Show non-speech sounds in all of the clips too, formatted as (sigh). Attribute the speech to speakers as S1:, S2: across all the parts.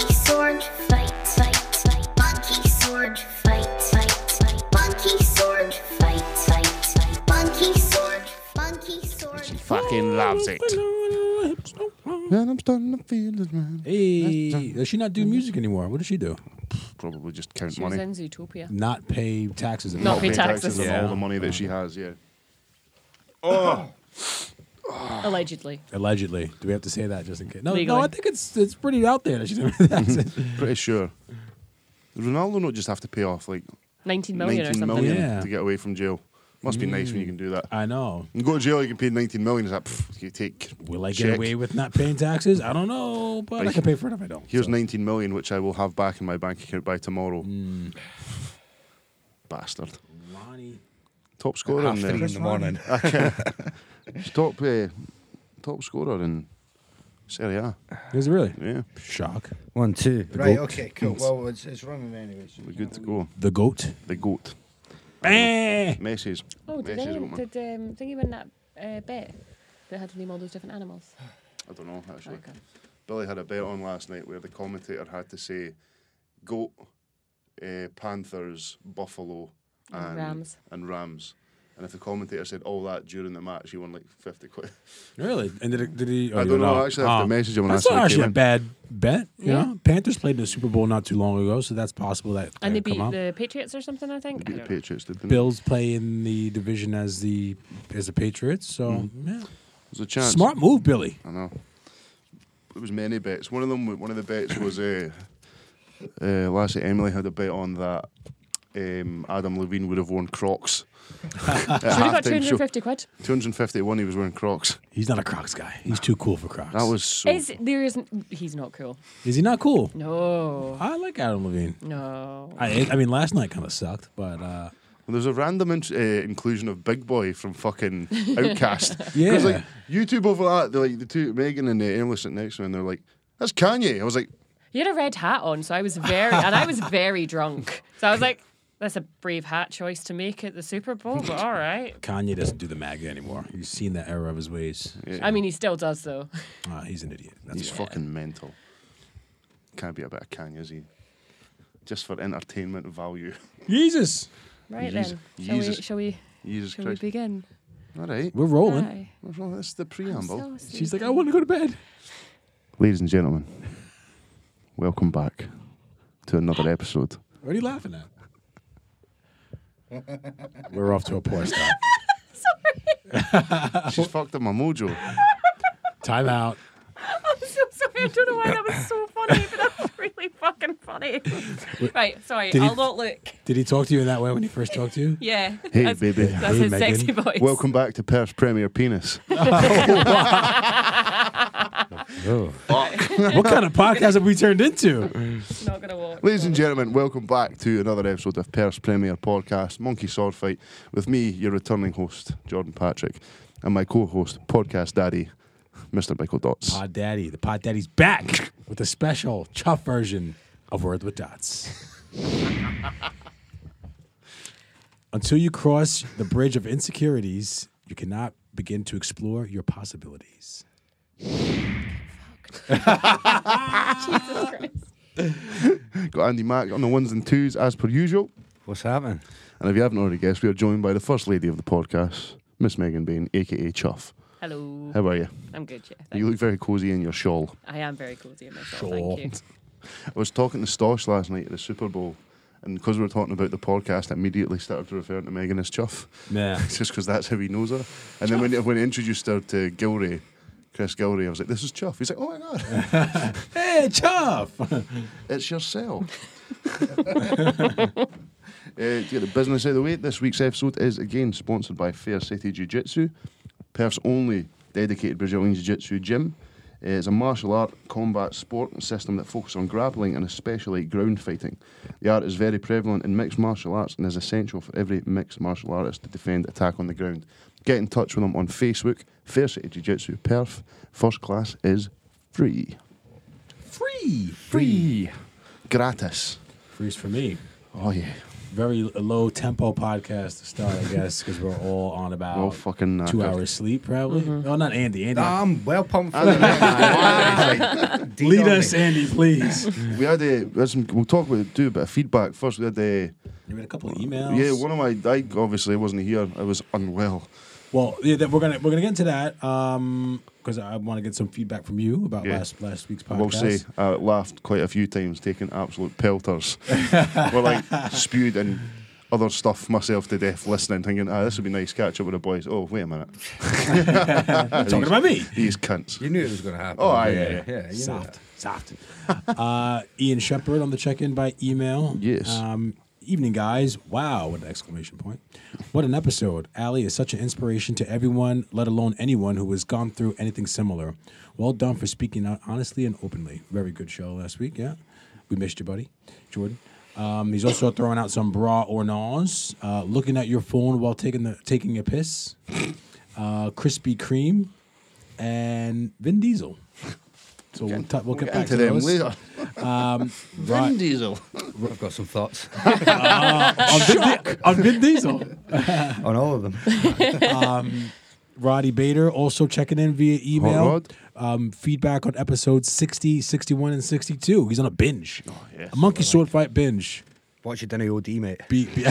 S1: sword fight fight fight monkey sword fight fight fight monkey sword fight fight fight monkey sword monkey sword
S2: She fucking loves it.
S3: And I'm starting to feel this man.
S4: Hey, does she not do music anymore? What does she do?
S2: Probably just count
S5: She was
S2: money.
S5: in Zootopia.
S4: Not pay taxes.
S5: Not pay
S2: Pay taxes
S5: taxes.
S2: on all
S4: Yeah.
S2: the money that she has, yeah.
S5: Allegedly.
S4: Allegedly, do we have to say that just in case? No,
S5: Legally.
S4: no, I think it's it's pretty out there that she's doing (laughs) that.
S2: (laughs) Pretty sure. Ronaldo not just have to pay off like
S5: 19 million or
S2: 19
S5: something.
S2: million
S4: Yeah.
S2: to get away from jail. Must be nice when you can do that.
S4: I know.
S2: You go to jail, you can pay 19 million. It's like, pff, you take.
S4: Will I get
S2: check.
S4: away with not paying taxes? I don't know, but
S2: But
S4: I can pay for it if I don't.
S2: Here's
S4: so.
S2: 19 million, which I will have back in my bank account by tomorrow.
S4: Mm.
S2: Bastard.
S4: Ronnie.
S2: Top scorer
S3: Half
S2: in
S3: three
S2: the (laughs)
S3: in the morning.
S2: top uh, top scorer in Serie A.
S4: Is it really?
S2: Yeah,
S4: Shock.
S3: One, two.
S4: goat.
S3: Right, okay, cool. Well, it's, it's running anyway. So
S2: we're good to go.
S4: The goat.
S2: The goat.
S4: Eh.
S2: Messi's.
S5: Oh, did,
S2: Messi's
S5: anyone,
S2: got one.
S5: did, um, did you win that uh, bet that had to name all those different animals?
S2: I don't know actually.
S5: Okay.
S2: Billy had a bet on last night where the commentator had to say goat, uh, panthers, buffalo,
S5: And
S2: and,
S5: rams.
S2: and rams. And if the commentator said all that during the match, he won like fifty quid.
S4: Really? And did, it, did he? oh,
S2: I
S4: you
S2: don't know.
S4: know.
S2: I actually have to
S4: Oh.
S2: message him and
S4: That's
S2: ask him if
S4: not
S2: he
S4: actually a
S2: went.
S4: bad bet. You
S5: Yeah.
S4: know, Panthers played in the Super Bowl not too long ago, so that's possible that
S5: And they
S4: come
S5: beat
S4: up.
S5: the Patriots or something, I
S2: They (laughs)
S5: think.
S2: beat
S5: I
S2: the
S5: don't know.
S2: Patriots, didn't they?
S4: Bills play in the division as the as the Patriots.
S2: Mm.
S4: So
S2: There's a
S4: yeah.
S2: chance.
S4: smart move, Billy.
S2: I know. It was many bets. One of them, wa- one of the bets was uh, uh, last night Emily had a bet on that um, Adam Levine would have worn
S5: (laughs)
S2: Crocs. At
S5: Should have got
S2: halftime show.
S5: 250 quid.
S2: 251 He was wearing Crocs.
S4: He's not a Crocs guy. He's too cool for Crocs.
S2: That was so.
S5: Is there isn't he's not cool.
S4: Is he not cool?
S5: No.
S4: I like Adam Levine.
S5: No.
S4: I I mean, last night kind of sucked, but uh,
S2: Well, there's a random in- uh, inclusion of Big Boy from
S5: (laughs)
S2: fucking Outcast.
S4: Yeah.
S2: like you two both like that. They're like the two Megan and uh, Emily sitting next to me, and they're like, "That's Kanye." I was like,
S5: You had a red hat on, so I was very
S2: (laughs)
S5: and I was very drunk. So I was like, that's a brave hat choice to make at the Super Bowl, but all right.
S4: Kanye doesn't do the MAGA anymore. You've seen that era of his ways.
S5: I mean, he still does though.
S4: Uh, he's an idiot. That's
S2: He's
S4: why.
S2: fucking mental. Can't be a bit of Kanye, is he? Just for entertainment value. (laughs)
S4: Jesus.
S5: Right
S2: Jesus-
S5: then, shall we?
S2: Jesus
S5: Shall we?
S2: Jesus
S5: Shall we
S2: Christ.
S5: begin?
S2: All right.
S4: We're rolling.
S5: Aye.
S2: What's wrong? That's the
S5: I'm
S2: preamble.
S5: so
S4: She's like,
S5: sleepy.
S4: I want to go to bed.
S2: Ladies and gentlemen, welcome back to another episode.
S4: What are you
S2: (laughs)
S4: laughing at? We're off to a poor start.
S2: She's fucked up my
S5: (laughs)
S2: mojo.
S4: Time out.
S5: I'm (laughs) so sorry. I don't know why that was so funny, but that was really fucking
S4: (laughs)
S5: funny. Right, sorry.
S4: Did he-
S5: I'll not look.
S4: Did he talk to you in that way when he first talked
S2: (laughs)
S4: to you?
S5: Yeah.
S2: Hey,
S5: that's,
S2: baby.
S4: (laughs)
S5: That's
S4: Hey,
S5: his sexy
S4: Megan.
S5: voice.
S2: Welcome back to Perth's Premier Penis.
S4: what kind of podcast have we turned into?
S5: Not gonna walk.
S2: Ladies and gentlemen, welcome back to another episode of Perth's Premier Podcast, Monkey Sword Fight, with me, your returning host, Jordan Patrick, and my co host, Podcast Daddy, Mr. Michael Dots.
S4: Pod Daddy. The Pod Daddy's back (laughs) with a special chuff version of Word with Dots. (laughs) Until you cross the bridge of insecurities, you cannot begin to explore your possibilities.
S5: Jesus Christ.
S2: Got Andy Mack on the ones and twos as per usual.
S3: What's happening?
S2: And if you haven't already guessed, we are joined by the first lady of the podcast, Miss Megan Bain, aka Chuff.
S5: Hello.
S2: How are you?
S5: I'm good, yeah.
S2: You
S5: thanks.
S2: look very cozy in your shawl.
S5: I am very cozy in myself.
S4: Sure.
S5: Thank you. (laughs)
S2: I was talking to Stosh last night at the Super Bowl, and because we were talking about the podcast, I immediately started referring to Megan as Chuff,
S4: Yeah.
S2: (laughs) just because that's how he knows her. And then when, when I introduced her to Gilray, Chris Gilray, I was like, "This is Chuff." He's like, "Oh my god,
S4: Hey, Chuff!
S2: it's yourself." uh, to get the business out of the way, this week's episode is again sponsored by Fair City Jiu Jitsu, Perth's only dedicated Brazilian Jiu Jitsu gym. Uh, It's a martial art combat sport system that focuses on grappling and especially ground fighting. The art is very prevalent in mixed martial arts and is essential for every mixed martial artist to defend attack on the ground. Get in touch with them on Facebook, Fair City Jiu Jitsu Perth. First class is free.
S4: Free!
S2: Free. Gratis.
S4: Freeze for me.
S2: Oh, yeah.
S4: very low tempo podcast to start, I guess, because we're all on about
S2: We're all fucking uh, Mm-hmm.
S4: two
S2: knackered.
S4: hours sleep, probably. Oh, not Andy. Andy,
S6: I'm well pumped for
S2: I don't know.
S6: that. (laughs)
S4: lead us, Andy,
S2: (laughs)
S4: please.
S2: we had a we had some, we'll talk about do a bit of feedback first. We had a
S4: you read a couple of emails.
S2: yeah one of my I obviously wasn't here. I was unwell.
S4: Well, yeah, that we're gonna we're gonna get into that because I want to get some feedback from you about
S2: Yeah.
S4: last last week's
S2: I
S4: podcast.
S2: will say I laughed quite a few times, taking absolute
S4: (laughs)
S2: pelters. We're like spewed and other stuff myself to death listening, thinking, ah, this would be nice catch up with the boys. Oh, wait a
S4: (laughs)
S2: minute.
S4: talking about me.
S2: (laughs) These cunts.
S6: You knew it was going to happen.
S2: Oh, aye,
S6: yeah,
S2: yeah,
S6: yeah. yeah, you know
S4: soft, soft. uh, Ian Shepard on the check-in by email.
S2: Yes.
S4: Um, evening, guys. Wow, what an exclamation point! What an episode. Ali is such an inspiration to everyone, let alone anyone who has gone through anything similar. Well done for speaking out honestly and openly. Very good show last week. Yeah, we missed you, buddy, Jordan. Um, he's also throwing out some bra or nons, uh, looking at your phone while taking the taking a piss. Uh, Krispy Kreme and Vin Diesel. So we'll, ta- we'll get, back
S2: into them
S4: those.
S2: later.
S4: Right.
S2: Diesel.
S6: that. I've got some thoughts
S4: on, Vin Di- on Vin Diesel.
S6: on all of them.
S4: Roddy Bader also checking in via
S2: Hot
S4: email.
S2: Rod.
S4: Um, feedback on episodes 60, 61, and 62. He's on a binge.
S2: Oh, yes.
S4: A monkey sword fight binge.
S6: Watch your dinner, OD, mate.
S4: Be, be,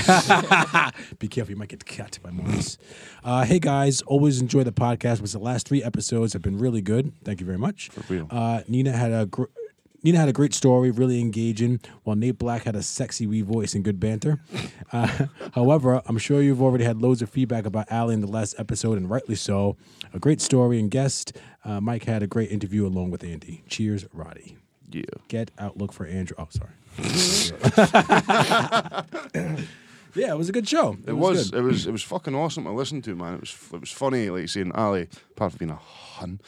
S4: (laughs) be careful, you might get cut by mice. Uh, hey guys, always enjoy the podcast. Was the last three episodes have been really good. Thank you very much. For
S2: real.
S4: Uh, Nina had a gr- Nina had a great story, really engaging. While Nate Black had a sexy wee voice and good banter. Uh, (laughs) however, I'm sure you've already had loads of feedback about Allie in the last episode, and rightly so. A great story and guest. Uh, Mike had a great interview along with Andy. Cheers, Roddy.
S2: Yeah.
S4: Get Outlook for Andrew. Oh,
S2: (laughs)
S4: sorry. yeah, it was a good show.
S2: It was,
S4: good.
S2: it was, it was fucking awesome to listen to, man. It was, it was funny, like seeing Ali, apart from being a hun.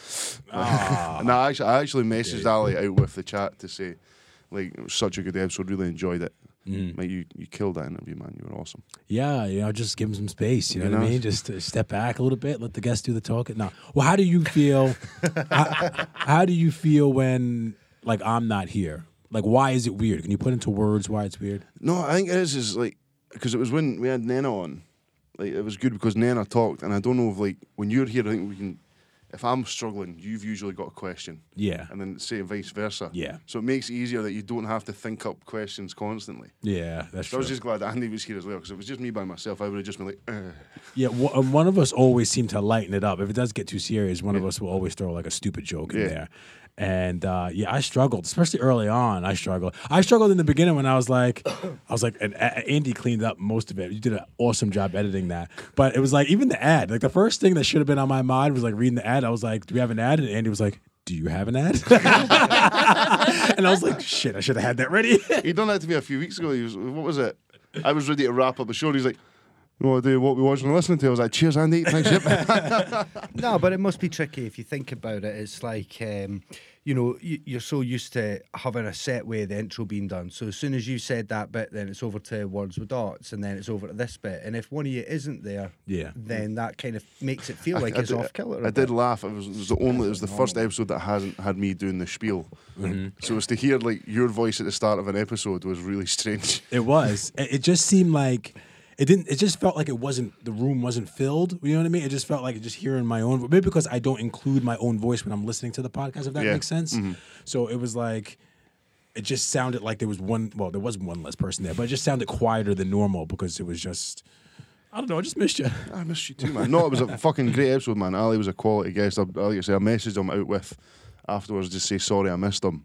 S4: Ah.
S2: (laughs) no, I actually, I actually messaged Ali out with the chat to say, like, it was such a good episode. Really enjoyed it.
S4: Mm.
S2: Mate, you, you killed that interview, man. You were awesome.
S4: Yeah, you know, just give him some space. You know
S2: You
S4: what I
S2: know?
S4: mean? Just uh, step back a little bit, let the guests do the talking. No. Well, how do
S2: (laughs)
S4: you feel? how, how do you feel when like I'm not here? Like, why is it weird? Can you put into words why it's weird?
S2: No, I think it is is like because it was when we had Nana on, like it was good because Nana talked, and I don't know if like when you're here, I think we can. If I'm struggling, you've usually got a question,
S4: Yeah.
S2: and then say vice versa.
S4: Yeah.
S2: So it makes it easier that you don't have to think up questions constantly.
S4: Yeah, that's
S2: So I
S4: true.
S2: was just glad Andy was here as well because if it was just me by myself, I would have just been like, "Ugh."
S4: yeah, wh- and one of us always seem to lighten it up. If it does get too serious, one of us will always throw like a stupid joke in
S2: Yeah.
S4: there. And uh, yeah, I struggled, especially early on. I struggled. I struggled in the beginning when I was like, (coughs) I was like, and A- Andy cleaned up most of it. You did an awesome job editing that. But it was like even the ad, like the first thing that should have been on my mind was like reading the ad. I was like, do we have an ad? And Andy was like, do you have an ad? (laughs) and I was like, shit, I should have had that ready. (laughs)
S2: he done that to me a few weeks ago. He was, what was it? I was ready to wrap up the show. and He's like, "No idea what we watching and listening to." I was like, "Cheers, Andy. Thanks, yep."
S6: No, but it must be tricky if you think about it. It's like, um, you know, you, you're so used to having a set way the intro being done. So as soon as you said that bit, then it's over to words with dots, and then it's over to this bit. And if one of you isn't there,
S4: Yeah.
S6: then that kind of makes it feel (laughs) like
S2: (laughs) I
S6: it's
S2: did-
S6: off killer. a
S2: I
S6: bit.
S2: did laugh. It was, it was the only. It was the first episode that hasn't had me doing the spiel.
S6: Mm-hmm.
S2: So it's to hear like your voice at the start of an episode was really strange.
S4: It was. It it just seemed like it didn't. It just felt like it wasn't. The room wasn't filled. You know what I mean? It just felt like just hearing my own. vo- Maybe because I don't include my own voice when I'm listening to the podcast. If that
S2: Yeah. Mm-hmm.
S4: makes sense. So it was like. It just sounded like there was one. Well, there was one less person there, but it just sounded quieter than normal because it was just. I don't know. I just missed
S2: (laughs)
S4: you.
S2: I miss you too, man. No, it was a fucking great episode, man. Ali was a quality guest. I, like I say, I messaged him out with afterwards just say sorry I missed him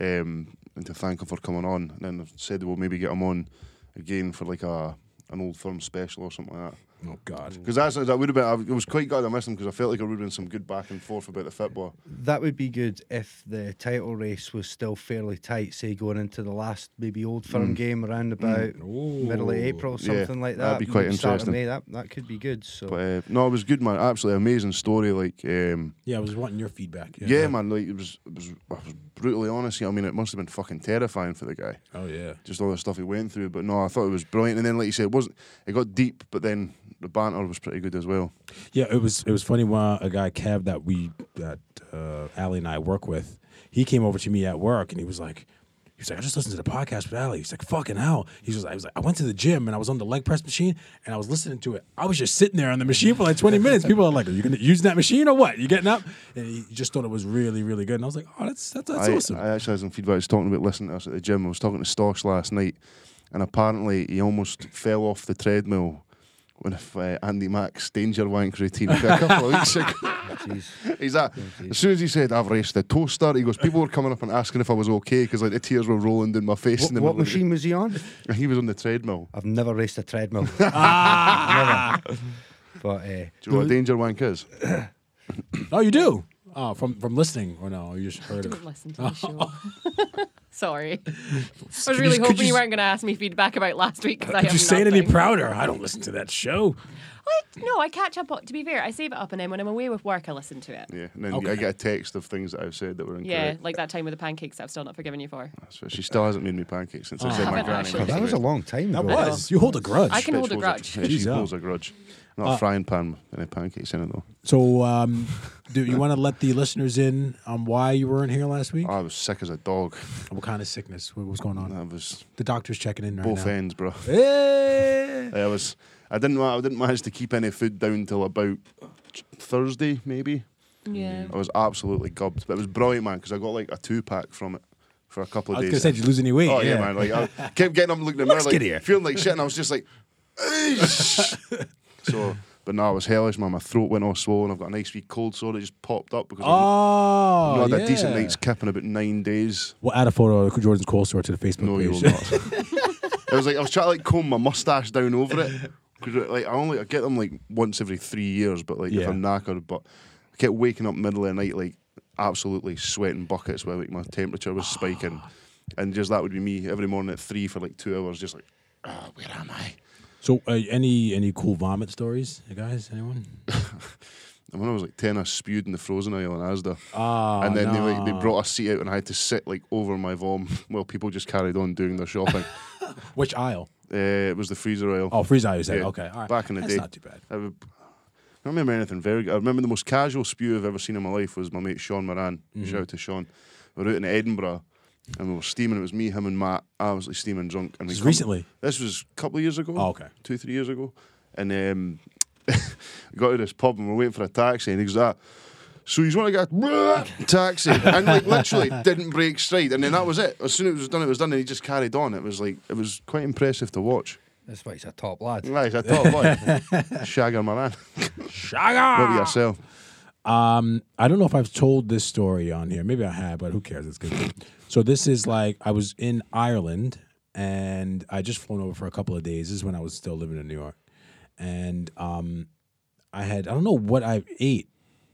S2: um, and to thank him for coming on. And then I said we'll maybe get him on again for like a an old firm special or something like that.
S4: Oh God.
S2: Because that's that would have been. I was quite glad I missed him because I felt like I would have been some good back and forth about the football.
S6: That would be good if the title race was still fairly tight, say going into the last maybe old firm game around about middle of April,
S2: Mm. Yeah,
S6: something like that.
S2: that'd be quite
S6: Maybe start of
S2: interesting.
S6: May, that that could be good. So
S2: But uh, no, it was good, man. Absolutely amazing story. Like, um,
S4: Yeah, I was wanting your feedback.
S2: yeah, man. Like it was, it was, I was brutally honest. here. I mean, it must have been fucking terrifying for the guy,
S4: Oh yeah.
S2: just all the stuff he went through. But no, I thought it was brilliant. And then, like you said, it wasn't. It got deep, but then the banter was pretty good as well.
S4: Yeah, it was it was funny when a guy Kev that we that uh, Ali and I work with, he came over to me at work and he was like, He was like, I just listened to the podcast with Ali. He's like, fucking hell. He was, I was like, I went to the gym and I was on the leg press machine and I was listening to it. I was just sitting there on the machine for like 20 minutes. People are like, are you going to use that machine or what? You getting up? And he just thought it was really, really good. And I was like, oh, that's, that's, that's
S2: I,
S4: awesome.
S2: I actually had some feedback. I was talking about listening to us at the gym. I was talking to Stosh last night, and apparently he almost fell off the treadmill when if, uh, Andy Mack's Danger Wank routine a couple of weeks ago.
S6: (laughs)
S2: (laughs)
S6: Jeez.
S2: He's that. As soon as he said, "I've raced the toaster," he goes. People were coming up and asking if I was okay because like the tears were rolling down my face.
S6: What,
S2: in the
S6: what
S2: middle of the-
S6: machine was
S2: (laughs)
S6: he on?
S2: He was on the treadmill.
S6: I've never raced
S2: (laughs)
S6: a treadmill.
S2: Ah.
S6: Never. (laughs) But uh,
S2: Do you know what a danger wank is?
S4: oh, you do? Oh, from, from listening or no? You just
S5: (laughs)
S4: heard of it.
S5: Didn't listen to the show. (laughs) Sorry. I
S4: Could
S5: was really
S4: could
S5: hoping
S4: s-
S5: you, weren't going to ask me feedback about last week. 'cause I
S4: Could
S5: have
S4: you say it any
S5: nothing.
S4: prouder? I don't listen to that show.
S5: I, no, I catch up. on- To be fair, I save it up, and then when I'm away with work, I listen to it. Yeah,
S2: Yeah. And then
S4: Okay.
S2: I get a text of things that I've said that were incorrect.
S5: like that time with the pancakes that I've still not forgiven you for.
S2: So she still hasn't made me pancakes since I said my
S5: Haven't
S2: granny.
S5: actually.
S2: passed
S6: Oh, that was a
S2: away.
S6: long time
S4: That
S6: ago.
S4: was. You hold a grudge.
S5: I can
S2: Bitch
S5: hold a
S2: holds
S5: grudge.
S2: yeah, she
S4: Jeez,
S2: holds a grudge. Not
S6: Uh,
S2: a frying pan with any pancakes in it though.
S4: So, um, do you want to let the listeners in on why you weren't here last week?
S2: Oh, I was sick as a dog.
S4: what kind of sickness? What was going on?
S2: I was
S4: The doctor's checking in right
S2: both
S4: now.
S2: ends, bro.
S4: Hey!
S2: I was. I didn't. wa- I didn't manage to keep any food down till about Thursday, maybe.
S5: Yeah.
S2: I was absolutely gubbed, but it was brilliant, man, because I got like a two pack from it for a couple
S4: I
S2: of
S4: was gonna
S2: days.
S4: say, did you lose any weight?
S2: oh yeah, man! Like I kept getting up, and looking at the mirror,
S4: Looks
S2: like
S4: skinnier.
S2: feeling like shit, and I was just like, "Eesh." so. But no, it was hellish, man. My throat went all swollen. I've got a nice wee cold sore that just popped up because
S4: Oh,
S2: I've had
S4: yeah.
S2: a decent night's kip in about nine days.
S4: We'll add a photo of Jordan's cold store to the Facebook
S2: No, you
S4: page.
S2: will not. (laughs) I was like, I was trying to like comb my mustache down over it because like I only I get them like once every three years, but like if
S4: Yeah.
S2: I'm knackered, but I kept waking up middle of the night like absolutely sweating buckets where like my temperature was spiking, and just that would be me every morning at three for like two hours, just like, ah, where am I?
S4: (laughs) so, uh, any any cool vomit stories, you guys? Anyone?
S2: And when I was like ten, I spewed in the frozen aisle in Asda,
S4: Ah,
S2: and then
S4: no.
S2: they like they brought a seat out, and I had to sit like over my vom (laughs) while people just carried on doing their shopping.
S4: Which aisle?
S2: uh, it was the freezer aisle.
S4: Oh, freeze aisle. You said
S2: Yeah,
S4: okay. All right.
S2: back in the
S4: That's
S2: day.
S4: not too bad.
S2: I, would, I don't remember anything very good. I remember the most casual spew I've ever seen in my life was my mate Sean Moran.
S4: Mm-hmm.
S2: Shout out to Sean. We were out in Edinburgh and we were steaming. It was me, him, and Matt, absolutely steaming drunk. And we
S4: Just
S2: come-
S4: recently?
S2: This was a couple of years ago.
S4: Oh, okay.
S2: Two, three years ago. And um, (laughs) we got to this pub and we're waiting for a taxi and he goes, ah, so he's want to get a (laughs) taxi and like literally didn't break stride and then that was it. As soon as it was done, it was done and he just carried on. It was like it was quite impressive to watch.
S6: That's why he's a top lad.
S2: Nice, I thought,
S4: (laughs)
S2: boy, Shagger Moran. Maybe
S4: Shaga.
S2: yourself.
S4: Um, I don't know if I've told this story on here. Maybe I have, but who cares? It's good. So this is like I was in Ireland and I just flown over for a couple of days. This is when I was still living in New York, and um, I had I don't know what I ate,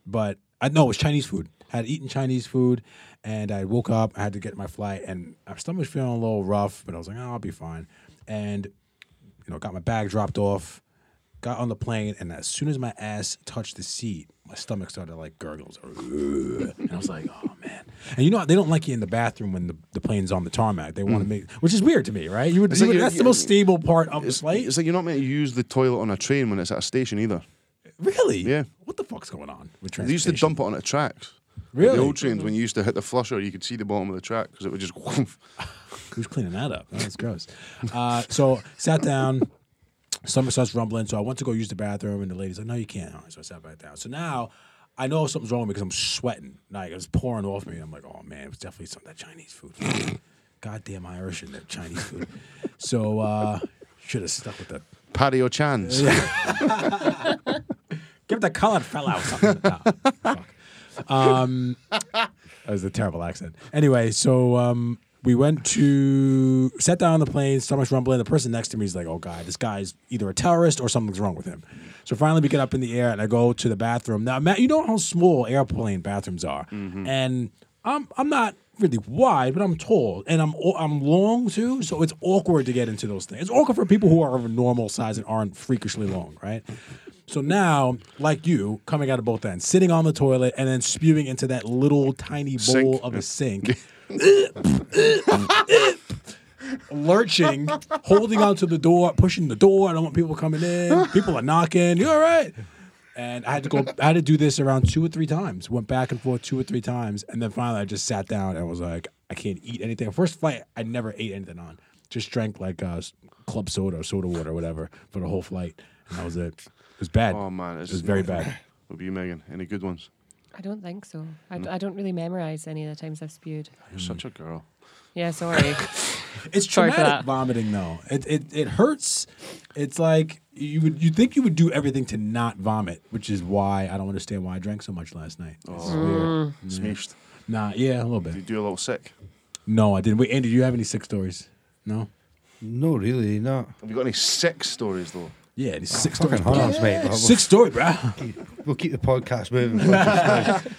S4: but I no it was Chinese food. I had eaten Chinese food, and I woke up. I had to get my flight, and my stomach was feeling a little rough, but I was like, oh, I'll be fine. And you know, got my bag dropped off, got on the plane, and as soon as my ass touched the seat, my stomach started like gurgles. and I was like, oh man. And you know, they don't like you in the bathroom when the, the plane's on the tarmac. They want to make, which is weird to me, right? You would,
S2: Mm. It's
S4: you
S2: like
S4: would-
S2: you're-
S4: that's the most stable part of the
S2: It's,
S4: flight.
S2: it's like you're not meant to use the toilet on a train when it's at a station either.
S4: really?
S2: Yeah.
S4: What the fuck's going on with
S2: They used to
S4: transportation?
S2: dump it on a tracks.
S4: Really?
S2: The old trains, when you used to hit the flusher, you could see the bottom of the track because it would just.
S4: Who's cleaning that up? Oh, That's gross. Uh, so sat down. Stomach starts rumbling, so I went to go use the bathroom, and the lady's like, "No, you can't." All right, so I sat back down. So now I know something's wrong because I'm sweating, like it's pouring off me. I'm like, "Oh man, it was definitely some of that Chinese food." (laughs) Goddamn Irish and that Chinese food. so uh, should have stuck with the
S2: Paddy O'Chans.
S4: give the colored fella (laughs) something. No, fuck. Um, (laughs) that was a terrible accent. Anyway, so um, we went to sat down on the plane. Stomach's rumbling. The person next to me is like, "Oh god, this guy's either a terrorist or something's wrong with him." So finally, we get up in the air and I go to the bathroom. Now, Matt, you know how small airplane bathrooms are, and I'm I'm not really wide, but I'm tall and I'm o- I'm long too, so it's awkward to get into those things. It's awkward for people who are of a normal size and aren't freakishly long, right? So now, like you, coming out of both ends, sitting on the toilet and then spewing into that little tiny bowl
S2: Sink.
S4: of a sink,
S2: (laughs)
S4: lurching, holding onto the door, pushing the door. I don't want people coming in. People are knocking. You all right? And I had to go. I had to do this around two or three times. Went back and forth two or three times, and then finally I just sat down and was like, I can't eat anything. First flight, I never ate anything on. Just drank like uh, s- club soda, or soda water, or whatever, for the whole flight. And that was it. It was bad.
S2: Oh man,
S4: it
S2: it's (laughs)
S4: was very bad.
S2: (sighs) What about you, Megan? Any good ones?
S5: I don't think so. I, d- I don't really memorize any of the times I've spewed.
S2: You're such a girl. (laughs)
S5: Yeah, sorry.
S4: It's
S5: Sorry for
S4: traumatic
S5: that.
S4: vomiting though. It, it it hurts. It's like you would you think you would do everything to not vomit, which is why I don't understand why I drank so much last night. It's
S5: Mm.
S4: weird.
S2: Smashed.
S4: Nah, yeah, a little
S2: You
S4: bit.
S2: do a little sick.
S4: No, I didn't. Wait, Andy, do you have any sick stories? No.
S6: No, really, not.
S2: Have you got any sick stories though?
S4: Yeah, any sick
S6: Fucking
S4: stories.
S6: hot
S4: bro.
S6: arms, mate.
S4: Yeah,
S6: We'll-
S4: Sick story, bro.
S6: We'll keep the podcast moving.
S2: (laughs)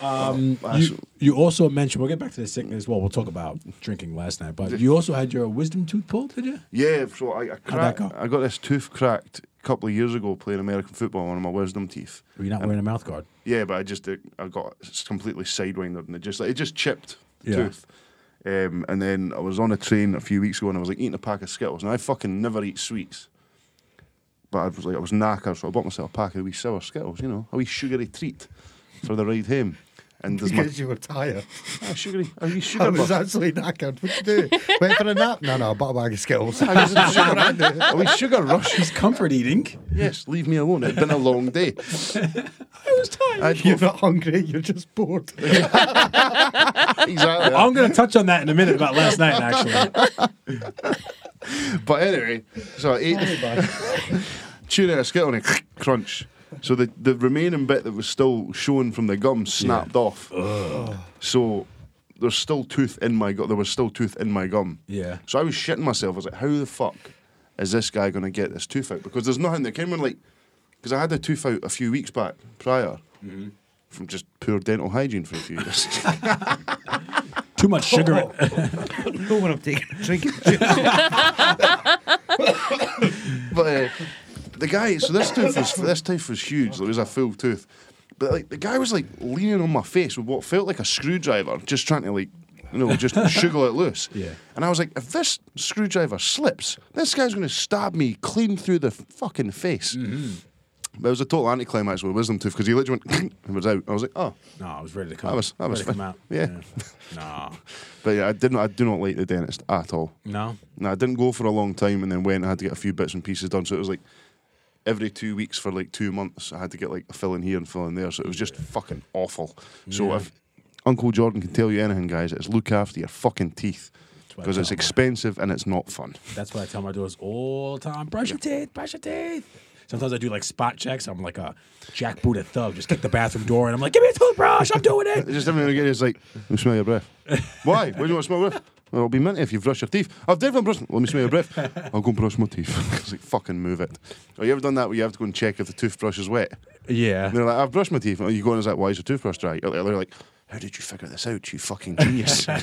S4: Um,
S2: That's-
S4: you, you also mentioned we'll get back to the sickness. Well, we'll talk about drinking last night, but you also had your wisdom tooth pulled, did you?
S2: Yeah, so I I,
S4: that
S2: cracked,
S4: go?
S2: I got this tooth cracked a couple of years ago playing American football, one of my wisdom teeth.
S4: Were you not wearing a mouth (laughs) guard?
S2: Yeah, but I just did- I got s- completely sidewinded and it just like it just chipped the
S4: Yeah.
S2: tooth. Um, and then I was on a train a few weeks ago and I was like eating a pack of Skittles and I fucking never eat sweets. But I was like I was knackered, so I bought myself a pack of wee sour Skittles, you know, a wee sugary treat for the ride home. And there's my
S6: (laughs) because you were tired.
S2: Ah, (laughs) sugary, are you
S6: I
S2: sugar?
S6: was
S2: buff?
S6: absolutely knackered. What you do? Went for a nap? No, no, I bought a bag of Skittles.
S2: I was in sugar,
S4: Oh,
S2: I was sugar rush.
S4: It's comfort eating.
S2: Yes, leave me alone. It's been a long day.
S4: I was tired.
S2: I'd
S6: You're
S2: go
S6: not (laughs) hungry, you're just bored.
S2: exactly.
S4: I'm going to touch on that in a minute about last night, actually.
S2: (laughs) But anyway, so I ate (laughs) the tuna a skittle and a (laughs) crunch. So the, the remaining bit that was still showing from the gum snapped off. So there's still tooth in my gum. There was still tooth in my gum.
S4: Yeah.
S2: So I was shitting myself. I was like, how the fuck is this guy going to get this tooth out? Because there's nothing that came when, like, because I had the tooth out a few weeks back prior from just poor dental hygiene for a few years.
S4: Too much sugar.
S6: (laughs)
S4: in- (laughs)
S6: no one I'm taking a drink.
S2: But uh, the guy, so this tooth was this tooth was huge. It was a full tooth, but like the guy was like leaning on my face with what felt like a screwdriver, just trying to like, you know, just sugar it loose.
S4: Yeah.
S2: And I was like, if this screwdriver slips, this guy's going to stab me clean through the fucking face. But it was a total anticlimax with a wisdom tooth because he literally went (coughs) and was out. I was like, oh,
S4: No, I was ready to come.
S2: I was- I was
S4: ready to come
S2: fine.
S4: out.
S2: Yeah.
S4: No.
S2: but yeah, I did not. I do not like the dentist at all.
S4: No.
S2: No, I didn't go for a long time and then went. I had to get a few bits and pieces done. So it was like every two weeks for like two months, I had to get like a fill in here and fill in there. So it was just fucking awful. So
S4: Yeah.
S2: if Uncle Jordan can tell you anything, guys, it's look after your fucking teeth
S4: what I
S2: because it's
S4: tell him.
S2: expensive and it's not fun.
S4: That's what I tell my daughters all the time. Brush your teeth. Brush your teeth. Sometimes I do like spot checks. I'm like a jackbooted thug. Just kick the bathroom door and I'm like, give me a toothbrush. I'm doing
S2: It's (laughs)
S4: it.
S2: Just everything I get is like, let me smell your
S4: (laughs)
S2: breath. Why? What do you want to smell breath? Well, it'll be minty if you brush your teeth. I've definitely brushed. Let me smell your breath. I'll go and brush my teeth. (laughs) it's like fucking move it. Have you ever done that where you have to go and check if the toothbrush is wet? And
S4: Yeah.
S2: they're like, I've brushed my teeth. And you go and it's like, why is your toothbrush dry? And They're like, how did you figure this out, you fucking genius?
S4: I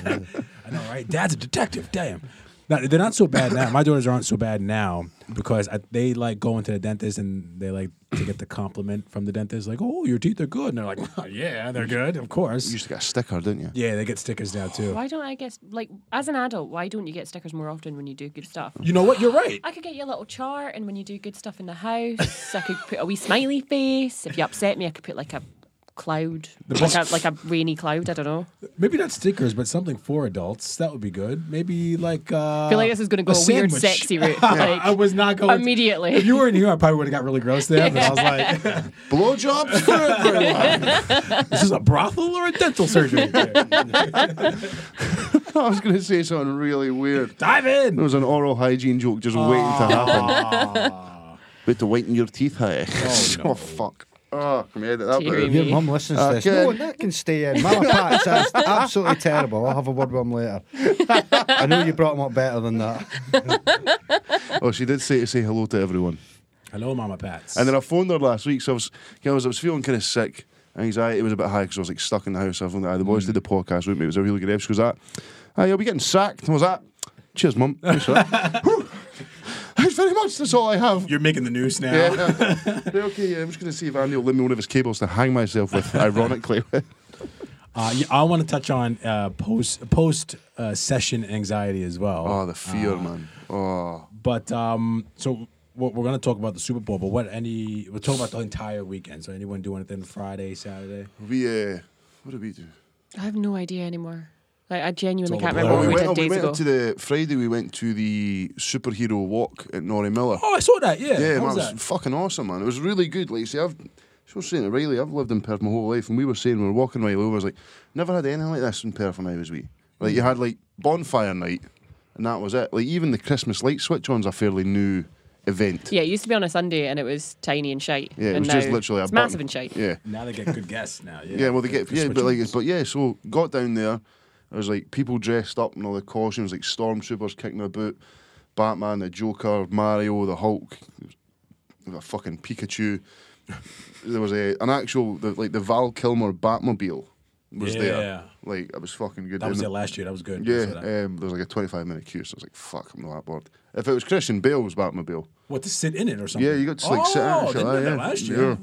S4: know, right? Dad's a detective. Damn. Now, they're not so bad now. My daughters aren't so bad now because I, they like going to the dentist and they like to get the compliment from the dentist, like, "Oh, your teeth are good," and they're like, (laughs) "Yeah, they're good, of
S2: you
S4: course."
S2: used to get a sticker, didn't you?
S4: Yeah, they get stickers now too.
S5: why don't I guess, like, as an adult, why don't you get stickers more often when you do good stuff?
S4: You know what? You're right.
S5: I could get you a little chart, and when you do good stuff in the house, I could put a wee smiley face. If you upset me, I could put like a cloud, like a, like a rainy cloud. I don't know.
S4: Maybe not stickers, but something for adults. That would be good. Maybe like. Uh,
S5: I feel like this is going to go a, weird,
S4: sandwich.
S2: (laughs)
S5: sexy
S4: (laughs)
S5: route.
S4: I
S5: Like,
S4: was not going
S5: immediately.
S4: if you were in here, I probably would have got really gross there. But I was
S5: (laughs)
S4: like, (laughs)
S2: Blowjobs for everyone.
S4: "This is a brothel or a
S2: (laughs)
S4: dental surgery?"
S2: (laughs) I was going to say something really weird.
S4: Dive
S2: There
S4: in.
S2: was an oral hygiene joke just waiting to happen. But to whiten your teeth, hey? (laughs) Oh, fuck. Oh, can we edit that
S5: Teary
S2: bit?
S5: me.
S2: out?
S6: Your mum listens
S2: Uh,
S6: to this.
S2: good.
S6: No, that can stay in. Malapat's that's absolutely terrible. I'll have a word with him later. I know you brought him up better than that.
S2: Oh, she did say to say hello to everyone.
S4: Hello, Mama Pats.
S2: And then I phoned her last week, so I was, you know, I was, I was feeling kind of sick. Anxiety was a bit high because I was like stuck in the house. I phoned her, "Aye, the boys did the podcast with me. It was a really good episode. She goes, "Ah, you'll be getting sacked." I was that? Cheers, mum. Thanks for that. Whew. Thanks very much. That's all I have.
S4: You're making the news now.
S2: (laughs) Yeah. okay, yeah, I'm just going to see if Andy will lend me one of his cables to hang myself with, ironically.
S4: Uh, yeah, I want to touch on uh, post post uh, session anxiety as well.
S2: Ah. oh, the fear, man. Oh.
S4: But um, so we're we're gonna talk about the Super Bowl, but what any we're talking about the entire weekend. So anyone do anything Friday, Saturday?
S2: We uh, what did we do?
S5: I have no idea anymore. Like I genuinely
S4: It's all
S5: can't
S4: a blur.
S2: Oh,
S5: remember
S2: we
S5: what we
S2: went,
S5: did
S2: we
S5: days
S2: went
S5: ago.
S2: up to the Friday. We went to the superhero walk at Norrie Miller.
S4: Oh, I saw that. Yeah,
S2: yeah,
S4: How
S2: man,
S4: was
S2: it was
S4: that?
S2: fucking awesome, man. It was really good. Like, see, I've so saying to Riley, I've lived in Perth my whole life, and we were saying we were walking right over. I was like, never had anything like this in Perth when I was wee. Like, you had like bonfire night, and that was it. Like, even the Christmas light switch on's a fairly new event.
S5: Yeah, it used to be on a Sunday and it was tiny and shite.
S2: Yeah, it
S5: and
S2: was just
S5: now
S2: literally a
S5: it's
S2: button.
S5: massive and shite.
S2: Yeah.
S4: Now they get good guests now. Yeah,
S2: Yeah, well, they get
S4: Good
S2: yeah, but like,
S4: switches.
S2: but yeah, so got down there. There was like people dressed up in all the costumes, like stormtroopers kicking their boot, Batman, the Joker, Mario, the Hulk, a fucking Pikachu. there was a an actual the, like the Val Kilmer Batmobile was
S4: Yeah.
S2: there. Like it was fucking good.
S4: that was
S2: And-
S4: it last year. That was good. I saw that.
S2: yeah, um, there was like a twenty-five minute queue, so I was like, "Fuck, I'm not that bored." If it was Christian Bale's Batmobile,
S4: What to sit in it or something?
S2: yeah, you got to like sit out. and
S4: Oh,
S2: shit
S4: didn't
S2: like
S4: know that
S2: yeah.
S4: last year.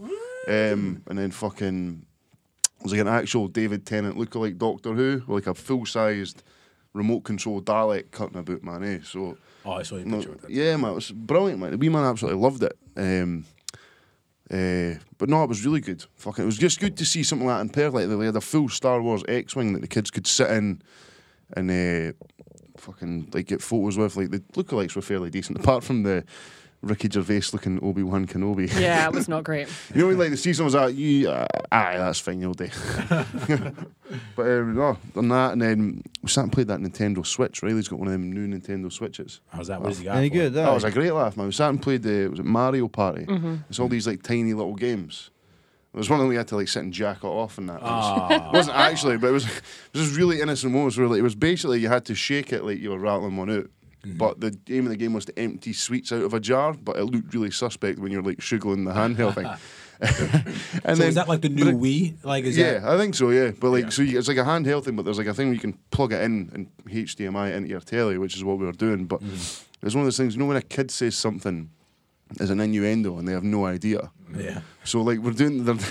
S2: Yeah. Um, and then fucking it was like an actual David Tennant lookalike Doctor Who, with like a full sized remote control Dalek cutting about man, eh? So
S4: Oh, I saw you
S2: no,
S4: picture with that.
S2: yeah, man, it was brilliant, man. The wee man absolutely loved it. Um, eh, but no, it was really good. Fucking, it was just good to see something like that in Perth. Like they had a full Star Wars X-wing that the kids could sit in and uh, fucking like get photos with. Like the lookalikes were fairly decent, (laughs) apart from the Ricky Gervais looking Obi Wan Kenobi.
S5: Yeah, it was not great.
S2: (laughs) You know, when, like the season was out, you uh, aye, that's fine, you'll do. (laughs) but um, no, done that, and then we sat and played that Nintendo Switch. Riley's got one of them new Nintendo Switches.
S4: How's that? What does he got?
S6: Any
S4: for
S6: good?
S4: it?
S2: That was a great laugh, man. We sat and played the was it Mario Party. It's all these like tiny little games. It was one of them we had to like sit and jack it off and that. It was, it wasn't actually, but it was (laughs) it was just really innocent moments where like it was basically you had to shake it like you were rattling one out.
S4: Mm-hmm.
S2: But the aim of the game was to empty sweets out of a jar, but it looked really suspect when you're like shuggling the handheld thing. (laughs) and
S4: So is that like the new
S2: but it-
S4: Wii? Like is
S2: yeah,
S4: that?
S2: I think so. Yeah, but like, so you, it's like a handheld thing, but there's like a thing where you can plug it in and HDMI into your telly, which is what we were doing. But it's one of those things, you know, when a kid says something as an innuendo and they have no idea.
S4: Yeah.
S2: So like, we're doing the (laughs)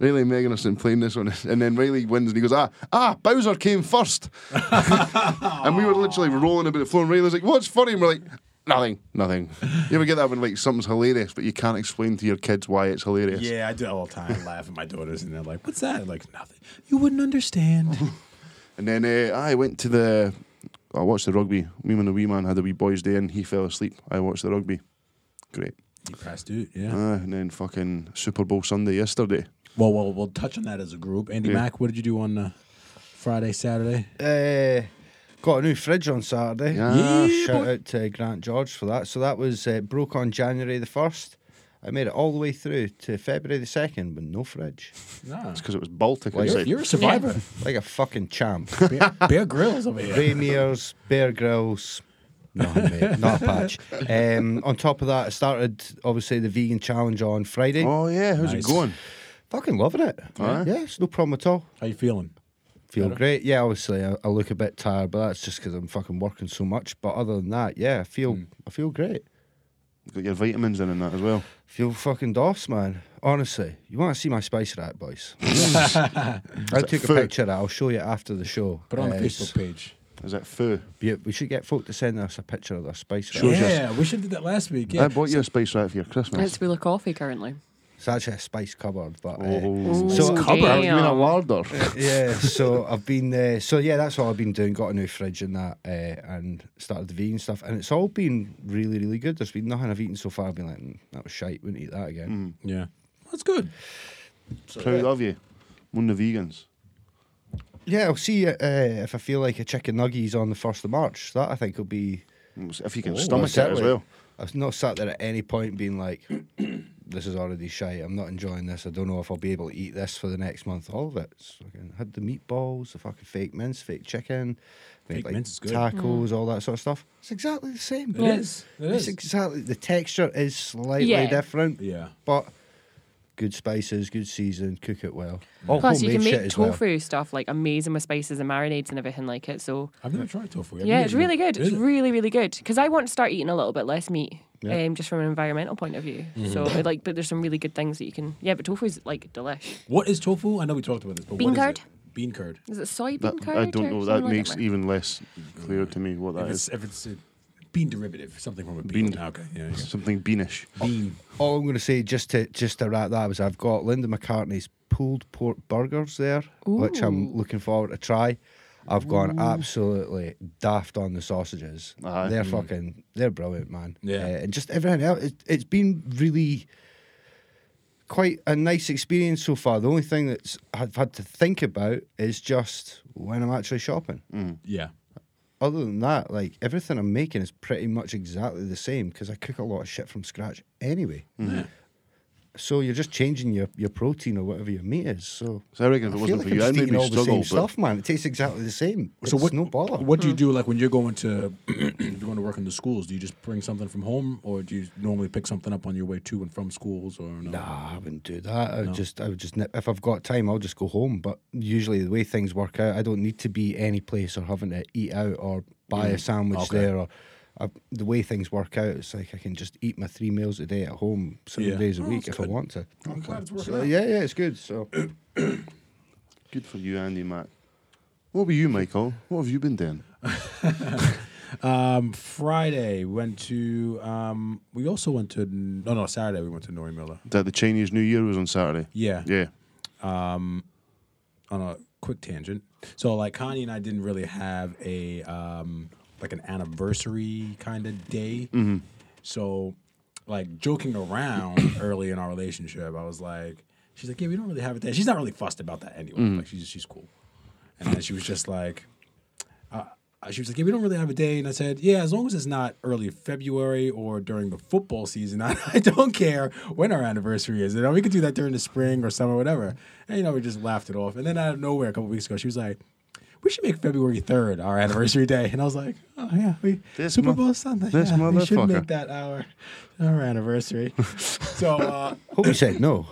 S2: Riley and Megan are sitting playing this one, and then Riley wins and he goes, ah, ah, Bowser came first, (laughs) and we were literally rolling about the floor, and Riley's like, what's funny? And we're like. Nothing, nothing. You ever get that when like something's hilarious, but you can't explain to your kids why it's hilarious?
S4: Yeah, I do that all the time. I laugh at my daughters, and they're like, "What's that?" I'm like nothing. You
S2: (laughs)
S4: wouldn't understand.
S2: And then uh, I went to the. I watched the rugby. Me and the wee man had a wee boys' day, and he fell asleep. I watched the rugby. Great.
S4: Depressed dude. Yeah.
S2: Uh, and then fucking Super Bowl Sunday yesterday.
S4: well, well, we'll touch on that as a group. Andy
S2: Yeah.
S4: Mack, what did you do on uh, Friday, Saturday?
S6: Uh, got a new fridge on Saturday. Ah,
S2: Yeah.
S4: Yeah,
S6: Shout
S4: boy.
S6: out to Grant George for that. So that was uh, broke on January the first. I made it all the way through to February the second with no fridge,
S4: Nah.
S2: It's because it was Baltic
S4: You're,
S2: outside.
S4: you're a survivor.
S2: (laughs)
S6: like a fucking champ.
S4: Bear, Bear Grylls over here.
S6: Ray Mears, Bear Grylls. No, mate, not a patch. Um, on top of that, I started obviously the vegan challenge on Friday.
S2: Oh yeah, how's
S4: Nice.
S2: it going?
S6: Fucking loving it.
S2: Aye.
S6: Yeah, it's no problem at all.
S4: How you feeling?
S6: Feel great. Yeah, obviously I, I look a bit tired, but that's just because I'm fucking working so much. But other than that, yeah, I feel I feel great.
S2: Got your vitamins in and that as well.
S6: Feel fucking DOS, man. Honestly, you want to see my spice rack, boys? I took a
S2: food?
S6: picture. of it. I'll show you after the show.
S4: Put it on the
S6: Uh,
S4: Facebook page.
S2: Is it foo?
S6: yeah, we should get folk to send us a picture of their spice rack.
S2: Sure. Georgia.
S4: yeah, we should have did that last week. Yeah.
S2: I bought you a spice rack for your Christmas.
S5: It's Wheel of Coffee currently.
S6: It's actually a spice cupboard, but uh,
S2: Oh,
S6: So-
S2: cupboard. You mean a
S5: damn.
S2: larder?
S6: yeah. So I've been uh, so yeah. That's what I've been doing. Got a new fridge and that, uh, and started the vegan stuff, and it's all been really, really good. There's been nothing I've eaten so far. I've been like, "Mm, that was shite. Wouldn't eat that again.
S4: yeah. That's good.
S2: Proud of you. One of the vegans.
S6: Yeah, I'll see uh, if I feel like a chicken nuggies on the first of March. That I think will be
S2: If you can
S6: Oh,
S2: stomach it
S6: exactly.
S2: as well.
S6: I've not sat there at any point being like, (clears throat) this is already shite. I'm not enjoying this. I don't know if I'll be able to eat this for the next month. All of it. It's fucking- had the meatballs, the fucking fake mince, fake chicken, made,
S4: Fake mince is good.
S6: tacos,
S5: Mm.
S6: all that sort of stuff. It's exactly the same.
S4: It is. It
S6: It's
S4: is.
S6: exactly the texture is slightly
S5: Yeah.
S6: different.
S4: Yeah.
S6: But good spices, good season, cook it well. All
S2: Oh.
S5: Plus, you
S6: Oh, homemade
S5: can
S6: shit
S5: make
S6: as
S5: tofu stuff like amazing with spices and marinades and everything like it. So
S4: I've never tried tofu. I've
S5: yeah,
S4: never
S5: it's
S4: eaten
S5: really
S4: it.
S5: good.
S4: Is
S5: It's
S4: it?
S5: really really good because I want to start eating a little bit less meat,
S6: Yeah.
S5: um, just from an environmental point of view. So I like, but there's some really good things that you can. Yeah, but tofu's like delish.
S4: What is tofu? I know we talked about this, but
S5: Bean
S4: what is
S5: curd?
S4: it? Bean curd.
S5: Is it soybean
S2: That,
S5: curd?
S2: I don't
S5: or
S2: know. That
S5: something like
S2: makes even less clear to me what
S4: If
S2: that
S4: it's
S2: is.
S4: if it's uh, bean derivative, something from a bean.
S2: Bean.
S4: Okay, yeah, yeah.
S2: Something beanish.
S4: bean.
S6: All I'm going to say, just to just to wrap that, up, is I've got Linda McCartney's pulled pork burgers there, which I'm
S5: Ooh.
S6: looking forward to try. I've gone absolutely daft on the sausages.
S2: Aye.
S6: They're fucking, they're brilliant, man.
S4: Yeah.
S6: Uh, and just everything else. It, it's been really quite a nice experience so far. The only thing that's I've had to think about is just when I'm actually shopping.
S4: Yeah,
S6: Other than that, like everything I'm making is pretty much exactly the same because I cook a lot of shit from scratch anyway.
S4: yeah.
S6: So you're just changing your, your protein or whatever your meat is. So
S2: So I reckon if it
S6: I
S2: wasn't
S6: feel like
S2: for you,
S6: I'm
S2: I'd
S6: just eating
S2: maybe
S6: all the
S2: struggle.
S6: same
S2: But
S6: stuff, man. It tastes exactly the same.
S4: So
S6: it's
S4: what?
S6: no bother.
S4: What do you do like when you're going to (clears throat) if you're going to work in the schools? Do you just bring something from home, or do you normally pick something up on your way to and from schools, or no?
S6: Nah, I wouldn't do that. I would just, I would just, nip- if I've got time, I'll just go home. But usually, the way things work out, I don't need to be any place or having to eat out or buy
S2: Mm.
S6: a sandwich
S4: okay.
S6: there. Or I, the way things work out, it's like I can just eat my three meals a day at home, seven
S4: Yeah.
S6: days a
S4: Oh,
S6: week
S4: that's
S6: if I
S4: good.
S6: want to.
S4: I'm glad it's working
S6: So,
S4: out.
S6: yeah, yeah, it's good. So
S2: good for you, Andy, Matt. What about you, Michael? What have you been doing?
S4: Um, Friday went to. Um, we also went to. oh, No, no, Saturday we went to Nori Miller
S2: That the Chinese New Year was on Saturday.
S4: Yeah.
S2: Yeah.
S4: on a quick tangent. So like Kanye and I didn't really have a um, like an anniversary kind of day. So like joking around early in our relationship, I was like, she's like, yeah, we don't really have a day. She's not really fussed about that anyway. Like she's she's cool. And then she was just like, uh, she was like, yeah, we don't really have a day. And I said, yeah, as long as it's not early February or during the football season, (laughs) I, I don't care when our anniversary is. You know, we could do that during the spring or summer, whatever. And, you know, we just laughed it off. And then out of nowhere, a couple weeks ago, she was like, we should make February 3rd our anniversary day. And I was like, oh, yeah, we,
S2: This
S4: Super
S2: mo-
S4: Bowl Sunday.
S2: this
S4: yeah, we should
S2: motherfucker."
S4: make that our, our anniversary. (laughs) so, uh,
S6: hope you said no.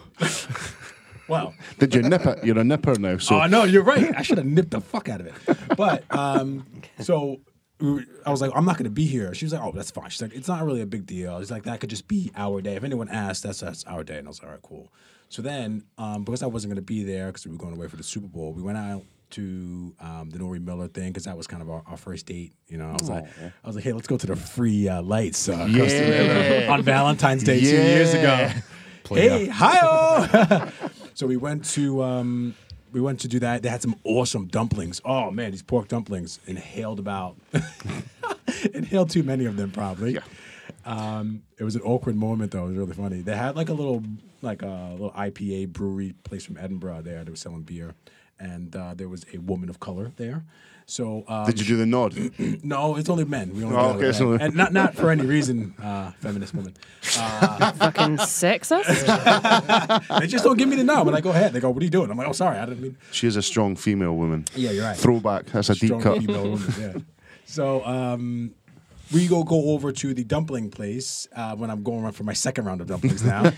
S4: wow.
S2: Did you nip it? You're a nipper now. So
S4: Oh no, you're right. I should have nipped the fuck out of it. But
S2: (laughs)
S4: um, so we were- I was like, I'm not gonna be here. She was like, Oh, that's fine. She's like, It's not really a big deal. She's like, That could just be our day. If anyone asks, that's that's our day. And I was like, All right, cool. So then, um, because I wasn't gonna be there because we were going away for the Super Bowl, we went out to um, the Nori Miller thing because that was kind of our, our first date. You know, I was like, I was like, Hey, let's go to the free uh, lights uh, across the
S2: Yeah.
S4: river (laughs) on Valentine's Day two years ago.
S2: Yeah.
S4: hey, hi So we went to um, we went to do that. They had some awesome dumplings. Oh man, these pork dumplings inhaled about (laughs) inhaled too many of them probably. Um, it was an awkward moment though. It was really funny. They had like a little like a little IPA brewery place from Edinburgh there. They were selling beer, and uh, there was a woman of color there. So um,
S2: did you do the nod?
S4: no, it's only men. We only
S2: Oh,
S4: do
S2: okay,
S4: that with
S2: so-
S4: men. and not not for any reason, uh, feminist woman. Uh, (laughs)
S5: Fucking sexist.
S4: they just don't give me the nod when I go ahead. They go, "What are you doing?" I'm like, "Oh, sorry, I didn't mean."
S2: She is a strong female woman.
S4: Yeah, you're right.
S2: Throwback. That's a deep
S4: Strong
S2: cut.
S4: female woman, yeah. So um, we go go over to the dumpling place uh, when I'm going around for my second round of dumplings now,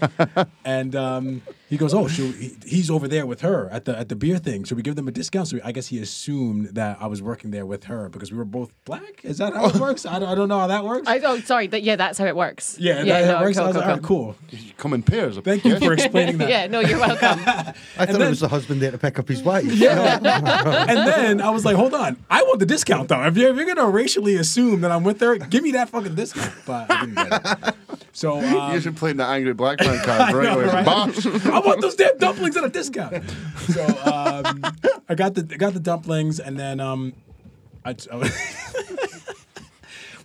S4: and um, he goes, "Oh, should we, he's over there with her at the at the beer thing. Should we give them a discount?" So I guess he assumed that I was working there with her because we were both black. Is that how it works? I don't, I don't know how that works.
S5: I, oh, sorry. That, yeah, that's how it works.
S4: yeah, yeah, that
S5: no,
S4: works.
S5: cool,
S4: I was
S5: cool,
S4: like, "All right,
S5: cool.
S4: cool.
S2: You come in pairs.
S4: Thank you for explaining that."
S5: (laughs) yeah, no, you're welcome.
S6: I thought
S4: then-
S6: it was the husband there to pick up
S4: (laughs)
S6: his wife. Yeah.
S4: and then I was like, hold on, I want the discount though. If you're, if you're gonna racially assume that I'm with her, give me that fucking discount. But I didn't get it. So
S2: (laughs)
S4: um,
S2: You should play the angry black man
S4: (laughs)
S2: card right away.
S4: right?
S2: Bosh.
S4: I want those damn dumplings at a discount. So um, I got the I got the dumplings, and then um, I, oh, (laughs)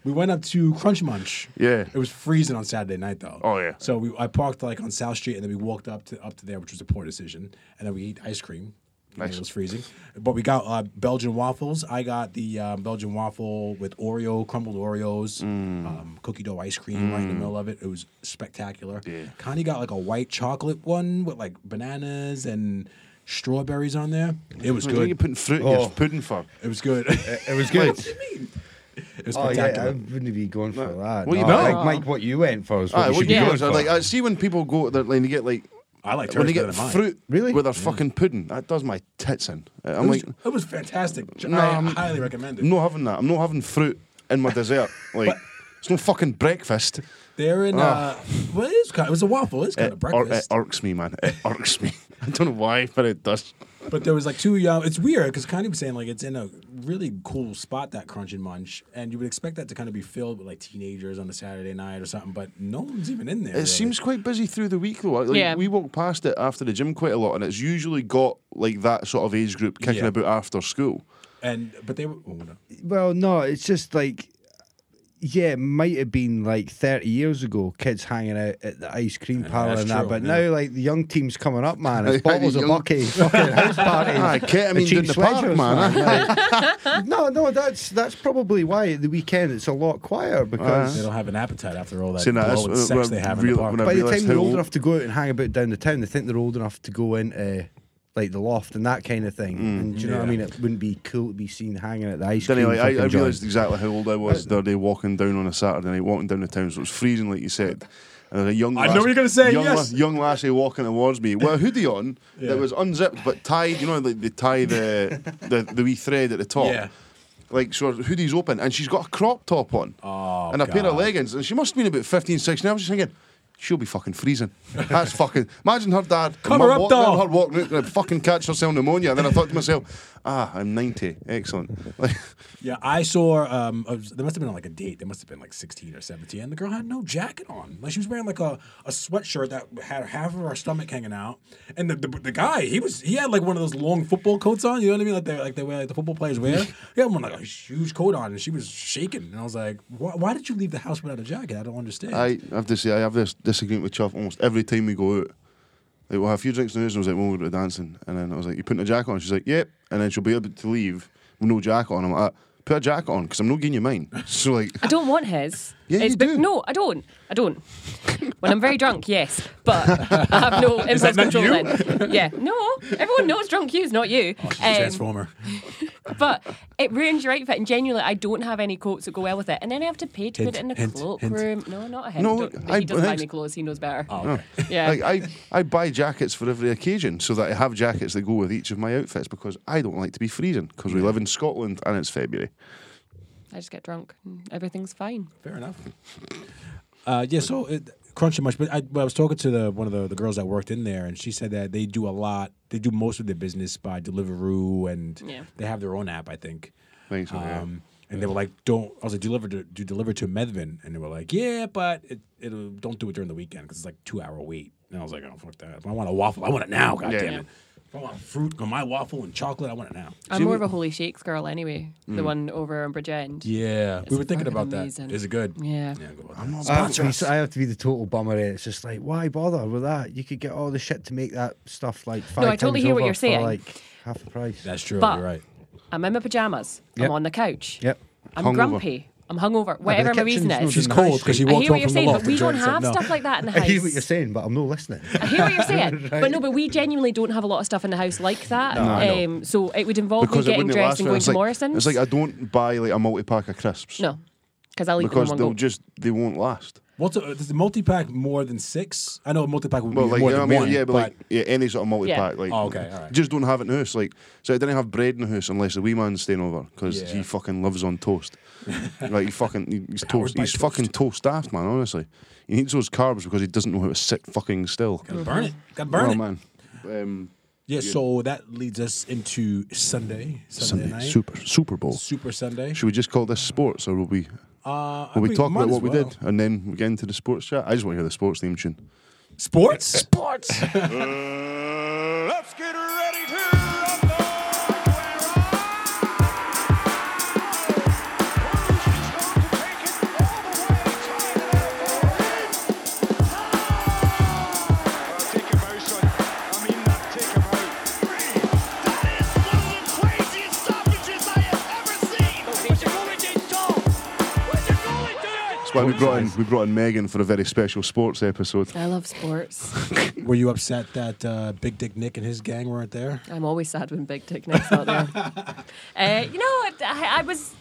S4: we went up to Crunch Munch.
S2: Yeah.
S4: it was freezing on Saturday night though.
S2: Oh, yeah.
S4: So we I parked like on South Street, and then we walked up to up to there, which was a poor decision, and then we ate ice cream. even though
S2: Nice.
S4: It was freezing, but we got uh, Belgian waffles. I got the um, Belgian waffle with Oreo, crumbled Oreos,
S2: Mm.
S4: um, cookie dough ice cream right in the middle of it. It was spectacular.
S2: Yeah.
S4: Connie got like a white chocolate one with like bananas and strawberries on there. It was
S2: What are you
S4: good.
S2: putting fruit in your
S6: Oh.
S2: pudding for?
S4: It was good. (laughs) it
S6: It was good.
S4: was
S6: Oh yeah, I
S4: spectacular.
S6: wouldn't be going for that.
S2: What you
S6: no,
S2: been-
S6: like Mike, what you went for is what
S2: Aye,
S6: you
S2: Ah, what
S6: should
S2: you
S5: be
S6: be
S5: Yeah.
S2: going
S6: going
S2: for?
S6: for.
S2: Like, I see when people go, they're like, they get like
S4: I, liked hers
S2: when they
S4: better
S2: get
S4: than mine.
S2: fruit
S6: Really?
S2: with their fucking pudding. That does my tits in. I'm
S4: it, was,
S2: like,
S4: it was fantastic.
S2: No,
S4: I
S2: I'm-
S4: highly recommend it.
S2: I'm not having that. I'm not having fruit in my (laughs) dessert. Like, it's no fucking breakfast.
S4: They're in. Uh, well, it, is kind it was a waffle. It's kind
S2: It,
S4: of
S2: ur- it
S4: breakfast.
S2: (laughs) irks me, man. It irks me. I don't know why, but it does.
S4: But there was like two young. It's weird because kind of saying like it's in a really cool spot that Crunch and Munch, and you would expect that to kind of be filled with like teenagers on a Saturday night or something. But no one's even in there.
S2: It seems quite busy through the week though. Like,
S5: Yeah.
S2: We walk past it after the gym quite a lot, and it's usually got like that sort of age group kicking
S4: Yeah.
S2: about after school.
S4: and but they were. Oh, no.
S6: Well, no, it's just like, yeah, it might have been like 30 years ago, kids hanging out at the ice cream parlor
S4: that's
S6: and that,
S4: true,
S6: but
S4: yeah.
S6: now like the young team's coming up, man. It's
S2: Yeah, the
S6: bottles
S2: (laughs)
S6: of
S2: young-
S6: bucky, fucking house parties.
S2: Aye, ketamine
S6: the cheap
S2: down the park,
S6: sweatshops,
S2: man,
S6: like- no, no, that's that's probably why at the weekend it's a lot quieter because
S4: They don't have an appetite after all that
S2: Uh. See, now
S4: blow and
S2: that's-
S4: sex
S2: uh,
S4: they have
S2: real-
S4: in the
S2: when I
S4: park.
S6: by the
S2: realised
S6: time they're
S2: how
S6: old
S2: old-
S6: enough to go out and hang about down the town, they think they're old enough to go into like the loft and that kind of thing.
S2: Mm,
S6: and do you know what
S4: Yeah.
S6: I mean? It wouldn't be cool to be seen hanging at the ice
S2: Then
S6: cream.
S2: anyway, I, I
S6: fucking joint.
S2: realised exactly how old I was the other day walking down on a Saturday night, walking down the town. So it was freezing, like you said. And there was a young
S4: I know
S2: lass-
S4: what you're gonna say,
S2: Young,
S4: yes.
S2: la- young lassie walking towards me with a hoodie on that was unzipped but tied. You know, like they tie the
S4: (laughs)
S2: the, the wee thread at the top.
S4: Yeah.
S2: Like so, her hoodie's open, and she's got a crop top on
S4: Oh,
S2: and a pair of
S4: God.
S2: leggings, and she must have been about 15, 16. I was just thinking. She'll be fucking freezing. That's fucking. Imagine her dad. and
S4: Cover
S2: mum
S4: up,
S2: walking in,
S4: doll.
S2: Her walking out, gonna fucking catch herself pneumonia. And then I thought to myself, ah, I'm 90. Excellent. (laughs) Like,
S4: Yeah, I saw. Um, a, there must have been like a date. There must have been like sixteen or seventeen, and the girl had no jacket on. Like she was wearing like a, a sweatshirt that had half of her stomach hanging out, and the, the the guy he was he had like one of those long football coats on. You know what I mean? Like they like they wear like the football players wear. He had one like a huge coat on, and she was shaking. And I was like, why, why did you leave the house without a jacket? I don't understand.
S2: I have to say, I have this disagreement with Chuff almost every time we go out. Like, we'll have a few drinks in the house, and I was like, well, we're going to dancing. And then I was like, you putting a jacket on? She's like, yep. And then she'll be able to leave with no jacket on. I'm like, "Ah, put a jacket on, because I'm not getting you mine. (laughs) So, like,
S5: I don't want his.
S2: Yeah,
S5: it's
S2: you
S5: be-
S2: do.
S5: No, I don't. I don't. When I'm very drunk, yes, but I have no impulse
S4: that not
S5: control.
S4: you?
S5: Then, yeah, no. Everyone knows drunk you is not you.
S4: Oh, She's a
S5: Um,
S4: transformer.
S5: but it ruins your outfit, and genuinely, I don't have any coats that go well with it. And then I have to pay to
S4: Hint,
S5: put it in a
S4: hint,
S5: cloakroom. No, not a hint.
S2: No,
S5: No,
S2: I-
S5: he doesn't
S2: I-
S5: buy me clothes. He knows better.
S4: Oh, okay.
S5: Yeah.
S2: like I, I buy jackets for every occasion so that I have jackets that go with each of my outfits because I don't like to be freezing because we live in Scotland and it's February.
S5: I just get drunk. and Everything's fine.
S4: Fair enough. Uh, yeah, so it, crunching much, but I, but I was talking to the one of the, the girls that worked in there, and she said that they do a lot. They do most of their business by Deliveroo, and
S5: Yeah.
S4: they have their own app, I think.
S2: Thanks, yeah.
S4: Um, and they were like, "Don't." I was like, "Deliver to do deliver to Medvin," and they were like, "Yeah, but it, it'll don't do it during the weekend because it's like two hour wait." And I was like, "Oh fuck that! If I want a waffle. I want it now. God
S2: Yeah.
S4: damn it! If I want fruit on my waffle and chocolate, I want it now."
S5: I'm more of a holy shakes girl anyway. The one over on Bridge End.
S4: Yeah, we
S5: It's
S4: were thinking
S5: fucking
S4: about
S5: amazing.
S4: that. Is it good?
S5: Yeah.
S4: yeah go about that.
S6: I have, to be, I have to be the total bummer. here. It's just like, why bother with that? You could get all the shit to make that stuff like five
S5: I totally
S6: times
S5: hear what
S6: over
S5: you're
S6: for,
S5: saying.
S6: Like half the price.
S4: That's true.
S5: But-
S4: you're right.
S5: I'm in my pajamas.
S6: Yep.
S5: I'm on the couch.
S6: yep.
S5: I'm
S2: Hungover.
S5: grumpy. I'm hungover. Whatever my
S6: kitchen's
S5: reason
S6: no
S5: is.
S4: She's
S6: Nice
S4: cold because she
S5: I
S4: walked
S5: hear
S4: home
S5: what you're
S4: from the
S5: saying,
S4: loft.
S5: but we
S4: and
S5: don't
S4: Jordan said
S5: have
S4: no.
S5: stuff like that in the
S6: (laughs) I
S5: house.
S6: hear what you're saying, but I'm
S5: (laughs)
S6: not listening.
S5: I hear what you're saying, but no, but we genuinely don't have a lot of stuff in the house like that. um, so it would involve
S2: Because
S5: me
S2: it
S5: getting
S2: wouldn't
S5: dressed
S2: last forever.
S5: and going
S2: it's
S5: to
S2: like,
S5: Morrison's.
S2: It's like I don't buy like a multi pack of crisps.
S5: no, because I'll eat them in
S2: Because
S5: one
S2: they'll
S5: go.
S2: just they won't last.
S4: What's a, is the multi pack more than six? I know a multi pack would be
S2: Well, like
S4: more
S2: you know
S4: than
S2: what I mean,
S4: one.
S2: yeah, but, like yeah, any sort of multi pack,
S5: Yeah.
S2: like
S4: Oh, okay, all right.
S2: just don't have it in the house. Like, so I didn't have bread in the house unless the wee man's staying over because
S4: Yeah.
S2: he fucking lives on
S4: (laughs)
S2: toast. like he fucking he- he's
S4: Powered
S2: toast,
S4: by
S2: he's
S4: toast.
S2: fucking toast daft, man. Honestly, he needs those carbs because he doesn't know how to sit fucking still.
S4: gotta burn it, gotta burn
S2: oh
S4: it.
S2: man, um,
S4: Yeah, so that leads us into Sunday, Sunday,
S2: Sunday
S4: night,
S2: Super Super Bowl.
S4: Super Sunday.
S2: Should we just call this sports, or will we?
S4: Uh,
S2: Will we
S4: we
S2: talk
S4: might
S2: about
S4: as
S2: what we
S4: well.
S2: did and then we get into the sports chat? I just want to hear the sports theme tune. (laughs)
S4: Sports, sports.
S3: Let's get ready to rumble.
S2: That's why we brought in we brought in Megan for a very special sports episode.
S5: I love sports.
S4: (laughs) Were you upset that uh, Big Dick Nick and his gang weren't there?
S5: I'm always sad when Big Dick Nick's not there. uh, you know, I, I was.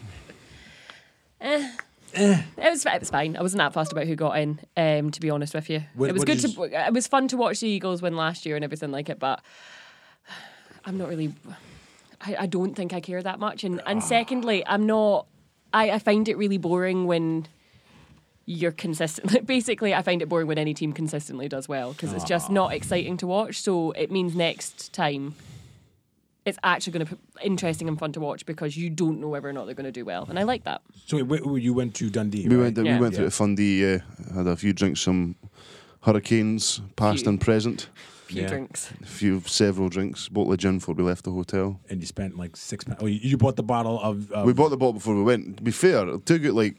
S5: Eh. It was it was fine. I wasn't that fussed about who got in. Um, to be honest with you,
S4: What-
S5: it was
S4: what
S5: good
S4: did
S5: to. It was fun to watch the Eagles win last year and everything like it. But I'm not really. I, I don't think I care that much. And and
S4: Ah.
S5: secondly, I'm not. I, I find it really boring when you're consistently. (laughs) Basically, I find it boring when any team
S4: Ah.
S5: consistently does well because it's just not exciting to watch. So it means next time it's actually going to be interesting and fun to watch because you don't know whether or not they're going to do well, and I like that.
S4: So wait, wait, you went to Dundee.
S2: We
S4: right?
S2: went,
S5: Yeah.
S2: we went
S4: Yeah.
S2: through to Fundy, uh, had a few drinks, some hurricanes, past
S5: Few.
S2: and present,
S5: Few
S4: Yeah.
S5: drinks.
S2: a few, several drinks, bottle of gin before we left the hotel.
S4: and you spent like six. pa- Oh, you, you bought the bottle of. of
S2: We bought the bottle before we went. To be fair, it took it like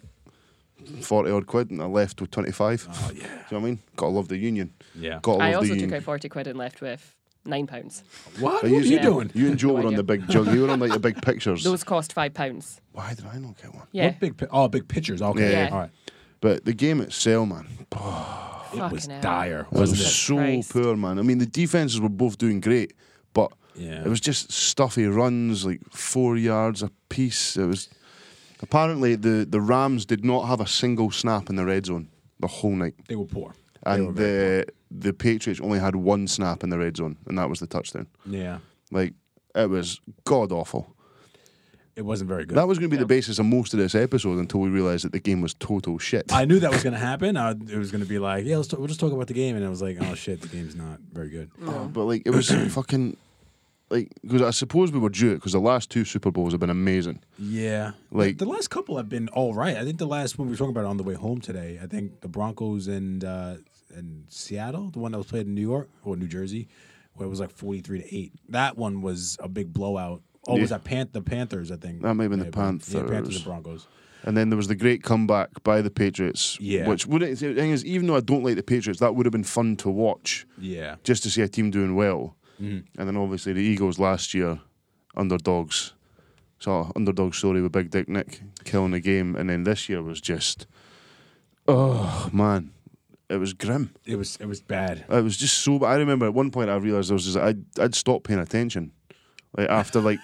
S2: 40 odd quid and I left with 25.
S4: Oh
S2: Do
S4: yeah,
S2: you know what I mean? Gotta love the union.
S4: yeah.
S2: Gotta love
S5: I also
S2: the
S5: took
S2: union.
S5: out forty quid and left with nine pounds.
S4: What? What
S2: But
S4: are you
S5: Yeah.
S4: doing?
S2: You and Joe
S5: No
S2: were on
S5: idea.
S2: the big jug. You were on like the
S5: (laughs)
S2: big pictures.
S5: Those cost five pounds.
S2: Why did I not get one?
S5: Yeah,
S4: What big? Pi- oh, big pictures. Okay,
S5: Yeah. Yeah.
S4: all right.
S2: But the game itself, man,
S5: Fucking
S4: it was
S5: hell.
S4: dire,
S2: it was
S4: wasn't it?
S2: so
S5: Christ.
S2: poor, man. I mean, the defenses were both doing great, but
S4: Yeah.
S2: it was just stuffy runs, like four yards a piece. It was apparently the the Rams did not have a single snap in the red zone the whole night,
S4: They were poor.
S2: and the the Patriots only had one snap in the red zone, and that was the touchdown.
S4: Yeah,
S2: Like it was god awful.
S4: it wasn't very good.
S2: That was going to be the basis of most of this episode until we realised that the game was total shit.
S4: I knew that was going to happen. I, it was going to be like, yeah, let's talk, we'll just talk about the game, and I was like, oh shit, the game's not very good.
S2: But like it
S4: (clears throat)
S2: was fucking like because I suppose we were due because the last two Super Bowls have been amazing.
S4: Yeah,
S2: Like-
S4: the, the last couple have been all right. I think the last one we were talking about on the way home today. I think the Broncos and uh, and Seattle, the one that was played in New York or New Jersey, where it was like forty three to eight. That one was a big blowout. Oh, was
S2: Yeah.
S4: that Pan- the Panthers? I think
S2: That might have been the
S4: Yeah, Panthers
S2: Panthers.
S4: and Broncos.
S2: And then there was the great comeback by the Patriots.
S4: Yeah.
S2: Which would the thing is, even though I don't like the Patriots, that would have been fun to watch
S4: Yeah,
S2: just to see a team doing well.
S4: Mm.
S2: And then obviously the Eagles last year, underdogs. So underdog story with Big Dick Nick killing the game, and then this year was just, oh man, it was grim.
S4: it was it was bad.
S2: It was just so. I remember at one point I realized I was just I'd, I'd stopped paying attention, like after like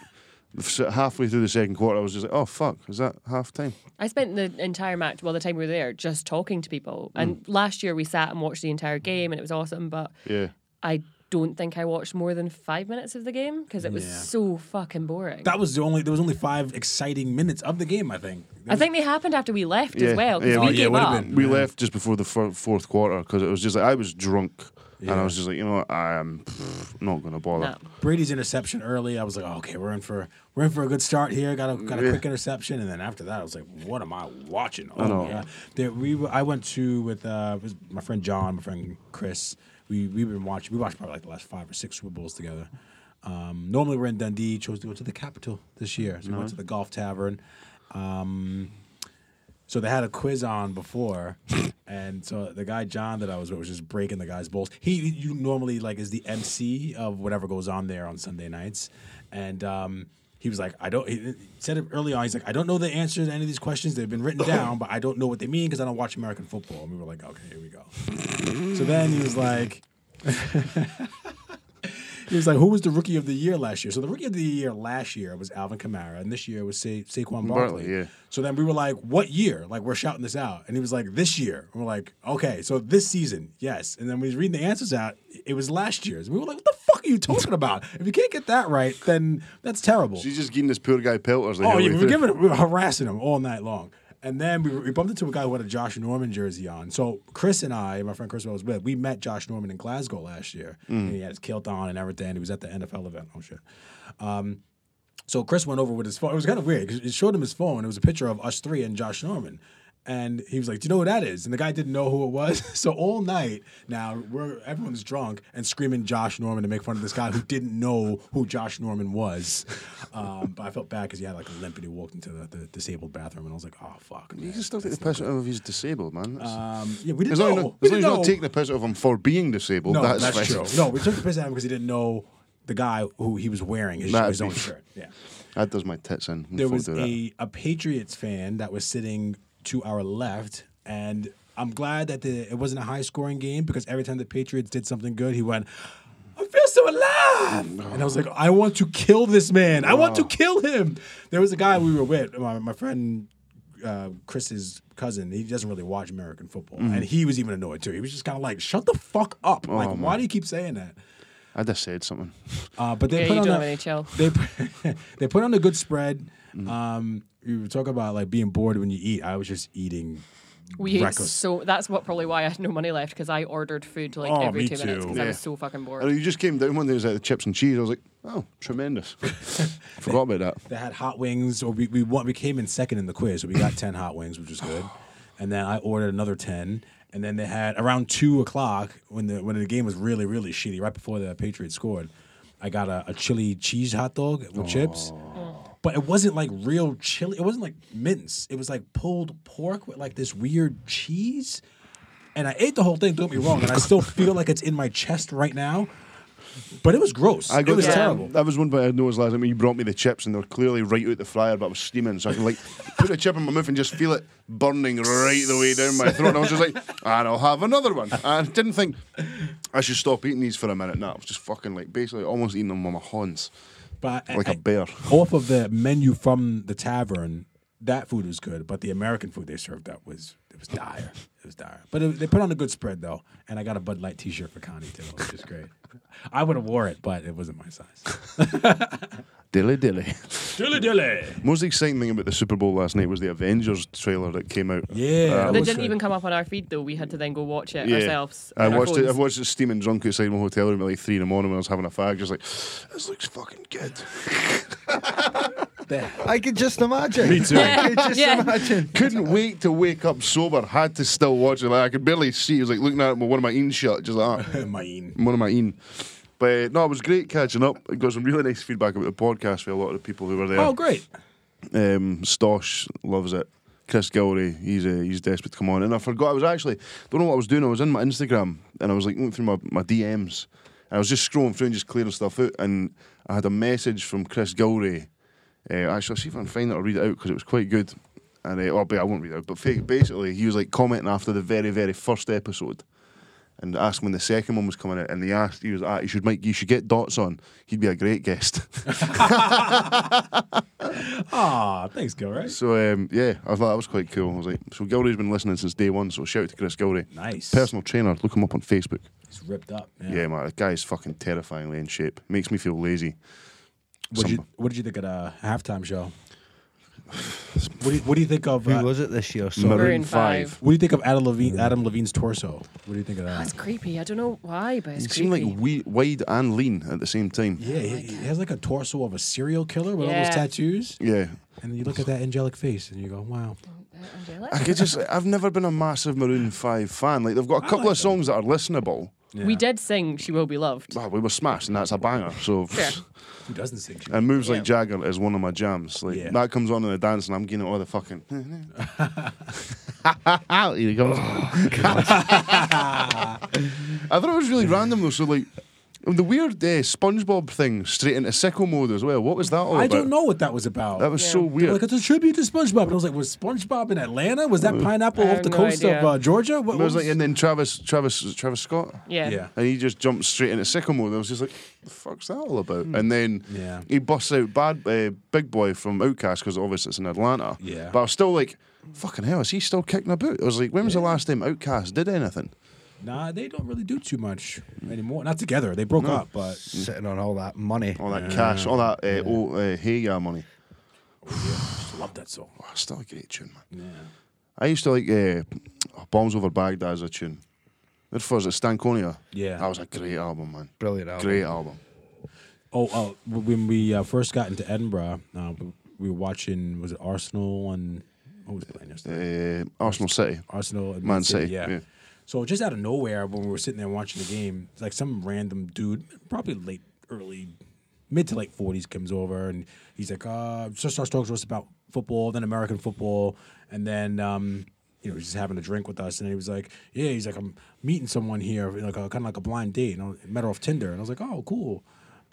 S2: halfway through the second quarter I was just like oh fuck is that half time?
S5: I spent the entire match, well, the time we were there, just talking to people.
S4: Mm.
S5: And last year we sat and watched the entire game, and it was awesome. But
S2: Yeah,
S5: I don't think I watched more than five minutes of the game because it was
S4: Yeah.
S5: so fucking boring.
S4: That was the only. There was only five exciting minutes of the game. I think.
S5: I think they happened after we left
S2: Yeah,
S5: as well because
S2: yeah,
S5: we
S2: oh, yeah,
S5: gave
S4: would've
S5: up.
S4: been.
S2: we
S4: Yeah.
S2: left just before the fir- fourth quarter because it was just like I was drunk and I was just like you know what I am pff, not gonna bother.
S5: No.
S4: Brady's interception early. I was like, oh, okay, we're in for we're in for a good start here. Got a got a quick interception, and then after that, I was like, what am I watching? Oh
S2: know.
S4: my god! There, we were- I went to with uh, it was my friend John, my friend Chris. We we've been watching. We watched probably like the last five or six Super Bowls together. Um, normally we're in Dundee. Chose to go to the capital this year, so we went to the Golf Tavern. Um, so they had a quiz on before, and so the guy John that I was with was just breaking the guy's balls. He you normally like is the MC of whatever goes on there on Sunday nights, and um, he was like, I don't. He said it early on. He's like, I don't know the answers to any of these questions. They've been written down, but I don't know what they mean because I don't watch American football. And we were like, okay, here we go. so then he was like. (laughs) He was like, "Who was the rookie of the year last year?" So the rookie of the year last year was Alvin Kamara, and this year was Sa- Saquon Barkley.
S2: Barkley, yeah.
S4: So then we were like, "What year?" Like we're shouting this out, and he was like, "This year." And we're like, "Okay, so this season, yes." And then we was reading the answers out. It was last year's. We were like, "What the fuck are you talking about? If you can't get that right, then that's terrible."
S2: She's just giving this poor guy pelters. Like
S4: Oh,
S2: halfway
S4: yeah, we were
S2: through.
S4: giving, we were harassing him all night long. And then we, we bumped into a guy who had a Josh Norman jersey on. So Chris and I, my friend Chris, who I was with, we met Josh Norman in Glasgow last year, and he had his kilt on and everything. He was at the NFL event. Oh shit. Um, so Chris went over with his phone. It was kind of weird 'cause it showed him his phone. It was a picture of us three and Josh Norman. And he was like, "Do you know who that is?" And the guy didn't know who it was. (laughs) So all night now, we're everyone's drunk and screaming Josh Norman to make fun of this guy who didn't know who Josh Norman was. Um, but I felt bad because he had like a limp and he walked into the, the disabled bathroom, and I was like, "Oh fuck!"
S2: You
S4: man."
S2: can still take the piss out of he's disabled, man. That's-
S4: Um, yeah, we didn't
S2: as
S4: know.
S2: long as,
S4: we
S2: as long as
S4: didn't
S2: you're
S4: know.
S2: not taking the piss out of him for being disabled,
S4: no,
S2: that's,
S4: that's,
S2: fine.
S4: true. No, we took the piss out of him because he didn't know the guy who he was wearing his,
S2: That'd
S4: his own
S2: be-
S4: shirt. Yeah.
S2: That does my tits in.
S4: there
S2: Mm-hmm, Full
S4: was
S2: do that.
S4: a, a Patriots fan that was sitting to our left, and I'm glad that the, it wasn't a high scoring game because every time the Patriots did something good, he went, I feel so alive. And I was like, I want to kill this man. I want to kill him. There was a guy we were with, my, my friend uh, Chris's cousin. He doesn't really watch American football. And he was even annoyed too. He was just kind of like, shut the fuck up. like, why do you keep saying that?
S2: I just said something.
S4: Uh, but they
S5: Yeah,
S4: put
S5: you
S4: on
S5: don't
S4: a,
S5: have any chill.
S4: (laughs) They put, they put on a good spread. Um, you talk about like being bored when you eat. I was just eating
S5: We ate
S4: reckless.
S5: so that's what probably why I had no money left because I ordered food like
S4: Oh,
S5: every
S4: me
S5: two minutes
S4: too.
S5: because I was
S2: Yeah.
S5: so fucking bored.
S2: And you just came down one day, it was like the chips and cheese. I was like, oh,
S4: (laughs)
S2: tremendous. Forgot about that.
S4: They had hot wings, or we we, won, we came in second in the quiz, so we got ten hot wings, which was good. And then I ordered another ten, and then they had around two o'clock when the when the game was really really shitty, right before the Patriots scored. I got a, a chili cheese hot dog with chips, but it wasn't like real chili. It wasn't like mince. It was like pulled pork with like this weird cheese. And I ate the whole thing. Don't get me wrong, and I still feel like it's in my chest right now. But it was gross.
S2: I got
S4: it was
S2: the-
S4: terrible.
S2: That was one bit I had noticed last time. You brought me the chips, and they were clearly right out the fryer, but I was steaming, so I can like put a chip in my mouth and just feel it burning right the way down my throat. And I was just like, and I'll have another one. And I didn't think I should stop eating these for a minute. Now I was just fucking like basically almost eating them on my horns.
S4: But I-
S2: Like a
S4: I-
S2: bear.
S4: Off of the menu from the tavern, that food was good, but the American food they served up was it was dire. It was dire. But it, they put on a good spread though, and I got a Bud Light T-shirt for Connie too, which is great. I would have wore it, but it wasn't my size.
S2: Dilly dilly.
S4: dilly dilly.
S2: Most exciting thing about the Super Bowl last night was the Avengers trailer that came out.
S4: Yeah,
S5: They
S4: was
S5: didn't
S4: good.
S5: even come up on our feed though. We had to then go watch it
S2: Yeah.
S5: ourselves.
S2: I
S5: on our
S2: watched it. I
S5: phones.
S2: watched it steaming drunk outside my hotel room at like three in the morning when I was having a fag. Just like this looks fucking good. (laughs)
S4: There.
S6: I could just imagine. Me
S4: too.
S6: I could just
S5: (laughs) Yeah.
S6: imagine.
S2: Couldn't wait to wake up sober. Had to still watch it. Like I could barely see. It was like looking at it with one of my in shut, just like that.
S4: Mine.
S2: (laughs) one of my in. But uh, no, it was great catching up. I got some really nice feedback about the podcast for a lot of the people who were there.
S4: Oh, great.
S2: Um, Stosh loves it. Chris Gilry, he's uh, he's desperate to come on. And I forgot I was actually don't know what I was doing. I was in my Instagram and I was like looking through my, my DMs and I was just scrolling through and just clearing stuff out. And I had a message from Chris Gilry. Uh, actually, I'll see if I can find it. I'll read it out because it was quite good. And uh, well, I won't read it out, but fa- basically, he was like commenting after the very, very first episode and asked when the second one was coming out. And they asked, he was, ah, you should, Mike, you should get Dots on. He'd be a great guest. (laughs)
S4: Ah, thanks, Gil. Right.
S2: So um, yeah, I thought that was quite cool. I was like, so Gilry's been listening since day one. So shout out to Chris Gilry,
S4: Nice.
S2: personal trainer. Look him up on Facebook.
S4: It's ripped up.
S2: Yeah, man, the guy's fucking terrifyingly in shape. Makes me feel lazy.
S4: What did you What did you think of the halftime show? What do you, What do you think of
S6: Who
S4: uh,
S6: was it this year? So
S5: Maroon
S2: Maroon
S5: five.
S4: What do you think of Adam Levine? Adam Levine's torso. What do you think of that?
S5: That's creepy. I don't know why, but it's
S2: He
S5: creepy.
S2: seemed like we- wide and lean at the same time.
S4: Yeah, he, he has like a torso of a serial killer with all those
S5: Yeah.
S4: tattoos.
S2: Yeah.
S4: And you look at that angelic face and you go, wow.
S5: Uh, Angelic?
S2: I could just. I've never been a massive Maroon Five fan. Like they've got a couple
S4: like
S2: of songs that are listenable.
S5: We did sing "She Will Be Loved."
S2: Wow, we were smashed, and that's a banger. So.
S5: Fair.
S2: (laughs)
S4: Who doesn't sing? shit?
S2: And moves like Jagger is one of my jams. Like
S4: Yeah.
S2: that comes on in the dance, and I'm getting all the fucking. (laughs) Out here he comes. (laughs) I thought it was really random though. So like, and the weird uh, SpongeBob thing straight into sickle mode as well. What was that all
S4: I
S2: about?
S4: don't know what that was about.
S2: That was so
S4: They were
S2: weird.
S4: like it's a tribute to SpongeBob, and I was like, was SpongeBob in Atlanta? Was that pineapple
S5: I have
S4: off the
S5: no
S4: coast of
S5: idea.
S4: uh, Georgia? What,
S2: It
S4: what
S2: was like, and then Travis, Travis, Travis Scott.
S5: Yeah.
S4: yeah.
S2: And he just jumped straight into sickle mode. I was just like, "The fuck's that all about?" And then
S4: Hmm. Yeah.
S2: he busts out bad uh, big boy from Outcast because obviously it's in Atlanta.
S4: Yeah.
S2: But I was still like, "Fucking hell, is he still kicking about?" I was like, "When was the last time Outcast did anything?"
S4: Nah, they don't really do too much anymore. Not together. They broke up, but
S6: sitting on all that money.
S2: All that cash, all that uh, oh, uh, hey ya money.
S4: I love that song.
S2: Oh, still a great tune, man.
S4: Yeah.
S2: I used to like uh, Bombs Over Baghdad as a tune. That first at Stankonia.
S4: Yeah.
S2: That was a great album, man.
S6: Brilliant album.
S2: Great album.
S4: Oh, oh when we uh, first got into Edinburgh, uh, we- we were watching, was it Arsenal and what was playing yesterday?
S2: Uh, Arsenal
S4: (laughs)
S2: City.
S4: Arsenal, and
S2: Man City,
S4: yeah.
S2: yeah.
S4: So just out of nowhere, when we were sitting there watching the game, it's like some random dude, probably late, early, mid to late forties, comes over and he's like, "Uh, just starts talking to us about football, then American football, and then." Um, you know, he's just having a drink with us, and he was like, "Yeah, he's like, I'm meeting someone here, like a kind of like a blind date, and I met her off Tinder." And I was like, "Oh, cool."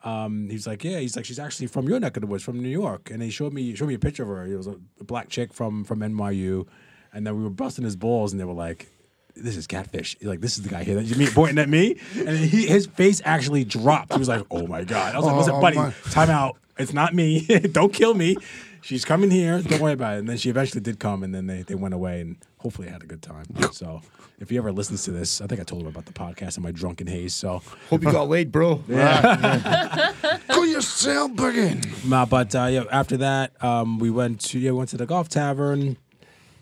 S4: Um, he's like, yeah. He's like, she's actually from your neck of the woods, from New York. And he showed me showed me a picture of her. It was a black chick from from NYU. And then we were busting his balls, and they were like, "This is catfish." He's like, this is the guy here that you mean pointing at me. And then he, his face actually dropped. He was like, "Oh my god!" I was like,
S2: Oh,
S4: "Listen, buddy,
S2: my-
S4: time out. It's not me. (laughs) Don't kill me. She's coming here. Don't worry about it." And then she eventually did come, and then they they went away, and hopefully had a good time. So if he ever listens to this, I think I told him about the podcast and my drunken haze. So.
S6: Hope you got laid,
S2: (laughs)
S6: bro.
S2: Go yourself, again.
S4: Nah, but uh, yeah, after that, um, we went to yeah, we went to the golf tavern,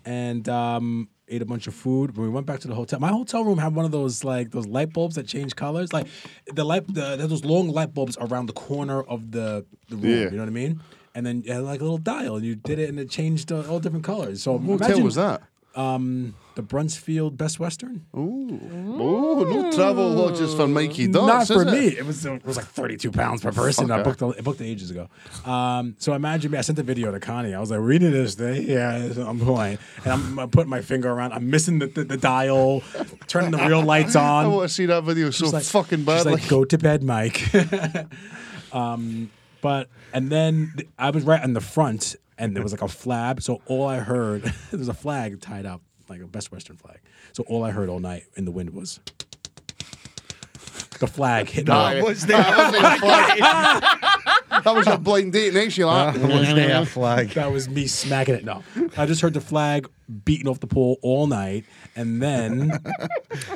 S4: and um, ate a bunch of food. When we went back to the hotel, my hotel room had one of those like those light bulbs that change colors. Like the light, the, there was those long light bulbs around the corner of the, the room.
S2: Yeah.
S4: You know what I mean? And then you had like a little dial, and you did it, and it changed uh, all different colors. So
S2: What hotel
S4: imagine
S2: was that?
S4: the Brunsfield Best Western.
S2: Oh, no travel lodges for Mikey Dots.
S4: Hmm. Not for
S2: is it?
S4: me. It was it was like thirty two pounds per person. I
S2: Fucker.
S4: booked the, I booked it ages ago. Um, so imagine me. I sent the video to Connie. I was like, "We need this thing." (laughs) Yeah, I'm playing, and I'm, I'm putting my finger around. I'm missing the, the, the dial, turning the real lights on.
S2: I want to see that video so
S4: She's like-
S2: fucking
S4: she's
S2: badly. (laughs)
S4: like, go to bed, Mike. (laughs) um, but and then th- I was right on the front, and there was like a flag. So all I heard (laughs) there was a flag tied up, like a Best Western flag. So all I heard all night in the wind was the flag hitting. the-
S2: Nah,
S6: Was there,
S4: (laughs)
S2: that was your blind date next year. Like, (laughs)
S6: was there a (laughs) flag?
S4: That was me smacking it. No, I just heard the flag beating off the pole all night, and then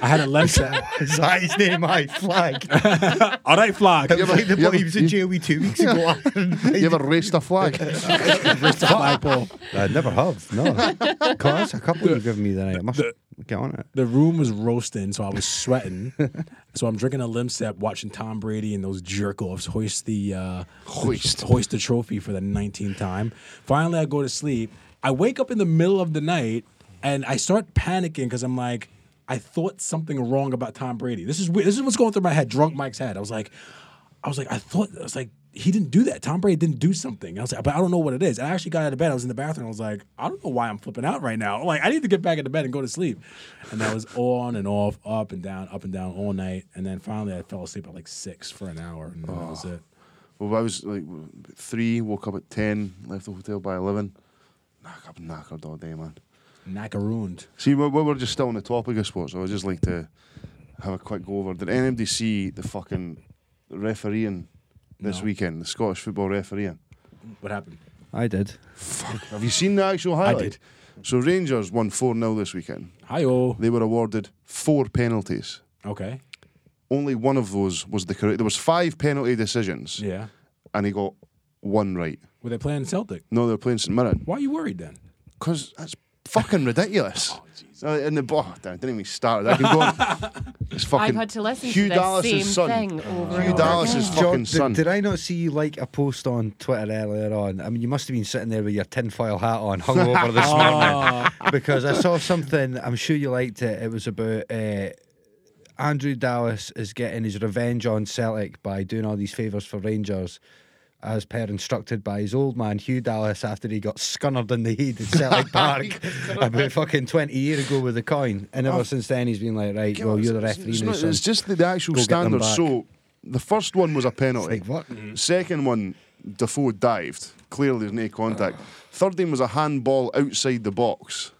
S4: I had a left.
S6: (laughs) Is that his name?
S2: (laughs)
S6: My flag.
S4: all right, flag.
S6: It was like the
S2: yeah,
S6: boy he was in jail with two
S2: (laughs)
S6: weeks ago.
S2: you ever raced a
S4: (laughs)
S2: flag?
S4: Where's the flagpole?
S6: I never have.
S5: (laughs)
S6: No. That's a couple you've given me tonight. I must get on it.
S4: the room was roasting, so I was sweating. so I'm drinking a limp step, watching Tom Brady and those jerk offs hoist the uh, hoist hoist the trophy for the 19th time. Finally, I go to sleep. I wake up in the middle of the night and I start panicking because I'm like, I thought something wrong about Tom Brady. This is weird. This is what's going through my head. Drunk Mike's head. I was like, I was like, I thought I was like. He didn't do that. Tom Brady didn't do something. I was like, but I don't know what it is. And I actually got out of bed. I was in the bathroom. I was like, I don't know why I'm flipping out right now. (laughs) Like, I need to get back into bed and go to sleep. And that was on and off, up and down, up and down all night. And then finally, I fell asleep at like six for an hour, and that was it.
S2: Well, I was like w- three, woke up at 10, left the hotel by 11. Nah, I'm knackered all day, man.
S4: Macarooned.
S2: See, we're, we're just still on the topic of sports, so I'd just like to have a quick go over. Did anybody see the fucking refereeing this
S4: No.
S2: weekend, the Scottish football refereeing?
S4: What happened?
S6: I did.
S2: Have you seen the actual highlight?
S4: did.
S2: So Rangers won 4 0 this weekend.
S4: Hi,
S2: They were awarded four penalties.
S4: Okay.
S2: Only one of those was the correct. There was five penalty decisions,
S4: Yeah.
S2: and he got one right.
S4: Were they playing Celtic?
S2: No, they were playing St Mirren.
S4: Why are you worried then?
S2: Because that's fucking
S4: (laughs)
S2: ridiculous.
S4: Oh,
S2: Uh, in the bar, I didn't even start. I can go on.
S4: (laughs)
S2: It's fucking
S5: I've had to listen
S2: Hugh
S5: to the
S2: Dallas's
S5: same
S2: son.
S5: thing
S4: Oh.
S5: over
S2: Hugh
S5: and over.
S2: Dallas's
S5: again.
S2: Oh, fucking
S6: did,
S2: son.
S6: did I not see you like a post on Twitter earlier on? I mean, you must have been sitting there with your tinfoil hat on,
S2: (laughs)
S6: hungover this morning,
S2: Ah.
S6: because I saw something. I'm sure you liked it. It was about uh, Andrew Dallas is getting his revenge on Celtic by doing all these favors for Rangers. As per instructed by his old man Hugh Dallas after he got scunnered in the head at
S2: (laughs)
S6: Celtic Park about fucking 20 years ago with a coin. And ever since then, he's been like, right,
S2: Yeah,
S6: well,
S2: Oh. it's-
S6: you're the
S2: it's-
S6: referee
S2: It's,
S6: now.
S2: not- it's
S6: son.
S2: just the, the actual
S6: Go get them
S2: standard.
S6: back.
S2: So the first one was a penalty.
S6: Like, what? Mm-hmm.
S2: Second one, Defoe dived. Clearly, there's no contact. Third one was a handball outside the box.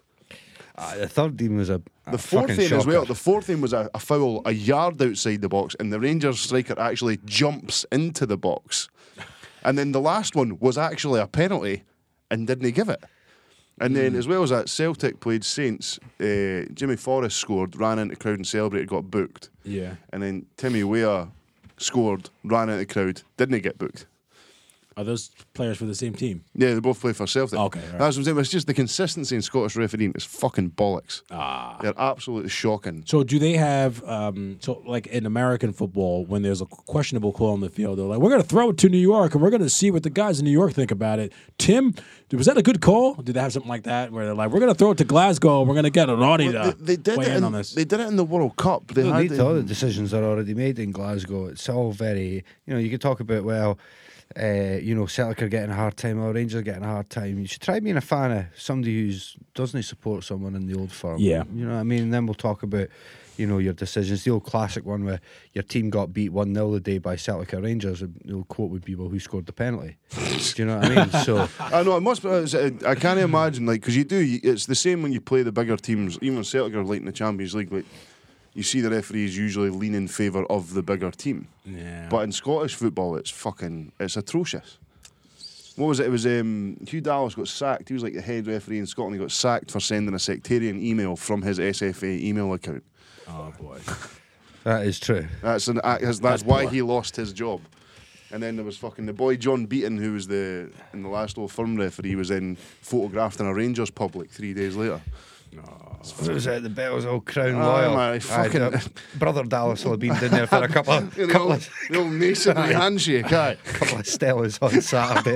S6: Ah, the third team was a. a
S2: The fourth
S6: fucking
S2: thing as well.
S6: shocker.
S2: The fourth thing was a, a foul a yard outside the box, and the Rangers striker actually jumps into the box. And then the last one was actually a penalty, and didn't he give it? And
S6: Mm.
S2: then as well as that, Celtic played Saints. Uh, Jimmy Forrest scored, ran into crowd and celebrated, got booked.
S4: Yeah.
S2: And then Timmy Weah scored, ran into crowd, didn't he get booked?
S4: Are those players for the same team?
S2: Yeah, they both play for Celtic.
S4: Okay, all right.
S2: that's what I'm saying. It's just the consistency in Scottish refereeing is fucking bollocks.
S4: Ah.
S2: They're absolutely shocking.
S4: So do they have um, so like in American football when there's a questionable call on the field they're like we're going to throw it to New York and we're going to see what the guys in New York think about it. Tim, was that a good call? Did they have something like that where they're like we're going to throw it to Glasgow and we're going to get an audience
S2: Well, they, they did
S4: weigh
S2: it
S4: in
S2: in,
S4: on this?
S2: They did it in the World Cup. They
S6: No
S2: had
S6: need
S2: it-
S6: to. All the decisions are already made in Glasgow. It's all very, you know, you could talk about, well, uh, you know, Celtic are getting a hard time, or Rangers are getting a hard time. You should try being a fan of somebody who's doesn't support someone in the old firm.
S4: Yeah.
S6: You know what I mean? And then we'll talk about, you know, your decisions. The old classic one where your team got beat 1 0 the day by Celtic or Rangers. and The old quote would be, well, who scored the penalty? (laughs) Do you know what I mean? So,
S2: I know. It must. Be, it's- it- I can't imagine like because you do. you- It's the same when you play the bigger teams. Even when Celtic are like in the Champions League, like you see the referees usually lean in favour of the bigger team.
S4: yeah.
S2: But in Scottish football, it's fucking it's atrocious. What was it? It was um, Hugh Dallas got sacked. He was like the head referee in Scotland. He got sacked for sending a sectarian email from his SFA email account.
S4: oh boy.
S6: that is true.
S2: (laughs) That's an act, that's, that's why he lost his job. And then there was fucking the boy John Beaton, who was
S6: (laughs)
S2: the in the last old firm referee, was then photographed in a Rangers pub like three days later.
S6: It was at the Bells all crown
S2: Aye,
S6: loyal.
S2: man, Ah, fucking-
S6: d- uh, brother Dallas will have been down
S2: (laughs)
S6: there for a couple of,
S2: The
S6: couple
S2: old,
S6: of,
S2: the old
S6: (laughs)
S2: masonry handshake, aye.
S6: couple of Stellas on Saturday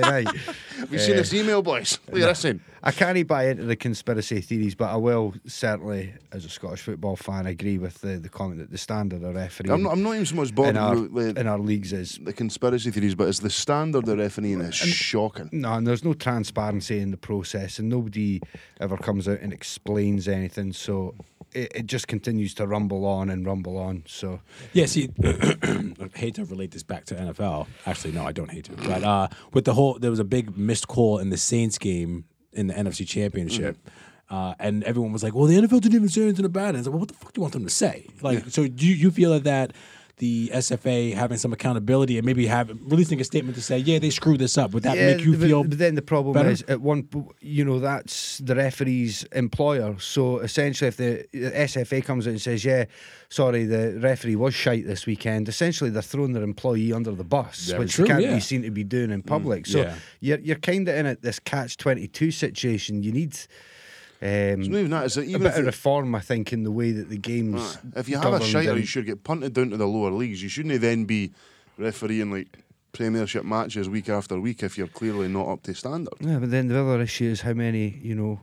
S2: (laughs)
S6: night. Uh,
S2: Have you seen this email, boys? Look at this thing.
S6: I can't buy into the conspiracy theories, but I will certainly, as a Scottish football fan, agree with the, the comment that the standard of referee
S2: I'm not, I'm not even so much bothered
S6: in, our,
S2: about the,
S6: in our leagues is
S2: the conspiracy theories, but it's the standard of refereeing is shocking.
S6: No, and there's no transparency in the process, and nobody ever comes out and explains anything. So it, it just continues to rumble on and rumble on. So
S4: Yeah, see, (clears throat) I hate to relate this back to NFL. Actually, no, I don't hate to. But uh, with the whole, there was a big missed call in the Saints game in the NFC Championship.
S6: Mm-hmm.
S4: Uh, and everyone was like, well, the NFL didn't even say anything about it. I was like, well, what the fuck do you want them to say? Like, so do you, you feel that, that the SFA having some accountability and maybe have releasing a statement to say, yeah, they screwed this up? Would that make you
S6: but,
S4: feel.
S6: But then the problem
S4: better?
S6: is, at one, po- you know, that's the referee's employer. So essentially, if the SFA comes out and says, "Yeah, sorry, the referee was shite this weekend," essentially they're throwing their employee under the bus,
S4: Very
S6: which
S4: true,
S6: can't
S4: yeah. Mm,
S6: be seen to be doing in public. so
S4: yeah.
S6: you're you're kind of in at this catch twenty two situation. You need. Um,
S2: It's not even that. It's that
S6: a
S2: even
S6: bit
S2: if,
S6: of
S2: the-
S6: reform, I think, in the way that the game's.
S2: if you have a
S6: governed
S2: shiter,
S6: and-
S2: you should get punted down to the lower leagues. You shouldn't then be refereeing like Premiership matches week after week if you're clearly not up to standard.
S6: Yeah, but then the other issue is how many, you know,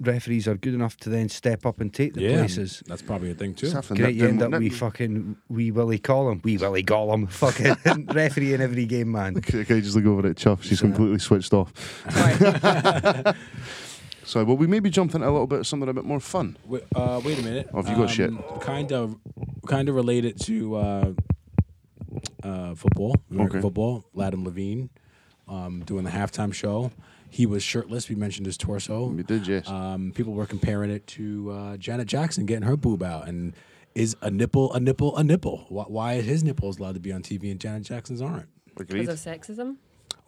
S6: referees are good enough to then step up and take the
S4: yeah,
S6: places.
S4: that's probably a thing too.
S2: It's half the
S6: Great,
S2: nip
S6: you end
S2: down-
S6: up
S2: nip-
S6: we fucking wee Willie Collum, wee Willie Gollum, (laughs) fucking referee in every game, man.
S2: Can can I just look over at Chuff? She's completely switched off.
S5: Right.
S2: (laughs) So, well, we maybe jump into a little bit of something a bit more fun.
S4: Wait, uh, wait a minute. Um,
S2: Oh, have you got shit?
S4: Kind of, kind of related to uh, uh, football, American
S2: Okay.
S4: football. Adam Levine um, doing the halftime show. He was shirtless. We mentioned his torso.
S2: We did, yes.
S6: Uh,
S4: Um, people were comparing it to uh, Janet Jackson getting her boob out, and is a nipple a nipple a nipple? Why, why is his nipples allowed to be on TV and Janet Jackson's aren't?
S2: Agreed.
S5: Because of sexism.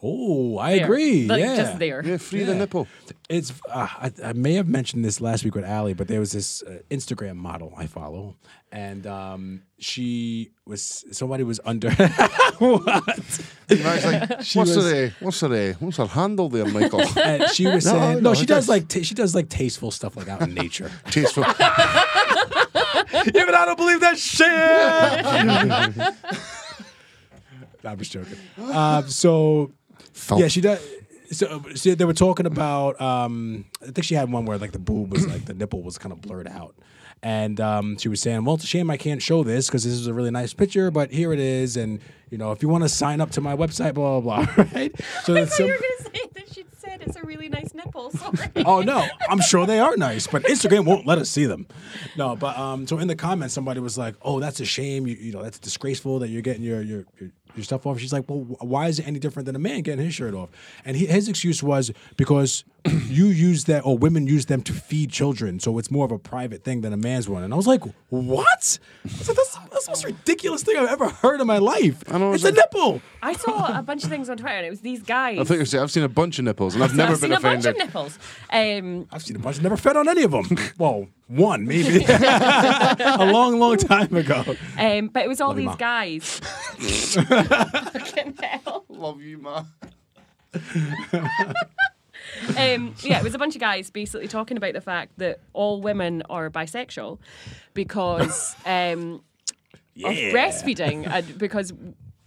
S4: Oh, I
S5: There.
S4: agree.
S5: Like,
S4: yeah,
S5: Just there.
S2: Yeah, free the
S4: Yeah.
S2: nipple.
S4: It's uh, I, I may have mentioned this last week with Ali, but there was this uh, Instagram model I follow, and um, she was somebody was under (laughs) what?
S2: Max,
S6: (laughs)
S2: like,
S4: She
S2: what's
S4: was-
S2: her uh, what's her uh, what's her handle there, Michael?
S4: And she was
S2: No,
S4: saying, no,
S2: no,
S4: she
S2: it
S4: does
S2: does.
S4: like ta she does like tasteful stuff like out in nature.
S2: Tasteful.
S4: yeah, but I don't believe that shit. I'm just joking. Um, so
S2: Thump.
S4: yeah, she does. So, so they were talking about. Um, I think she had one where like the boob was like the nipple was kind of blurred out, and um, she was saying, "Well, it's a shame I can't show this because this is a really nice picture, but here it is, and you know, if you want to sign up to my website, blah blah blah." (laughs) Right? So
S5: (laughs) I
S4: that's
S5: thought
S4: some-
S5: you were going to say that she said it's a really nice nipple. (laughs) Sorry.
S2: (laughs)
S4: Oh no, I'm sure they are nice, but Instagram won't let us see them. No, but um, so in the comments, somebody was like, "Oh, that's a shame. You, you know, that's disgraceful that you're getting your your your, your stuff off." She's like, "Well, wh- why is it any different than a man getting his shirt off?" And he, his excuse was because (clears throat) you use that or women use them to feed children, so it's more of a private thing than a man's one. And I was like, "What?" I was like, that's, that's the most ridiculous thing I've ever heard in my life.
S2: know,
S4: it's
S2: it's
S4: a nipple.
S5: I saw a bunch of things on Twitter, and it was these guys.
S2: I think you said I've seen a bunch of nipples and I've never
S5: I've
S2: been
S5: seen
S2: offended.
S5: a bunch of nipples. Um,
S4: I've seen a bunch. Never fed on any of them. (laughs) well, one (laughs) maybe a long, long time ago.
S5: um, but it was all
S4: Love you,
S5: these
S2: (laughs)
S4: Ma.
S5: guys. Fucking hell.
S2: Love you, man.
S5: um, yeah, it was a bunch of guys basically talking about the fact that all women are bisexual because um, of breastfeeding, and because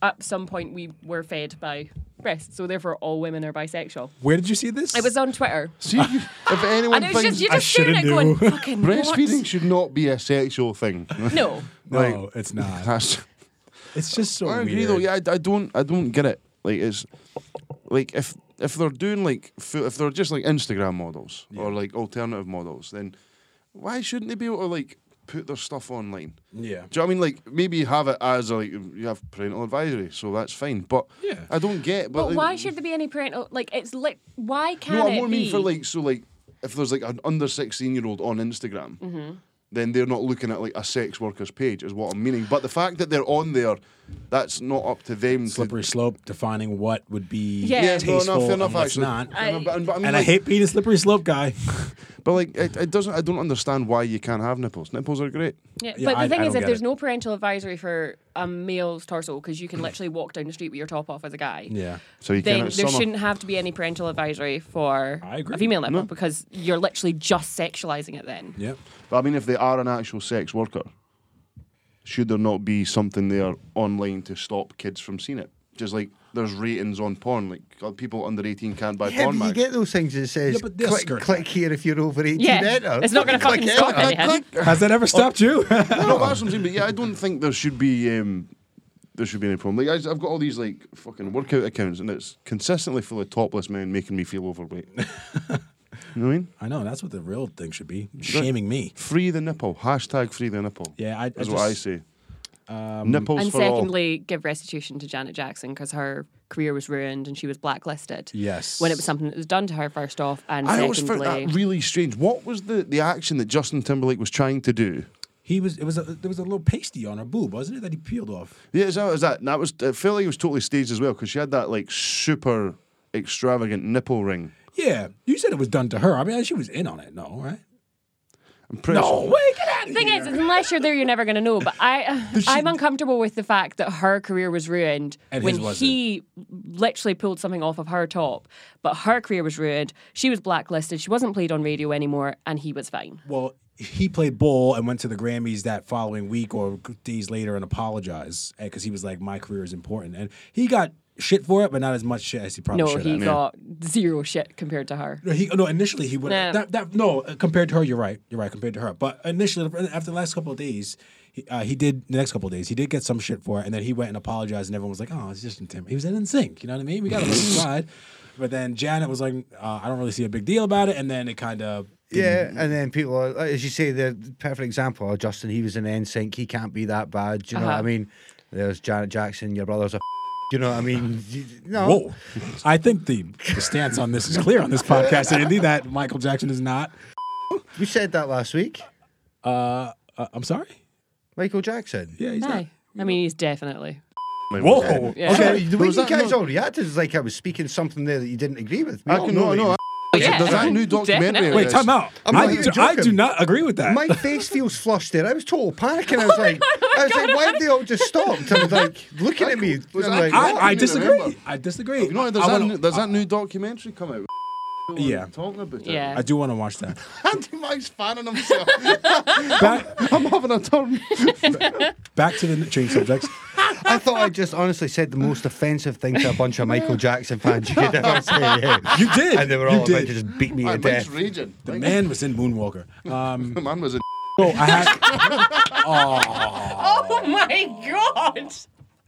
S5: at some point we were fed by breasts, so therefore all women are bisexual.
S4: Where did you see this?
S5: It was on Twitter,
S2: See, you-
S5: (laughs)
S2: if anyone
S5: and it was
S2: thinks
S5: just you
S4: I
S5: just staring at it
S4: shoulda
S5: going,
S4: knew.
S5: "Fucking what?"
S2: breastfeeding should not be a sexual thing,
S5: (laughs)
S2: (laughs)
S5: No,
S4: no, it's (laughs) not.
S2: that's
S4: It's just so
S2: I
S4: weird.
S2: agree though. Yeah, I, I don't, I don't get it. Like it's like if if they're doing like fo- if they're just like Instagram models or like alternative models, then why shouldn't they be able to like put their stuff online?
S4: Yeah.
S2: Do you know what I mean? Like maybe have it as a, like you have parental advisory, so that's fine. But
S4: Yeah.
S2: I don't get. But,
S5: but
S2: like,
S5: why should there be any parental? Like, it's like, why can't
S2: no? I
S5: it
S2: more
S5: be?
S2: mean for like so like if there's like an under sixteen year old on Instagram.
S5: Mm-hmm.
S2: Then they're not looking at like a sex worker's page, is what I'm meaning. But the fact that they're on there, that's not up to them. to-
S4: Slippery slope defining what would be
S5: Yeah.
S2: yeah,
S4: tasteful
S2: no, no, fair
S4: and
S2: enough.
S4: what's
S2: Actually,
S4: not.
S5: I-
S2: No, no, but, but I mean,
S4: and I
S2: like-
S4: hate being a slippery slope (laughs) guy.
S2: but like, it, it doesn't. I don't understand why you can't have nipples. Nipples are great.
S5: Yeah,
S4: Yeah,
S5: but
S4: I-
S5: the thing
S4: I
S5: is,
S4: don't
S5: if
S4: get
S5: there's
S4: it.
S5: no parental advisory for a male's torso because you can literally walk down the street with your top off as a guy.
S4: Yeah.
S2: So you can't.
S5: Then there
S2: it's summer.
S5: shouldn't have to be any parental advisory for
S4: I agree.
S5: a female nipple because you're literally just sexualizing it. Then
S4: (laughs) Yep.
S2: But I mean, if they are an actual sex worker, should there not be something there online to stop kids from seeing it? Just like there's ratings on porn, like uh, people under 18 can't buy
S6: Yeah,
S2: porn
S6: but you
S2: mags.
S6: get those things that says
S4: Yeah, but they're
S6: click,
S4: skirt-
S6: click here if you're over 18
S5: yeah,
S6: enter.
S5: it's not going to
S6: Click
S5: fucking
S6: enter.
S5: stop anything.
S4: Has that ever stopped you? (laughs)
S2: no, but that's what I'm saying. But yeah, I don't think there should be um, there should be any problem. Like I, I've got all these like fucking workout accounts, and it's consistently full of topless men making me feel
S4: (laughs)
S2: overweight. you know what I mean?
S4: I know. That's what the real thing should be. Shaming me.
S2: Free the nipple. Hashtag free the nipple.
S4: Yeah, I- I
S2: that's what I
S4: just- um,
S2: say. Nipples
S5: And
S2: for all.
S5: secondly, give restitution to Janet Jackson because her career was ruined and she was blacklisted.
S4: Yes.
S5: When it was something that was done to her, first off, and
S2: I always found
S5: secondly,
S2: that really strange. What was the, the action that Justin Timberlake was trying to do?
S4: He was. It was. A, there was a little pasty on her boob, wasn't it? That he peeled off.
S2: Yeah, so is that that was it felt like it was totally staged as well because she had that like super extravagant nipple ring.
S4: Yeah. You said it was done to her. I mean, she was in on it. No, right?
S2: I'm pretty sure-
S4: Get out of
S5: thing is, is unless you're there, you're never going to know. But
S4: (laughs)
S5: I, I'm uncomfortable with the fact that her career was ruined
S4: And his
S5: when
S4: wasn't.
S5: he literally pulled something off of her top. But her career was ruined. She was blacklisted. She wasn't played on radio anymore, and he was fine.
S4: Well, he played ball and went to the Grammys that following week or days later and apologized because he was like, "My career is important," and he got shit for it, but not as much Oh, shit as he probably
S5: No,
S4: should
S5: he
S4: have.
S5: got zero shit compared to her.
S4: No, he, no, initially he would.
S5: Nah.
S4: That, that, no, uh, compared to her, you're right. You're right, compared to her. But initially, after the last couple of days, he, uh, he did the next couple of days. He did get some shit for it, and then he went and apologized, and everyone was like, "Oh, it's just Tim." He was in sync. You know what I mean? We got him
S5: (laughs)
S4: slide. But then Janet was like, uh, "I don't really see a big deal about it," and then it kind of Mm.
S6: Yeah, and then people, are, like, as you say, the perfect example. Oh, Justin, he was in NSYNC. He can't be that bad. Do you know what I
S5: Uh-huh.
S6: mean? There's Janet Jackson. Your brother's a. (laughs) Do you know what I
S4: (laughs)
S6: mean? No.
S4: Whoa. I think the, the stance on this is clear on this podcast, Andy, that Michael Jackson is not.
S6: We said that last week.
S4: Uh, uh, I'm sorry?
S6: Michael Jackson.
S4: Yeah, he's not.
S5: Aye. I mean, he's definitely.
S4: Whoa.
S5: Yeah.
S6: Okay, the way
S2: Was
S6: you
S2: that
S6: guys
S2: not-
S6: all reacted is like I was speaking something there that you didn't agree with. We
S2: I
S6: all
S2: can
S6: know
S2: no,
S6: that
S2: no.
S6: you-
S2: I-
S5: yeah.
S2: There's (laughs) that new documentary.
S5: Definitely.
S4: Wait, time out.
S6: I'm
S4: I,
S6: not even
S4: do, I
S6: joking.
S4: do not agree with that. (laughs)
S6: My face feels flushed there. I was total panic and I was like, I was like, why have they all just stopped? I was like, (laughs) looking at me.
S2: Was
S6: I'm
S2: that-
S6: like,
S4: I,
S2: What?
S4: I
S2: You
S4: disagree.
S2: remember.
S4: I disagree.
S2: You know, there's,
S4: I,
S2: that,
S4: wanna-
S2: new, there's that new documentary come out. with
S4: Yeah.
S2: talking about it.
S5: Yeah.
S4: I do want to watch that.
S2: Andy Mike's fanning
S4: (laughs)
S2: himself.
S4: Back,
S2: I'm having a
S4: (laughs)
S2: turn.
S4: back to the change subjects.
S6: I thought I just honestly said the most offensive thing to a bunch of Michael Jackson fans you could ever say. (laughs)
S4: You did.
S6: And they were
S4: you
S6: all about to
S4: did.
S6: just beat me to
S2: Mike's
S6: death.
S2: raging.
S4: The
S2: Like,
S4: man was in Moonwalker. Um,
S2: the man was
S4: (laughs)
S2: a.
S4: oh, I
S6: (laughs)
S4: had,
S5: Oh my god!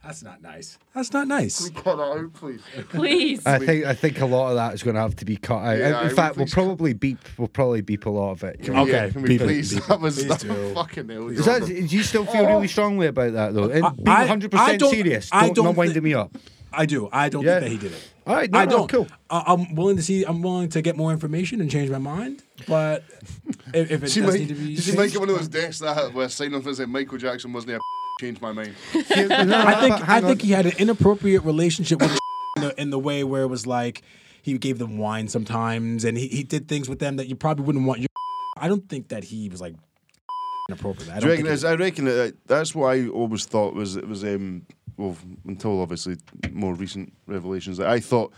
S4: that's not nice. That's not nice.
S2: Cut that out, please.
S5: Please.
S6: I think I think a lot of that is going to have to be cut out.
S2: Yeah,
S6: In
S2: I would
S6: fact, we'll
S2: please cut-
S6: probably beep. We'll probably beep a lot of it.
S2: Can we-
S4: Okay,
S2: can we
S4: beep it,
S2: please?
S4: beep
S2: (laughs)
S4: it.
S2: that was
S4: Please
S2: that
S4: do.
S2: fucking hell.
S6: Is that, do you still feel really strongly about that though? And be
S4: Oh. I-
S6: 100
S4: I
S6: percent
S4: don't-
S6: serious.
S4: I
S6: Don't, not
S4: don't thi-
S6: winding me up.
S4: I do. I don't
S6: Yeah.
S4: think that he did it.
S6: All right, no,
S4: I
S6: no,
S4: don't.
S6: cool.
S4: I, I'm willing to see. I'm willing to get more information and change my mind. But if, if it
S2: She
S4: does
S2: might,
S4: need to
S2: did
S4: be,
S2: she
S4: changed-
S2: make it one of those desks that had- where sign off and said Michael Jackson wasn't a (laughs) change my mind.
S4: (laughs) I think I think he had an inappropriate relationship with in, the, (laughs) in the way where it was like he gave them wine sometimes, and he, he did things with them that you probably wouldn't want. Your (laughs) I don't think that he was like (laughs) inappropriate. I
S2: Do
S4: don't
S2: you
S4: think
S2: reckon?
S4: it-
S2: Is, I reckon that that's what I always thought was it was um well until obviously more recent revelations that I thought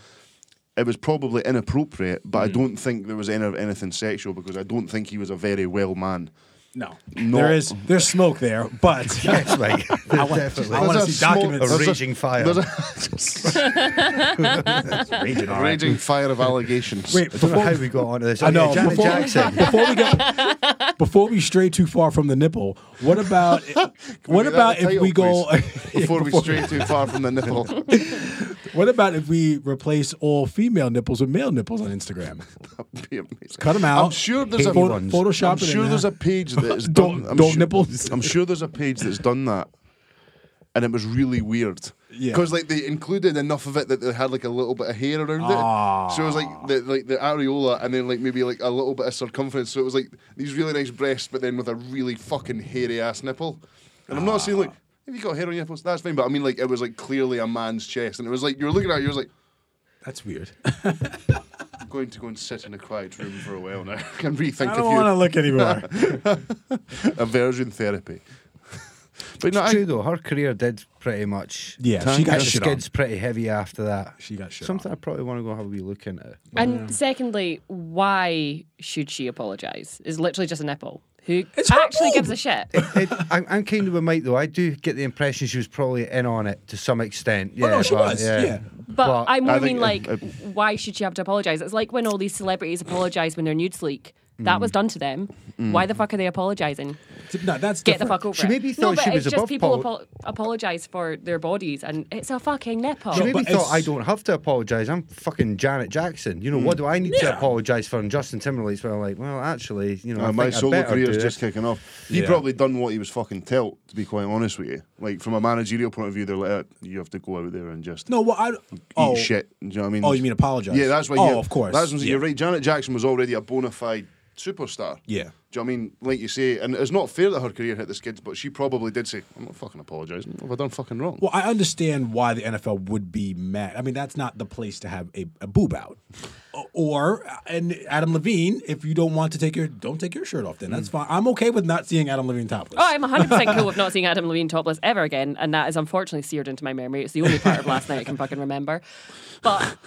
S2: it was probably inappropriate, but
S4: Hmm.
S2: I don't think there was any anything sexual because I don't think he was a very well man.
S4: no,
S2: No.
S4: there is there's smoke there, but
S2: (laughs)
S6: Yes, mate.
S4: (laughs) I want
S6: Definitely.
S4: I want
S2: There's a
S4: to see
S2: smoke-
S4: documents.
S6: a raging fire.
S2: There's a
S4: (laughs) raging, all
S2: (laughs)
S4: right.
S2: raging fire of allegations.
S4: Wait,
S6: (laughs)
S2: (laughs)
S6: I don't know
S4: before-
S6: how we got onto this.
S4: I know.
S6: Yeah, Janet
S4: before, (laughs)
S6: Jackson.
S4: before we get, before we stray too far from the nipple, what about
S2: (laughs)
S4: what
S2: Is that
S4: about
S2: the
S4: if we
S2: title,
S4: go? (laughs)
S2: please? before we stray too far from the nipple?
S4: What about if we replace all female nipples with male nipples on Instagram?
S2: (laughs) That'd be amazing.
S4: Cut them out.
S2: I'm sure there's a
S4: Photo-
S2: I'm
S4: Photoshop. it in
S2: sure
S4: there.
S2: there's a page that
S4: (laughs)
S2: is
S4: Don't-
S2: done. I'm
S4: don't
S2: sure-
S4: nipples.
S2: I'm sure there's a page that's done that, and it was really weird.
S4: Yeah.
S2: Because like they included enough of it that they had like a little bit of hair around
S4: Ah.
S2: it, so it was like the like the areola, and then like maybe like a little bit of circumference. So it was like these really nice breasts, but then with a really fucking hairy ass nipple. And
S4: Ah.
S2: I'm not saying like if you got hair on your nipples, that's fine. But I mean like it was like clearly a man's chest, and it was like you were looking at it, you was like.
S4: That's weird.
S2: I'm going to go and sit in a quiet room for a while now (laughs) and rethink
S4: I
S2: a
S4: don't
S2: few
S4: want to look anymore.
S2: Aversion therapy. (laughs) But no,
S6: it's
S2: I,
S6: true though. Her career did pretty much.
S4: Yeah, she
S2: Tank
S4: got
S6: Hit the
S4: shit on.
S6: skids pretty heavy after that.
S4: She got shit
S6: Something
S4: on.
S6: I probably want to go have a wee look into.
S5: And secondly, why should she apologise? It's literally just a nipple. Who
S4: It's her
S5: actually
S4: boob.
S5: gives a shit?
S6: It, I'm, I'm kind of with Mike though. I do get the impression she was probably in on it to some extent. Yeah,
S4: oh no, she
S6: but,
S4: was.
S6: Yeah.
S4: Yeah.
S5: But
S6: Well,
S5: I more
S2: I
S5: mean,
S2: think-
S5: like,
S2: I-
S5: why should she have to apologise? It's like when all these celebrities apologise when their nudes leak. That
S6: Mm.
S5: was done to them. Why the fuck are they apologising?
S4: (laughs) No, that's
S5: Get the
S4: different.
S5: fuck over
S6: She
S5: it.
S6: maybe
S5: no,
S6: thought
S5: but
S6: she
S5: it's
S6: was
S5: just
S6: above
S5: people
S6: pol-
S5: apo- apologise for their bodies, and it's a fucking nipple.
S6: She
S4: No,
S6: maybe
S4: Oh, but
S6: thought
S4: it's- Mm.
S6: I don't have to apologise. I'm fucking Janet Jackson. You know what do I need to
S4: Yeah.
S6: apologise for? And Justin Timberlake's well, like, well, actually, you know, I
S2: Uh, my
S6: think I
S2: solo
S6: better
S2: career's
S6: do
S2: just
S6: it.
S2: kicking off. He
S4: Yeah.
S2: probably done what he was fucking telt, to be quite honest with you. Like from a managerial point of view, they're like, "Uh, you have to go out there and just
S4: No, well, I. Oh,
S2: eat shit. Do you know what I mean?
S4: Oh, you mean apologise?
S2: Yeah, that's why.
S4: Oh,
S2: you,
S4: of course.
S2: That's what I'm saying.
S4: Yeah.
S2: You're right. Janet Jackson was already a bona fide superstar.
S4: Yeah.
S2: Do you know what I mean? Like you say, and it's not fair that her career hit the skids, but she probably did say, "I'm not fucking apologising. What Have I done fucking wrong?"
S4: Well, I understand why the NFL would be mad. I mean, that's not the place to have a, a boob out. O- Or uh, and Adam Levine, if you don't want to take your don't take your shirt off, then
S6: Hmm.
S4: that's fine. I'm okay with not seeing Adam Levine topless.
S5: Oh, I'm 100% cool with not seeing Adam Levine topless ever again, and that is unfortunately seared into my memory. It's the only part of last night I can fucking remember. But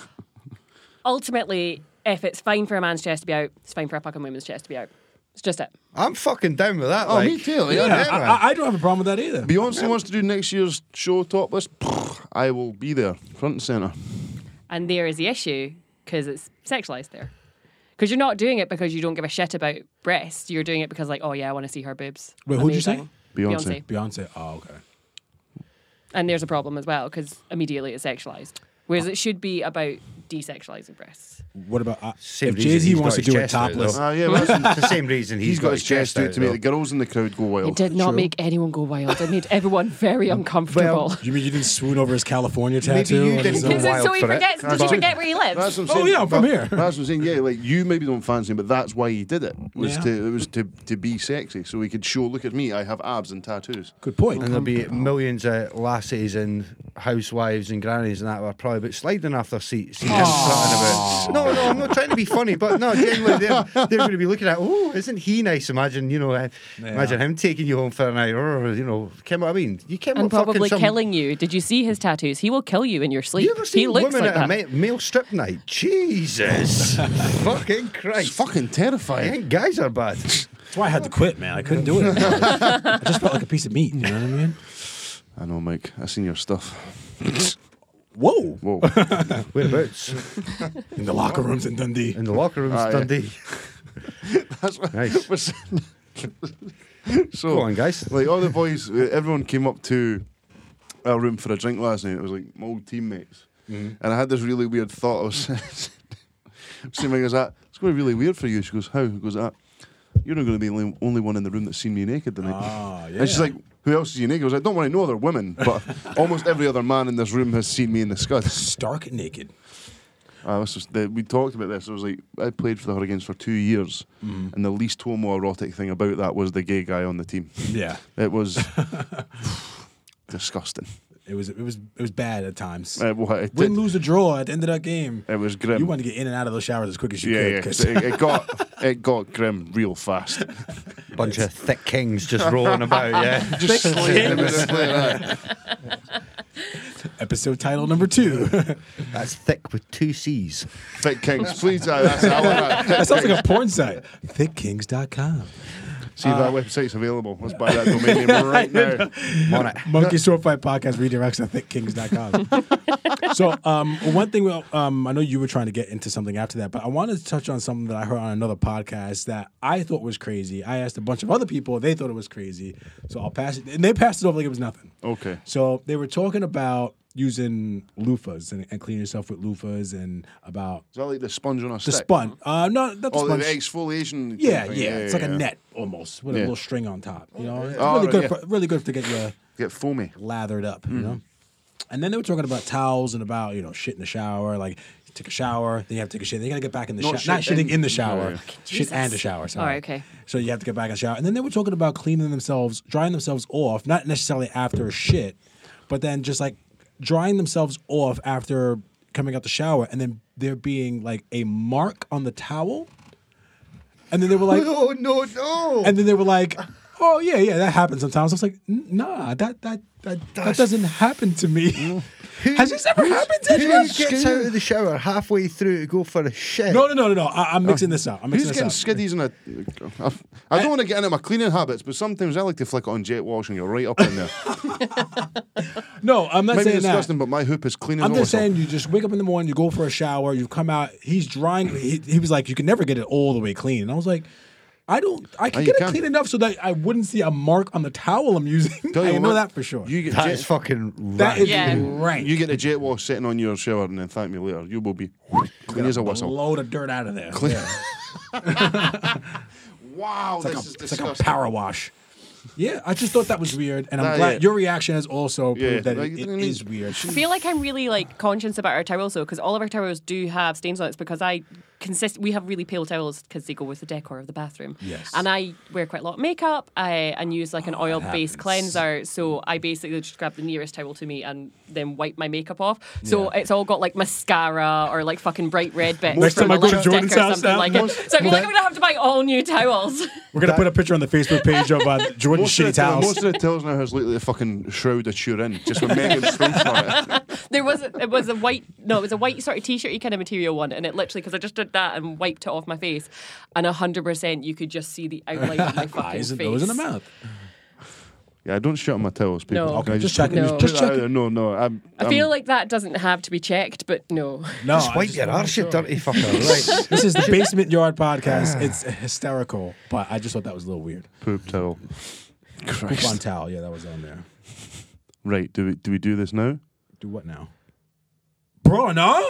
S5: ultimately, if it's fine for a man's chest to be out, it's fine for a fucking woman's chest to be out. It's just it.
S6: I'm fucking down with that.
S2: oh,
S6: like.
S2: me too. like,
S4: yeah,
S2: yeah.
S4: I, I- I don't have a problem with that either.
S2: Beyonce wants to do next year's show topless. I will be there, front and center.
S5: And there is the issue because it's sexualized there. Because you're not doing it because you don't give a shit about breasts. You're doing it because, like, oh yeah, I want to see her boobs.
S4: Wait, who'd you say?
S5: Amazing.
S2: Beyonce.
S4: Beyonce. Oh, okay.
S5: And there's a problem as well because immediately it's sexualized. Whereas it should be about desexualizing breasts.
S4: What about uh,
S6: Same
S4: if
S6: reason
S4: Jay Z
S6: he's
S4: wants to
S6: got
S4: do
S6: his
S4: it
S6: chest out,
S4: topless?
S6: though.
S2: Ah, yeah, well, that's-
S6: (laughs) It's the same reason
S2: he's got his chest out to make the girls in the crowd go wild.
S5: It did not make anyone go wild. It made everyone very
S6: (laughs)
S5: uncomfortable.
S4: You mean you didn't swoon over his California
S6: Maybe
S4: tattoo?
S6: you
S4: and
S6: didn't
S4: his
S6: go
S4: own-
S5: Is it- so
S6: wild
S5: he
S6: for it.
S5: forgets. Did you
S6: But-
S5: forget where he lives?
S2: That's what I'm
S4: Oh,
S2: saying.
S4: yeah, I'm from
S2: But-
S4: here.
S2: That's what I'm saying. Yeah, like you maybe don't fancy him, but that's why he did it. Was
S4: Yeah.
S2: to it was to to be sexy, so he could show. Look at me, I have abs and tattoos.
S4: Good point.
S6: And there'll be millions of lassies and housewives and grannies and that were probably about sliding off their seats. and something about- No, no, I'm not trying to be funny, but no, genuinely, they're, they're going to be looking at, oh, isn't he nice? Imagine, you know, uh, imagine him taking you home for a night, or, you know, Kim, I mean, you came
S5: and
S6: up fucking
S5: probably
S6: some-
S5: killing you. Did you see his tattoos? He will kill you in your sleep.
S6: You ever
S5: He
S6: seen
S5: looks
S6: women
S5: like
S6: at
S5: that.
S6: a ma- male strip night? Jesus, fucking
S2: It's
S6: Christ!
S2: fucking
S6: I
S2: terrifying.
S6: think guys are bad.
S4: That's why I had to quit, man. I couldn't do it. anymore. I just felt like a piece of meat. You know what I mean?
S2: I know, Mike. I seen your stuff.
S4: Whoa!
S2: Whoa.
S6: Whereabouts?
S4: In the locker rooms in Dundee.
S6: In the locker rooms,
S2: Aye.
S6: Dundee.
S2: That's what (laughs)
S6: Nice.
S2: was- so
S6: Go on, guys.
S2: Like all the boys, uh, everyone came up to our room for a drink last night. It was like my old teammates,
S4: Mm-hmm.
S2: and I had this really weird thought. I was (laughs) seeing my goes that it's going to be really weird for you. She goes, how? He goes that. You're not going to be the only- only one in the room that's seen me naked tonight.
S4: Ah,
S2: And she's
S4: yeah.
S2: like, who else is you naked? I was like, don't worry, no other women,
S4: (laughs)
S2: but almost every other man in this room has seen me in the scud.
S4: stark naked.
S2: I was just, the, we talked about this. I was like, I played for the Hurricanes for two years,
S4: Mm-hmm.
S2: and the least homoerotic thing about that was the gay guy on the team.
S4: Yeah,
S2: It
S4: (laughs)
S2: was disgusting.
S4: it was it was it was bad at times.
S2: It, wa- it
S4: Win,
S2: did-
S4: lose, or draw at the end of that game.
S2: it was grim.
S4: You wanted to get in and out of those showers as quick as you
S2: yeah,
S4: could.
S2: yeah.
S4: 'cause-
S2: It, it got it got grim real fast.
S6: Bunch of thick kings just rolling about,
S2: (laughs)
S6: yeah.
S2: Just slaying them in the play like that.
S4: (laughs) episode title number two.
S6: That's thick with two C's.
S2: Thick Kings, please. Uh, that's how I
S4: that sounds like a porn site. Thickkings.com.
S2: See if that website's available. Let's buy that domain
S4: (laughs)
S2: name right now.
S6: On it.
S4: Monkey Sword Fight Podcast redirects at thickkings.com. (laughs) so, um, one thing, well, um, I know you were trying to get into something after that, but I wanted to touch on something that I heard on another podcast that I thought was crazy. I asked a bunch of other people, they thought it was crazy. So I'll pass it, and they passed it over like it was nothing.
S2: Okay.
S4: So they were talking about using loofahs and, and cleaning yourself with loofahs and about
S2: Is that like the sponge on a
S4: the
S2: stick?
S4: spun. Uh, no, not the
S2: Oh,
S4: sponge.
S2: the exfoliation. thing,
S4: Yeah, yeah, It's like a net almost with a
S2: Yeah.
S4: little string on top. You know, it's
S2: Oh,
S4: really
S2: right,
S4: good.
S2: yeah.
S4: For, really good to get you
S2: Get foamy.
S4: lathered up. You know,
S2: Hmm.
S4: and then they were talking about towels and about you know shit in the shower. Like you take a shower, then you have to take a shit. Then you gotta get back in the shower.
S2: Not
S4: Not
S2: shit
S4: shitting
S2: and-
S4: in the shower.
S2: yeah.
S4: Shit and a shower. Sorry.
S5: Alright, okay.
S4: So you have to get back in the shower, and then they were talking about cleaning themselves, drying themselves off, not necessarily after a shit, but then just like drying themselves off after coming out the shower, and then there being like a mark on the towel. And then they were like,
S2: (laughs)
S6: Oh, No, no, no.
S4: and then they were like, oh yeah, yeah, that happens sometimes. I was like, "N- nah, that that that, that doesn't happen
S2: (laughs)
S4: to me. (laughs) Has this ever happened to
S6: Who
S4: you?
S6: gets out of the shower halfway through to go for a shit?
S4: No, no, no, no, no. I,
S2: Oh.
S4: I'm mixing this up. I'm mixing
S2: Who's
S4: this
S2: getting
S4: up.
S2: skiddies in a? I, I don't want to get into my cleaning habits, but sometimes I like to flick it on jet wash, and you're right up
S4: (laughs)
S2: in there.
S4: no, I'm not
S2: Maybe
S4: saying that.
S2: disgusting, but my hoop is cleaning.
S4: I'm
S2: all
S4: just
S2: this up.
S4: saying, you just wake up in the morning, you go for a shower, you come out. He's drying. He, he was like, you can never get it all the way clean. And I was like, I don't. I can
S2: Oh, you
S4: get it
S2: can.
S4: clean enough so that I wouldn't see a mark on the towel I'm using.
S2: Tell you
S4: (laughs) I know
S2: what,
S4: that for sure.
S2: You get
S6: That
S2: jet,
S6: is fucking right.
S4: that is
S5: Yeah.
S4: right.
S2: you get a jet wash sitting on your shower, and then thank me later. You will be clean as a whistle.
S4: Blow the dirt out of there.
S2: Clean.
S4: Yeah.
S2: Wow,
S4: It's like,
S2: this
S4: a,
S2: is
S4: it's like a
S2: disgusting.
S4: power wash. Yeah, I just thought that was weird, and I'm
S2: Nah,
S4: glad
S2: yeah.
S4: your reaction has also proved
S2: Yeah,
S4: that
S2: like,
S4: it,
S2: you
S4: it
S2: didn't
S4: is
S2: need-
S4: weird.
S5: I feel like I'm really like conscious about our towels though, because all of our towels do have stains on it. It's because I consist. We have really pale towels because they go with the decor of the bathroom.
S4: Yes. Oh,
S5: And I wear quite a lot of makeup. I and use like an oil-based
S4: happens.
S5: cleanser, so I basically just grab the nearest towel to me and then wipe my makeup off. So it's all got like mascara or like fucking bright red bits.
S4: Next
S5: from
S4: time I
S5: a
S4: go to
S5: lipstick
S4: Jordan's
S5: or
S4: house
S5: something
S4: now,
S5: like it.
S4: most-
S5: So I feel like
S4: that-
S5: I'm gonna have to buy all new towels. (laughs)
S4: We're gonna put a picture on the Facebook page of uh,
S2: Most
S4: Jordan's
S2: of,
S4: shitty
S2: the,
S4: towels.
S2: most of the towels now has lately the fucking shroud of Turin, just with Megan's face
S6: (laughs)
S2: on it.
S5: There was it was a white no, it was a white sort of t-shirty kind of material one, and it literally because I just did that and wiped it off my face, and hundred percent you could just see the outline of
S4: (laughs)
S5: my fucking
S4: Eyes and
S5: face.
S4: nose and a mouth.
S2: Yeah, I don't shit on my towels, people.
S5: No.
S2: Can I
S4: Okay, just checking.
S5: No.
S2: put
S4: Just
S2: that out
S4: checking.
S2: there? No, no. I'm,
S5: I
S4: Um,
S5: feel like that doesn't have to be checked, but
S4: (laughs)
S5: no.
S4: No,
S6: Just
S4: I
S6: wipe
S4: just
S6: your
S4: wanted
S6: arse,
S4: to
S6: you
S4: show
S6: dirty fucker.
S4: (laughs)
S6: Right.
S4: This is the Basement Yard podcast. It's hysterical, but I just thought that was a little weird.
S2: poop towel.
S4: Poop on
S2: Christ.
S4: towel, yeah, that was on there.
S2: Right, do we, do we do this now?
S4: Do what now, bro? No.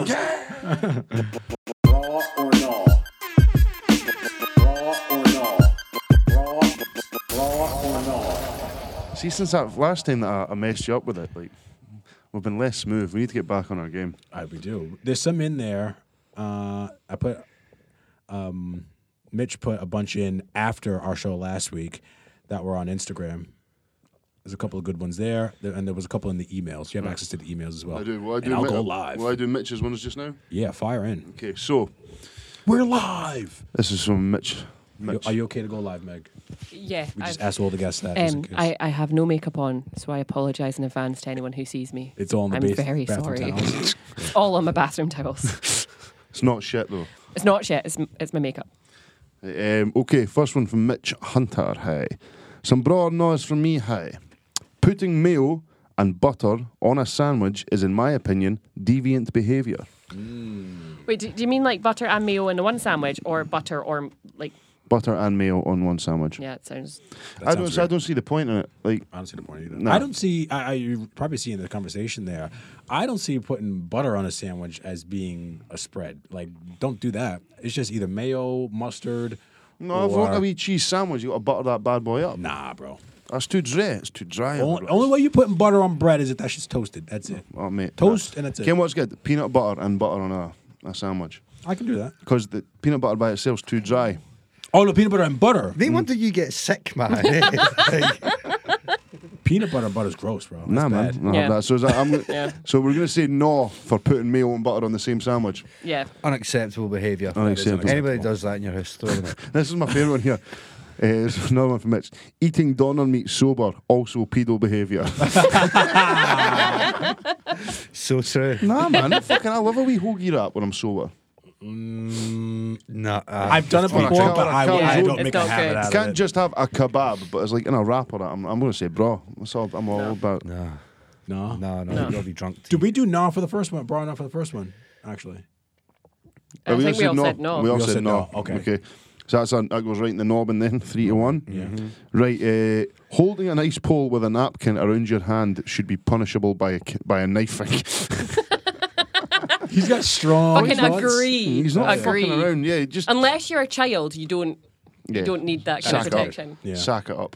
S2: See, since that last time that I, I messed you up with it, like, we've been less smooth. We need to get back on our game.
S4: I we do. There's some in there. Uh, I put, um, Mitch put a bunch in after our show last week that were on Instagram. There's a couple of good ones there, there- and there was a couple in the emails. You have access to the emails as well. Oh, and I'll go live.
S2: Will I do Mitch's ones just now?
S4: yeah, fire in.
S2: Okay, so
S4: We're live.
S2: this is from Mitch.
S4: Yo,
S2: Mitch.
S4: Are you okay to go live, Meg?
S5: Yeah.
S4: We just
S5: I've-
S4: asked all the guests that. just in
S5: um,
S4: case.
S5: I, I have no makeup on, so I apologise in advance to anyone who sees me.
S4: It's all in the
S5: I'm
S4: base-
S5: very
S4: bathroom
S5: sorry.
S4: towels.
S5: (laughs) It's all on my bathroom towels.
S4: (laughs)
S2: It's not shit, though.
S5: it's not shit. It's m- it's my makeup.
S2: Um, okay, first one from Mitch Hunter. Hi. Some broad noise from me. Hi. Putting mayo and butter on a sandwich is, in my opinion, deviant behaviour.
S5: Wait, do, do you mean like butter and mayo in one sandwich, or butter or like?
S2: Butter and mayo on one sandwich.
S5: Yeah, it sounds.
S2: I
S4: sounds
S2: don't. I
S4: weird.
S2: don't see the point in it. Like,
S4: I don't see the point either.
S2: No.
S4: I don't see. I, I you probably see in the conversation there. I don't see putting butter on a sandwich as being a spread. Like, don't do that. It's just either mayo, mustard.
S2: no, if you
S4: or,
S2: want a wee cheese sandwich, you got to butter that bad boy up.
S4: Nah, bro.
S2: That's too dry. It's too dry.
S4: Only,
S2: bro.
S4: only way you putting butter on bread is if that shit's toasted. That's it.
S2: Oh mate,
S4: Toast and that's it.
S2: Ken, what's good? Peanut butter and butter on a, a sandwich
S4: I can do that.
S2: because the peanut butter by itself is too dry.
S4: Oh, no, peanut butter and butter.
S6: No wonder you get sick, man. eh? Like,
S4: Peanut butter and butter's gross, bro. That's
S2: nah,
S4: bad.
S2: man. Nah,
S5: Yeah.
S2: that- so, is that-
S5: (laughs)
S2: I'm-
S5: Yeah.
S2: so we're gonna say no for putting mayo and butter on the same sandwich.
S5: Yeah.
S6: unacceptable behaviour.
S2: Unacceptable.
S6: Anybody does that in your house, throw them out.
S2: This is my favorite one here. (laughs) Uh, it's another one from Mitch. Eating doner meat sober, also pedo behaviour.
S6: So true.
S2: (laughs) nah, man. I fucking, I love a wee hoagie wrap when I'm sober.
S6: No, uh,
S4: I've done it
S2: on a
S4: before,
S2: cow-
S4: but
S2: on a
S4: I,
S2: cow's
S4: I
S2: own.
S4: don't
S5: It's
S4: make a
S5: not
S4: habit
S5: good.
S4: out of
S2: Can't
S4: it.
S2: just have a kebab, but it's like in a wrap or I'm, I'm gonna say bro. That's all I'm all about.
S4: no.
S6: no, no,
S5: No.
S6: you'll be drunk.
S4: Did we do nah for the first one? Bra nah for the first one, actually.
S5: I
S2: Uh, all
S5: think we all said no.
S2: We all
S4: We all
S2: said,
S4: said
S2: no.
S4: no, okay.
S2: Okay. So that's on, that goes right in the knob and then three to one. Right. Uh, holding an ice pole with a napkin around your hand should be punishable by a, ki- by a knifing. (laughs)
S4: Oh, He's got strong.
S5: Fucking
S4: thoughts.
S5: agree.
S2: He's not
S5: agree.
S2: fucking around. Yeah. Just
S5: Unless you're a child, you don't
S2: Yeah.
S5: you don't need that kind
S2: sack
S5: of
S2: it
S5: protection.
S2: up.
S4: Yeah.
S2: Sack it up.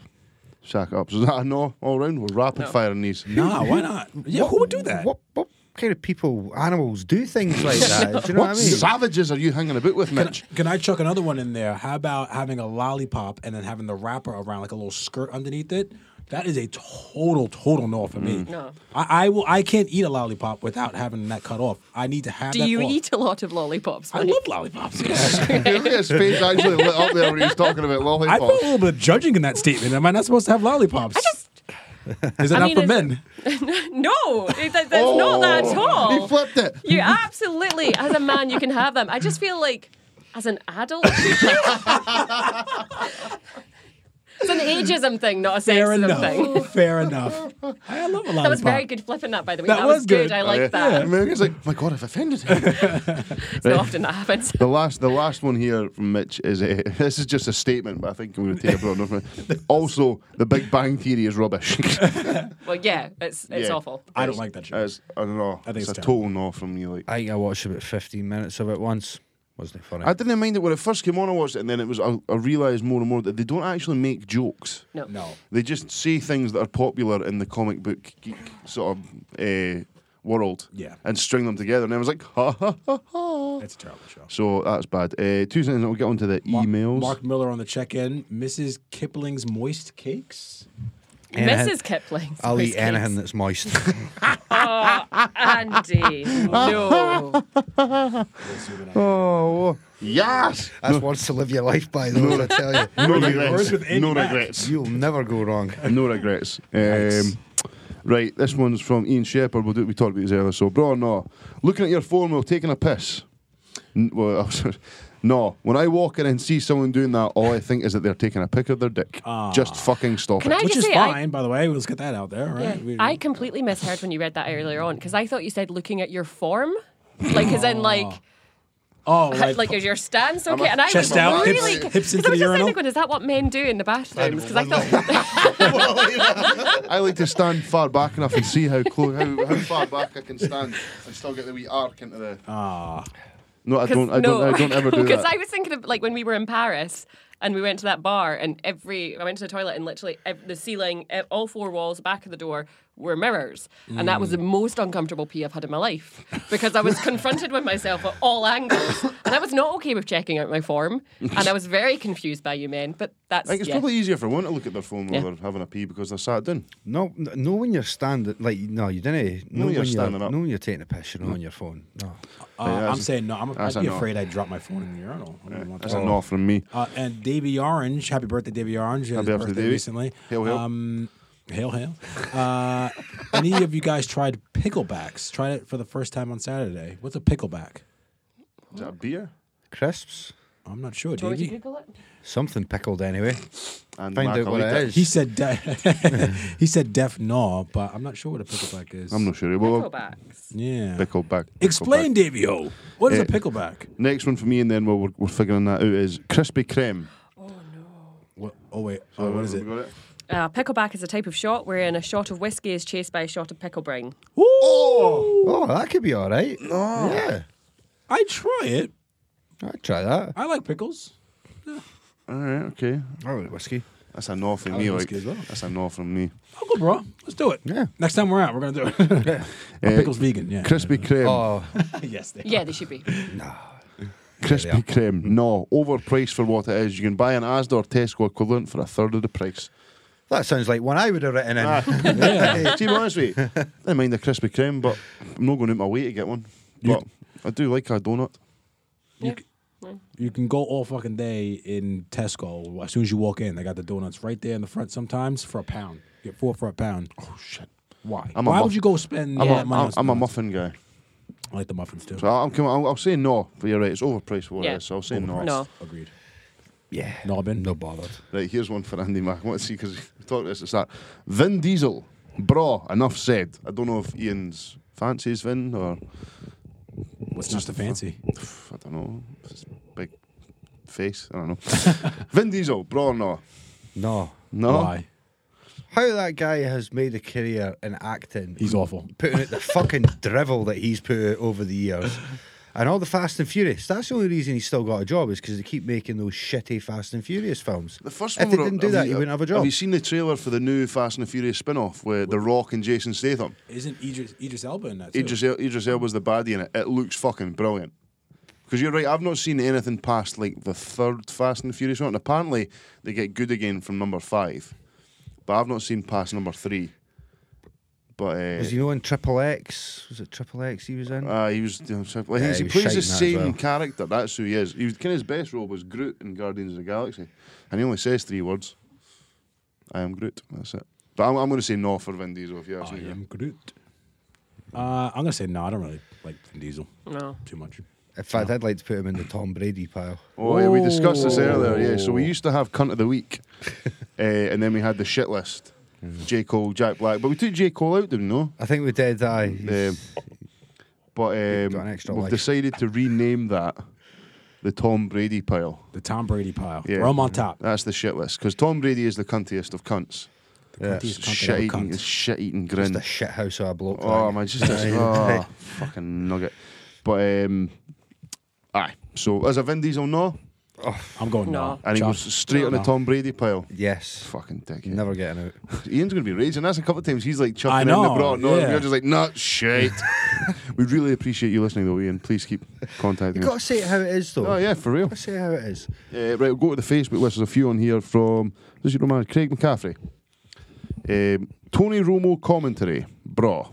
S2: Sack it up. So is that a no all round? We're rapid firing these.
S4: Nah, why not? Yeah, who would do that?
S6: What, what kind of people, animals, do things (laughs) like that? Do you know
S2: what
S6: what I mean?
S2: savages are you hanging about with, Mitch?
S4: Can I chuck another one in there? How about having a lollipop and then having the wrapper around like a little skirt underneath it? That is a total, total no for me.
S5: Mm. No.
S4: I, I will. I can't eat a lollipop without having that cut off. I need to have.
S5: Do
S4: that
S5: you
S4: off.
S5: eat a lot of lollipops?
S4: I
S5: Mike?
S4: love lollipops. (laughs) I
S2: Look at his face actually lit up there when he was talking about lollipops.
S4: felt a little bit of judging in that statement. Am I not supposed to have lollipops? is that
S5: I
S4: not
S5: mean,
S4: for
S5: it's-
S4: men?
S5: No, it- that, that's not that at all.
S2: He flipped it.
S5: You absolutely, as a man, you can have them. I just feel like, as an adult, (laughs) it's an ageism thing, not a
S4: Fair
S5: sexism thing.
S4: enough. Fair enough. I love a lollipop.
S5: That was very good flipping that, by the way.
S4: That
S5: That,
S4: was
S5: was,
S4: good.
S5: good. I like
S2: Oh, Yeah.
S5: that.
S2: America's like, my God, I've offended him.
S4: (laughs)
S5: It's not often that happens. (laughs)
S2: The last, the last one here from Mitch is a, (laughs) this is just a statement, but I think I'm going to take it on.
S4: (laughs)
S2: Also, the Big Bang Theory is rubbish.
S5: Well, yeah, it's it's
S2: Yeah.
S5: awful.
S4: I don't like that shit.
S2: As I don't know,
S4: I think
S2: it's,
S4: it's
S2: a
S4: terrible.
S2: total no from me. Like
S6: I think I watched about 15 minutes of it once. Wasn't it funny?
S2: I didn't mind it when it first came on. I watched it, and then it was I, I realized more and more that they don't actually make jokes.
S5: No.
S4: no.
S2: They just say things that are popular in the comic book geek sort of uh, world.
S4: Yeah.
S2: and string them together, and I was like, ha ha ha ha.
S4: That's a terrible show.
S2: So that's bad. Uh, two seconds, and we'll get onto the emails.
S4: Mark Miller on the check-in. Mrs. Kipling's moist cakes.
S6: Anything-
S5: Mrs. Kipling's
S6: I'll
S5: Rice
S6: eat
S5: Cakes.
S6: anything that's moist.
S5: Andy, no.
S2: Oh, yes.
S6: (laughs) That's wants to live your life by, though, I tell you. (laughs)
S2: No
S4: Words
S2: regrets.
S4: with
S2: No
S4: Andy Mack.
S2: regrets.
S6: You'll never go wrong.
S2: No regrets. Um, right, this one's from Ian Shepherd. We'll do, we talked about this earlier. So, bro, or no. Looking at your phone while taking a piss. N- well, (laughs) I was- no. When I walk in and see someone doing that, all I think is that they're taking a pic of their dick.
S4: Ah.
S2: Just fucking stop
S5: (laughs) Can
S2: it.
S5: I
S4: Which
S5: just
S4: is
S5: say, I-
S4: fine, by the way. Let's get that out there, right?
S5: Yeah.
S4: We-
S5: I completely misheard when you read that earlier on because I thought you said looking at your form, like as
S4: (laughs)
S5: in like
S4: oh,
S5: like,
S4: like,
S5: is your stance okay? And I
S4: chest
S5: was
S4: out, hips-
S5: really
S4: hips into
S5: because I was
S4: the
S5: just
S4: urinal.
S5: thinking, is that what men do in the bathrooms? Because I thought
S2: I like to stand far back enough and see how close, how, how far back I can stand and still get the wee arc into the.
S4: ah,
S2: No, I
S5: 'cause
S2: don't. I don't.
S5: no,
S2: I don't ever
S5: (laughs)
S2: do
S5: Because
S2: that.
S5: I was thinking of like when we were in Paris and we went to that bar and every I went to the toilet and literally ev- the ceiling, ev- all four walls, back of the door were mirrors, and that was
S2: Mm.
S5: the most uncomfortable pee I've had in my life because I was confronted with myself at all angles, and I was not okay with checking out my form, and I was very confused by you men. But that's
S2: I think it's
S5: yeah.
S2: probably easier for one to look at their phone while
S5: Yeah.
S2: they're having a pee because they're sat down.
S6: No, n- no, when you're standing, like, no, you didn't. eh? No,
S2: No, you're standing up.
S6: No, when you're taking a piss, you're not on your phone. No.
S4: uh,
S2: that's
S4: I'm
S2: a-
S4: saying no. I'm, I'd
S2: that's a
S4: be
S2: no.
S4: afraid I'd drop my phone in the urinal. I wouldn't want
S2: That's
S4: that.
S2: a no from me.
S4: Uh, and Davy Orange, happy birthday, Davy Orange. Happy
S2: birthday, Davey.
S4: recently.
S2: Hail, hail.
S4: Um, hail, hail. Uh, any of you guys tried picklebacks? Tried it for the first time on Saturday. What's a pickleback?
S2: Is that a beer?
S6: Crisps?
S4: I'm not sure,
S5: Do you want me to
S4: Davy.
S5: Google it?
S6: Something pickled anyway.
S2: And
S6: Find out what it
S2: Macalita.
S6: is.
S4: He said de- (laughs) he said def no, but I'm not sure what a pickleback is.
S2: I'm not sure. Well,
S5: Nickelbacks.
S4: Yeah.
S2: Pickleback.
S4: Explain,
S2: Pickleback.
S4: Davy O. What is
S2: Eh,
S4: a pickleback?
S2: Next one for me, and then while we're, we're figuring that out, is Krispy Kreme.
S4: What, oh wait, oh, what is it?
S2: Got
S5: Uh, pickleback is a type of shot wherein a shot of whiskey is chased by a shot of pickle brine.
S4: Oh,
S6: Oh, that could be all right. No. Yeah.
S4: I try it.
S6: I'd try that.
S4: I like pickles.
S2: All right, okay.
S6: I like whiskey.
S2: That's a no from
S4: I
S2: me.
S4: like
S2: Like,
S4: whiskey as well.
S2: that's a no from me.
S4: I'll go, bro. Let's do it.
S6: Yeah.
S4: Next time we're out, we're gonna do it. (laughs)
S2: Eh,
S4: pickles vegan. Yeah.
S2: Krispy Kreme.
S6: Oh,
S4: (laughs) yes.
S5: (laughs)
S4: They
S5: Yeah, they
S2: (laughs)
S5: should be.
S2: Krispy Kreme. No, overpriced for what it is. You can buy an Asda or Tesco equivalent for a third of the price.
S6: that sounds like one I would have written in.
S2: (laughs)
S6: (laughs)
S2: Hey, Ah, to be honest with you, I don't mind a Krispy Kreme, but I'm not going out my way to get one. But I do like a donut.
S4: You can go all fucking day in Tesco. As soon as you walk in, they got the donuts right there in the front. Sometimes for a pound, you get four for a pound. Oh shit! Why?
S2: I'm a
S4: Why
S2: muff-
S4: would you go spend?
S2: I'm,
S4: all
S2: a-
S4: that money
S2: I'm-
S4: on
S2: I'm a
S4: donuts?
S2: muffin guy.
S4: I like the muffins too.
S2: So I'll, come- I'll, I'll say no, but you're right, it's overpriced for what
S5: Yeah.
S2: it is, so I'll say no.
S5: No.
S4: Agreed.
S6: Yeah.
S4: Nobbin.
S6: No bothered.
S2: Right, here's one for Andy Mack. I want to see because we talked about this at the start. Vin Diesel, bra, enough said. I don't know if Ian's fancies Vin or
S4: What's just a fancy?
S2: I don't know. His big face, I don't know. (laughs) Vin Diesel, bra or no?
S6: No.
S2: No.
S4: Why?
S6: How that guy has made a career in acting.
S4: He's awful.
S6: putting out the (laughs) fucking drivel that he's put out over the years. And all the Fast and Furious. That's the only reason he's still got a job is because they keep making those shitty Fast and Furious films.
S2: The first
S6: if
S2: one
S6: they
S2: were-
S6: didn't do
S2: have
S6: that,
S2: you-
S6: he wouldn't have a job.
S2: Have you seen the trailer for the new Fast and the Furious spin off with The Rock and Jason Statham?
S4: Isn't Idris, Idris Elba in that? Too?
S2: Idris, El- Idris Elba's the baddie in it. It looks fucking brilliant. Because you're right, I've not seen anything past like the third Fast and the Furious one. And apparently, they get good again from number five. but I've not seen past number three. But uh,
S6: Was you know in Triple X? Was it Triple X he was in?
S2: uh, he was. you know, so- like,
S6: Yeah,
S2: he's-
S6: he
S2: he
S6: was
S2: plays
S6: shite
S2: the
S6: in that as
S2: same
S6: well.
S2: character. That's who he is. He was kind of his best role was Groot in Guardians of the Galaxy, and he only says three words. I am Groot. That's it. But I'm, I'm going to say no for Vin Diesel if you
S6: Oh,
S2: ask
S4: I
S2: me.
S4: am Groot. Uh, I'm gonna say no. I don't really like Vin Diesel
S5: No.
S4: too much.
S6: In fact, I'd like to put him in the Tom Brady pile.
S2: Oh, yeah, we discussed this
S4: Oh.
S2: earlier. Yeah, so we used to have cunt of the week,
S6: (laughs)
S2: uh, and then we had the shit list.
S6: Mm.
S2: J Cole, Jack Black, but we took J Cole out, didn't we? No?
S6: I think we did. I
S2: Um, but um,
S6: got an extra
S2: we've
S6: life.
S2: decided to rename that the Tom Brady pile.
S4: The Tom Brady pile.
S2: Yeah.
S4: We're all on top.
S2: That's the shit list because Tom Brady is the cuntiest of cunts.
S6: yeah,
S4: He's
S6: just
S4: cunty
S2: Shit
S4: old
S2: eating,
S4: cunt.
S2: shit eating grin.
S6: a shit house of a bloke.
S2: Oh
S6: that.
S2: man,
S6: (laughs)
S2: just this, oh, fucking nugget. But um, aye, so as a Vin Diesel, no,
S4: I'm going
S5: No.
S4: no.
S2: and he
S4: Chuck.
S2: goes straight on the
S4: No.
S2: Tom Brady pile.
S6: Yes.
S2: Fucking dickhead.
S6: Never getting out.
S2: Ian's going to be raging. That's a couple of times he's like
S4: I
S2: chucking in the
S4: know,
S2: brought. No,
S4: yeah.
S2: we're just like, nut
S4: (laughs)
S2: shit. (laughs) we really appreciate you listening though, Ian. Please keep
S6: You
S2: contacting
S6: gotta
S2: us.
S6: say it how it is though.
S2: Oh yeah, for real.
S6: Gotta say it how it is.
S2: Uh, right, we'll go to the Facebook list. There's a few on here from this is your man Craig McCaffrey. Um, Tony Romo commentary, bro.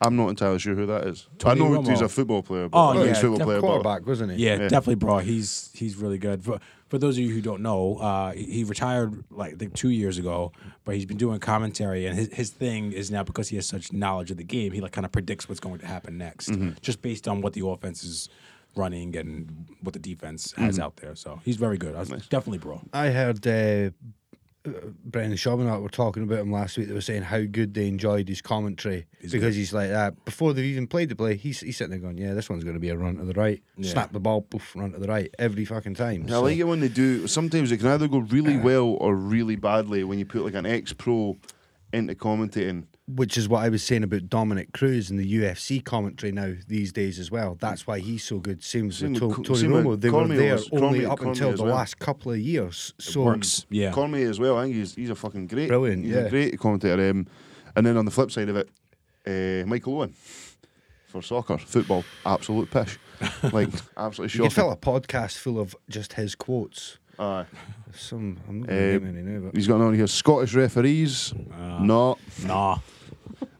S2: I'm not entirely sure who that is.
S4: Tony
S2: I know
S4: Romo.
S2: he's a football player. But
S4: Oh,
S2: I know
S4: yeah,
S2: he's a football
S4: def-
S2: player. But
S6: quarterback, wasn't he?
S4: Yeah,
S2: Yeah.
S4: definitely, bro. He's he's really good. For for those of you who don't know, uh, he he retired like I think two years ago, but he's been doing commentary, and his, his thing is now because he has such knowledge of the game, he like kind of predicts what's going to happen next,
S2: Mm-hmm.
S4: just based on what the offense is running and what the defense
S2: Mm-hmm.
S4: has out there. So he's very good. I was definitely, bro.
S6: I heard uh, Brendan Schaub and I were talking about him last week. They were saying how good they enjoyed his commentary because he's like that. Before they've even played the play, he's, he's sitting there going, Yeah, this one's going to be a run to the right.
S4: Yeah.
S6: Snap the ball, poof, run to the right every fucking time.
S2: I like it when they do. Sometimes it can either go really well or really badly when you put like an ex-pro into commentating.
S6: which is what I was saying about Dominic Cruz and the UFC commentary now these days as well. That's why he's so good. Seems
S2: Same
S6: with
S2: with
S6: To-
S2: Co-
S6: Tony
S2: same with
S6: Romo, they were
S2: Cormier
S6: there
S2: was-
S6: only
S2: Cormier-
S6: up
S2: Cormier
S6: until
S2: as
S6: the
S2: well.
S6: last couple of years. So
S4: Works. Yeah.
S2: Cormier as well. I think he's, he's a fucking great,
S6: Brilliant,
S2: He's
S6: yeah.
S2: a great commentator. Um, and then on the flip side of it, uh, Michael Owen for soccer, football, absolute pish,
S4: (laughs)
S2: like absolutely
S6: you could fill
S2: shocking.
S6: a podcast full of just his quotes.
S2: Aye.
S6: Some I'm not going to
S2: Uh,
S6: name any now, but
S2: He's got on here Scottish referees. no,
S4: Nah.